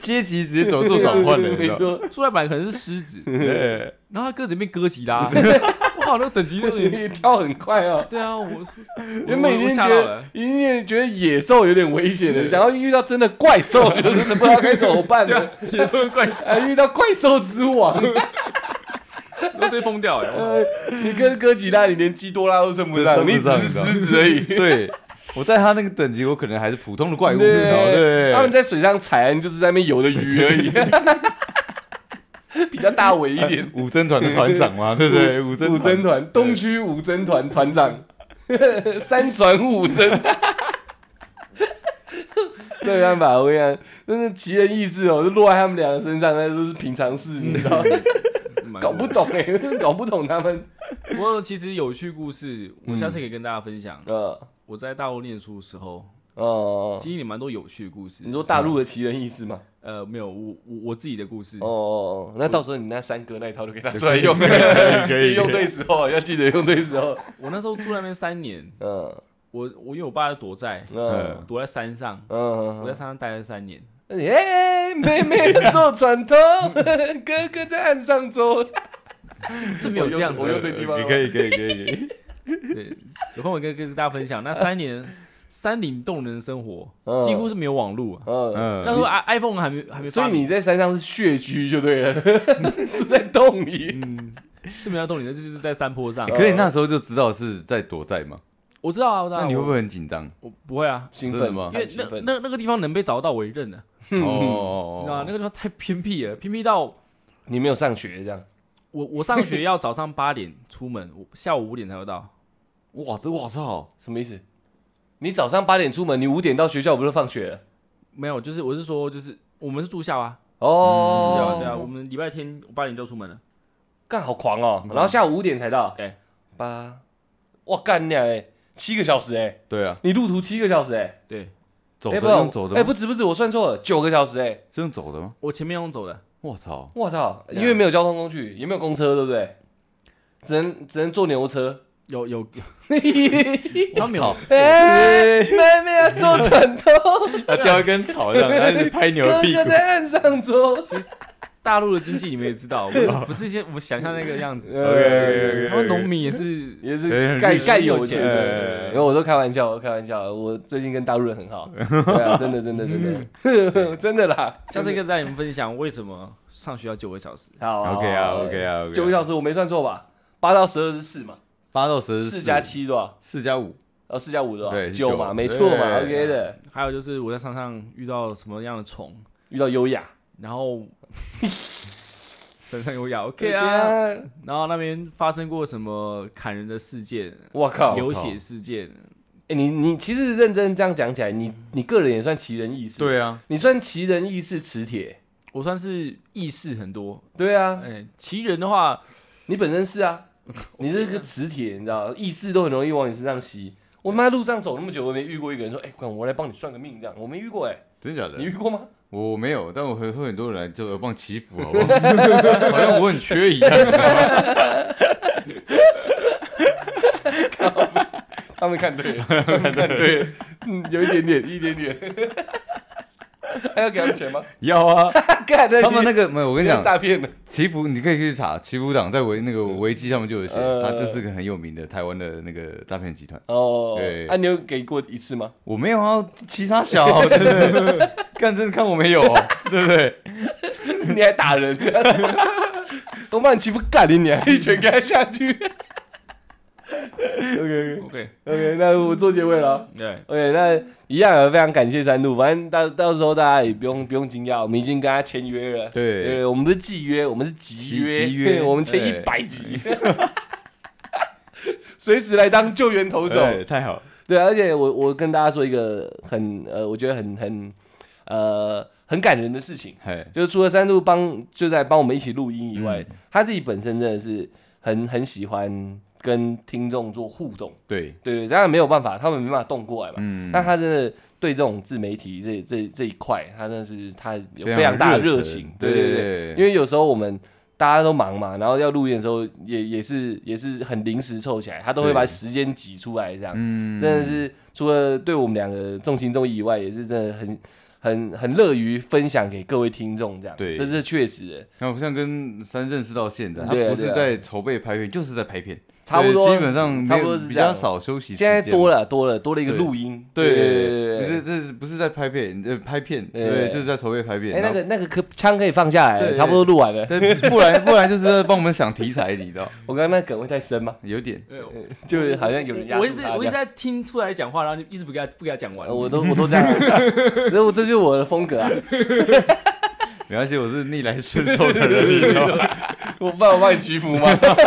[SPEAKER 2] 阶级直接走做转换了，你知
[SPEAKER 1] 没
[SPEAKER 2] 道吗？
[SPEAKER 1] 错，
[SPEAKER 3] 出来本来可能是狮子，
[SPEAKER 2] 对，
[SPEAKER 3] 然后他哥怎么变哥吉拉？哇，那个等级 有点……。
[SPEAKER 1] 你跳很快哦
[SPEAKER 3] 对啊，我
[SPEAKER 1] 原本已经觉得，已经觉得野兽有点危险了，
[SPEAKER 3] 对
[SPEAKER 1] 想要遇到真的怪兽，就真的不知道该怎么办 了。
[SPEAKER 3] 也是会怪兽，
[SPEAKER 2] 啊
[SPEAKER 1] 还遇到怪兽之王，
[SPEAKER 3] 都被疯掉哎！
[SPEAKER 1] 呃，你跟哥吉拉，你连基多拉都称不上，
[SPEAKER 2] 称不
[SPEAKER 1] 你只
[SPEAKER 2] 上
[SPEAKER 1] 是狮子而已。
[SPEAKER 2] 对，我在他那个等级，我可能还是普通的怪物，对，
[SPEAKER 1] 他们在水上采，你就是在那边游的鱼而 已， 比较大尾一点。
[SPEAKER 2] 五针团的团长 嘛，对不对？五针
[SPEAKER 1] 五针团东区五针团团长， 三转五针。 这没办法，我跟你讲，真是奇人异事哦，就落在他们两个身上，那都是平常事，你知 道吗？
[SPEAKER 3] 蛮
[SPEAKER 1] 搞不懂哎、搞不懂他们。
[SPEAKER 3] 不过其实有趣故事，我下次可以跟大家分享。
[SPEAKER 1] 呃，
[SPEAKER 3] 我在大陆念书的时候，
[SPEAKER 1] 哦，
[SPEAKER 3] 经历蛮多有趣的故事
[SPEAKER 1] 你。说大陆的奇人异事吗？
[SPEAKER 3] 呃，没有，我我我自己的故事
[SPEAKER 1] 哦。哦，哦，那到时候你那三哥那一套就给他出来用，
[SPEAKER 2] 嗯可以
[SPEAKER 1] 用对时候，要记得用对时候。
[SPEAKER 3] 我那时候住那边三年，
[SPEAKER 1] 嗯
[SPEAKER 3] 我我因为我爸躲在
[SPEAKER 1] 嗯
[SPEAKER 3] 躲在山上，我在
[SPEAKER 1] 嗯，
[SPEAKER 3] 山上待了 三年。
[SPEAKER 1] 耶，哎妹妹坐船头， 哥哥在岸上走，
[SPEAKER 3] 是没有这样子
[SPEAKER 1] 我
[SPEAKER 3] 的。
[SPEAKER 1] 用对地方
[SPEAKER 2] 你
[SPEAKER 1] 了。
[SPEAKER 2] 可以，可以，可以，可 以。
[SPEAKER 3] 对，有空我跟跟大家分享。那三年 山林动人的生活
[SPEAKER 1] 嗯，
[SPEAKER 3] 几乎是没有网络、啊。
[SPEAKER 1] 嗯，
[SPEAKER 2] 嗯
[SPEAKER 3] 那时候 i iPhone 还没还没
[SPEAKER 1] 所
[SPEAKER 3] 发
[SPEAKER 1] 以你在山上是穴居就对了， 住在洞里。
[SPEAKER 3] 嗯，是没有动你的，就是在山坡上
[SPEAKER 2] 欸。
[SPEAKER 1] 嗯
[SPEAKER 2] 可以那时候就知道是在躲债嘛？
[SPEAKER 3] 我知道啊，我知道啊。
[SPEAKER 2] 那你会不
[SPEAKER 3] 我？
[SPEAKER 2] 会很紧张？
[SPEAKER 3] 我不会啊，
[SPEAKER 1] 兴
[SPEAKER 2] 真
[SPEAKER 1] 奋
[SPEAKER 2] 的吗
[SPEAKER 3] 因为
[SPEAKER 1] 很
[SPEAKER 3] 那
[SPEAKER 1] 兴奋。
[SPEAKER 3] 那那个地方能被找到，我也认了。你
[SPEAKER 2] 哦
[SPEAKER 3] 知道、啊、那个地方太偏僻了，偏僻到
[SPEAKER 1] 你没有上学这样？
[SPEAKER 3] 我我上学要早上八点出门，我 下午五点才会到。
[SPEAKER 2] 哇，这我操！
[SPEAKER 1] 什么意思？你早上八点出门，你五点到学校不是放学了？
[SPEAKER 3] 没有，就是我是说，就是我们是住校啊，
[SPEAKER 2] 嗯
[SPEAKER 3] 住校啊对啊，我
[SPEAKER 1] 哦，
[SPEAKER 3] 们礼拜天八点就出门了。
[SPEAKER 1] 干好狂哦！
[SPEAKER 2] 嗯
[SPEAKER 1] 然后下午五点才到。
[SPEAKER 3] 对，
[SPEAKER 1] 八，哇干娘哎，七个小时哎、
[SPEAKER 2] 对啊，
[SPEAKER 1] 你路途七个小时哎、欸，
[SPEAKER 3] 对
[SPEAKER 2] 走
[SPEAKER 1] 哎
[SPEAKER 2] 的
[SPEAKER 1] 不是
[SPEAKER 2] 用走的
[SPEAKER 1] 哎、
[SPEAKER 2] 吗，
[SPEAKER 1] 不止不止，我算错了，九个小时哎、欸，
[SPEAKER 2] 是用走的吗？
[SPEAKER 3] 我前面用走的，
[SPEAKER 2] 我操！
[SPEAKER 1] 我操！
[SPEAKER 3] 对啊
[SPEAKER 1] 因为没有交通工具，也没有公车，对不对？只能只能坐牛车。
[SPEAKER 3] 有有，
[SPEAKER 2] 他没有
[SPEAKER 1] 哎、妹妹要坐枕头，
[SPEAKER 2] 啊掉一根草 这样，然后拍牛
[SPEAKER 1] 哥
[SPEAKER 2] 的屁
[SPEAKER 1] 哥
[SPEAKER 2] 股。
[SPEAKER 1] 在岸上坐。
[SPEAKER 3] 大陆的经济你们也知道，我们 不是一些我们想象那个样子。
[SPEAKER 2] 呃 OK，OK，OK，OK
[SPEAKER 3] 他们农民也是
[SPEAKER 1] 也
[SPEAKER 2] 哎
[SPEAKER 1] 是
[SPEAKER 2] 很
[SPEAKER 1] 盖
[SPEAKER 2] 厉害
[SPEAKER 1] 盖有钱
[SPEAKER 3] 哎
[SPEAKER 1] 的
[SPEAKER 2] 哎哎哎，
[SPEAKER 1] 因为我都开玩笑，我开玩笑，我最近跟大陆人 很好，对啊，真的真的真
[SPEAKER 2] 嗯
[SPEAKER 1] 的 真的啦，
[SPEAKER 3] 下次可以带你们分享为什么上学要九个小时。
[SPEAKER 1] 好好
[SPEAKER 2] OK 啊
[SPEAKER 1] 好好
[SPEAKER 2] ，OK 啊，OK 啊
[SPEAKER 1] 九个小时我没算错吧？八到十二是四嘛，
[SPEAKER 2] 八到十
[SPEAKER 1] 四加，七多少？
[SPEAKER 2] 四加五，
[SPEAKER 1] 哦，四加五多少？
[SPEAKER 2] 对是
[SPEAKER 1] 九
[SPEAKER 2] 九
[SPEAKER 1] 嘛，没错嘛
[SPEAKER 2] 对
[SPEAKER 1] ，OK 的。
[SPEAKER 3] 还有就是我在山上遇到什么样的虫，
[SPEAKER 1] 遇到优雅
[SPEAKER 3] 然后 山上有雅 OK 啊，，然后那边发生过什么砍人的事件、
[SPEAKER 1] 我靠！
[SPEAKER 3] 流血事件，
[SPEAKER 1] 哎，你你其实认真这样讲起来，你你个人也算奇人异事，，
[SPEAKER 2] 对啊，
[SPEAKER 1] 你算奇人异事磁铁，
[SPEAKER 3] 我算是意识很多。
[SPEAKER 1] 对啊，
[SPEAKER 3] 哎，奇人的话，
[SPEAKER 1] 你本身是 啊，你是个磁铁，你知道，意识都很容易往你身上吸。我妈路上走那么久，我没遇过一个人说，哎，管我来帮你算个命这样，我没遇过哎，
[SPEAKER 2] 真假
[SPEAKER 1] 你
[SPEAKER 2] 的？
[SPEAKER 1] 遇过吗？
[SPEAKER 2] 我没有，但我会会很多人来就耳棒祈福， 好不好？好像我很缺一样，你知道吗
[SPEAKER 1] 他们看 对了，他们看对了， 嗯，有一点点，一点点。 还要给他们钱吗？
[SPEAKER 2] 要啊。
[SPEAKER 1] 干
[SPEAKER 2] 他们那
[SPEAKER 1] 个
[SPEAKER 2] 个没有，我
[SPEAKER 1] 我
[SPEAKER 2] 跟你讲，
[SPEAKER 1] 诈骗的，
[SPEAKER 2] 祈福你可以去查，祈福党在维那个维基上面就有写，
[SPEAKER 1] 呃
[SPEAKER 2] 他就是个很有名的台湾的那个诈骗集团。
[SPEAKER 1] 哦，
[SPEAKER 2] 对
[SPEAKER 1] 啊，你有给过一次吗？
[SPEAKER 2] 我没有啊，其他小，对不对？干真的看我没有，哦对不对？
[SPEAKER 1] 你还打人， 我把你欺负干你，你还一拳给他下去。OK
[SPEAKER 3] OK，
[SPEAKER 1] OK OK，那我做结尾了。
[SPEAKER 3] 对，
[SPEAKER 1] OK，那一样啊，非常感谢三度，反正到到时候大家也不用不用惊讶，我们已经跟他签约了。
[SPEAKER 2] 对
[SPEAKER 1] 对，我们不是契约，我们是集约，
[SPEAKER 2] 集集约
[SPEAKER 1] 我们签一
[SPEAKER 2] 对
[SPEAKER 1] 百集，随时来当救援投手。
[SPEAKER 2] 哎太好了，
[SPEAKER 1] 对，而且我我跟大家说一个很呃，我觉得很很呃很感人的事情，
[SPEAKER 2] 嘿，
[SPEAKER 1] 就是除了三度帮就在帮我们一起录音以
[SPEAKER 2] 嗯
[SPEAKER 1] 外，他自己本身真的是很很喜欢跟听众做互动。
[SPEAKER 2] 对，
[SPEAKER 1] 对对，当然没有办法，他们没办法动过来嘛。
[SPEAKER 2] 嗯，
[SPEAKER 1] 但他真的对这种自媒体这这这一块，他真的是他有
[SPEAKER 2] 非
[SPEAKER 1] 非常大的热
[SPEAKER 2] 忱
[SPEAKER 1] 情，
[SPEAKER 2] 对
[SPEAKER 1] 对对对。
[SPEAKER 2] 对，
[SPEAKER 1] 因为有时候我们大家都忙嘛，然后要录音的时候也也是也是很临时凑起来，他都会
[SPEAKER 2] 对
[SPEAKER 1] 把时间挤出来这样。
[SPEAKER 2] 嗯
[SPEAKER 1] 真的是除了对我们两个重情重义以外，也是真的很很很乐于分享给各位听众这样。
[SPEAKER 2] 对
[SPEAKER 1] 这是确实的。
[SPEAKER 2] 那我像跟三认识到现在，他
[SPEAKER 1] 对啊
[SPEAKER 2] 不是
[SPEAKER 1] 对啊
[SPEAKER 2] 在筹备拍片，就是在拍片，
[SPEAKER 1] 差不多
[SPEAKER 2] 对基本上没有
[SPEAKER 1] 差不多是
[SPEAKER 2] 比
[SPEAKER 1] 这样
[SPEAKER 2] 较。少休息时
[SPEAKER 1] 现
[SPEAKER 2] 间嘛。
[SPEAKER 1] 在多了多了多了一个
[SPEAKER 2] 对
[SPEAKER 1] 录音，
[SPEAKER 2] 对，
[SPEAKER 1] 对
[SPEAKER 2] 对
[SPEAKER 1] 对
[SPEAKER 2] 对
[SPEAKER 1] 对
[SPEAKER 2] 不
[SPEAKER 1] 对
[SPEAKER 2] 是这是不是在拍片，呃，拍片，
[SPEAKER 1] 对
[SPEAKER 2] 对，就是在筹备拍
[SPEAKER 1] 对。
[SPEAKER 2] 片。
[SPEAKER 1] 哎，那
[SPEAKER 2] 然 后
[SPEAKER 1] 个那个可枪可以放下来了，
[SPEAKER 2] 对
[SPEAKER 1] 差不多录完了。
[SPEAKER 2] 对，不然不然就是在帮我们想题材，你知道，
[SPEAKER 1] 我刚刚那梗会太深吗？
[SPEAKER 2] 有点
[SPEAKER 3] 呃
[SPEAKER 1] 就是好像有人压
[SPEAKER 3] 我
[SPEAKER 1] 住
[SPEAKER 3] 一直
[SPEAKER 1] 他
[SPEAKER 3] 我
[SPEAKER 1] 这
[SPEAKER 3] 一直
[SPEAKER 1] 样。呃
[SPEAKER 3] 在听出来讲话，然后就一直不给他不给他讲完。
[SPEAKER 1] 我都我都这样， 可是我这就是我的风格啊！
[SPEAKER 2] 没关系，我是逆来顺受的人，你知道吗？
[SPEAKER 1] 我不然我帮你祈福 吗？要不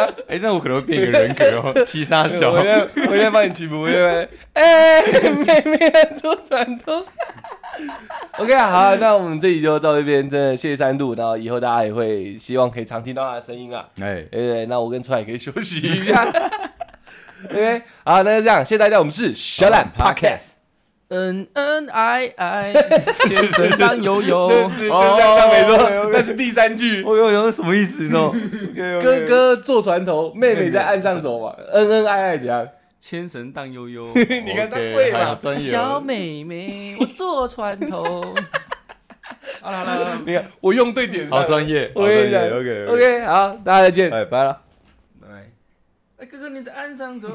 [SPEAKER 1] 然
[SPEAKER 2] 哎，那我可能会变一个人格哦，七杀小
[SPEAKER 1] 我，在我在帮你祈福，我在哎、妹妹做转头。OK 啊，好啊，那我们这里就到这边，真的谢谢三度，然后以后大家也会希望可以常听到他的声音啊。
[SPEAKER 2] 哎，
[SPEAKER 1] 对对，那我跟川也可以休息一下。OK，好，那就这样，谢谢大家，我们是小懒 Podcast，
[SPEAKER 3] 恩恩爱爱，天生当 悠悠。
[SPEAKER 1] 就这样唱没错，那是第三句。
[SPEAKER 2] 我有有什么意思呢？哥
[SPEAKER 1] 哥哥坐船头，妹妹在岸上走 嘛，恩恩爱爱怎样？
[SPEAKER 3] 牵绳荡悠悠，
[SPEAKER 1] 你看他会嘛？
[SPEAKER 2] 专业
[SPEAKER 3] 小妹妹，我坐船头。好啦啦啦，
[SPEAKER 1] 你看我用对点上
[SPEAKER 2] 好
[SPEAKER 1] 了，
[SPEAKER 2] 专业，
[SPEAKER 1] 我跟你讲
[SPEAKER 2] OK
[SPEAKER 1] OK，好，大家再见。
[SPEAKER 2] 哎，拜了。
[SPEAKER 3] 拜拜。哎，哥哥你在岸上走。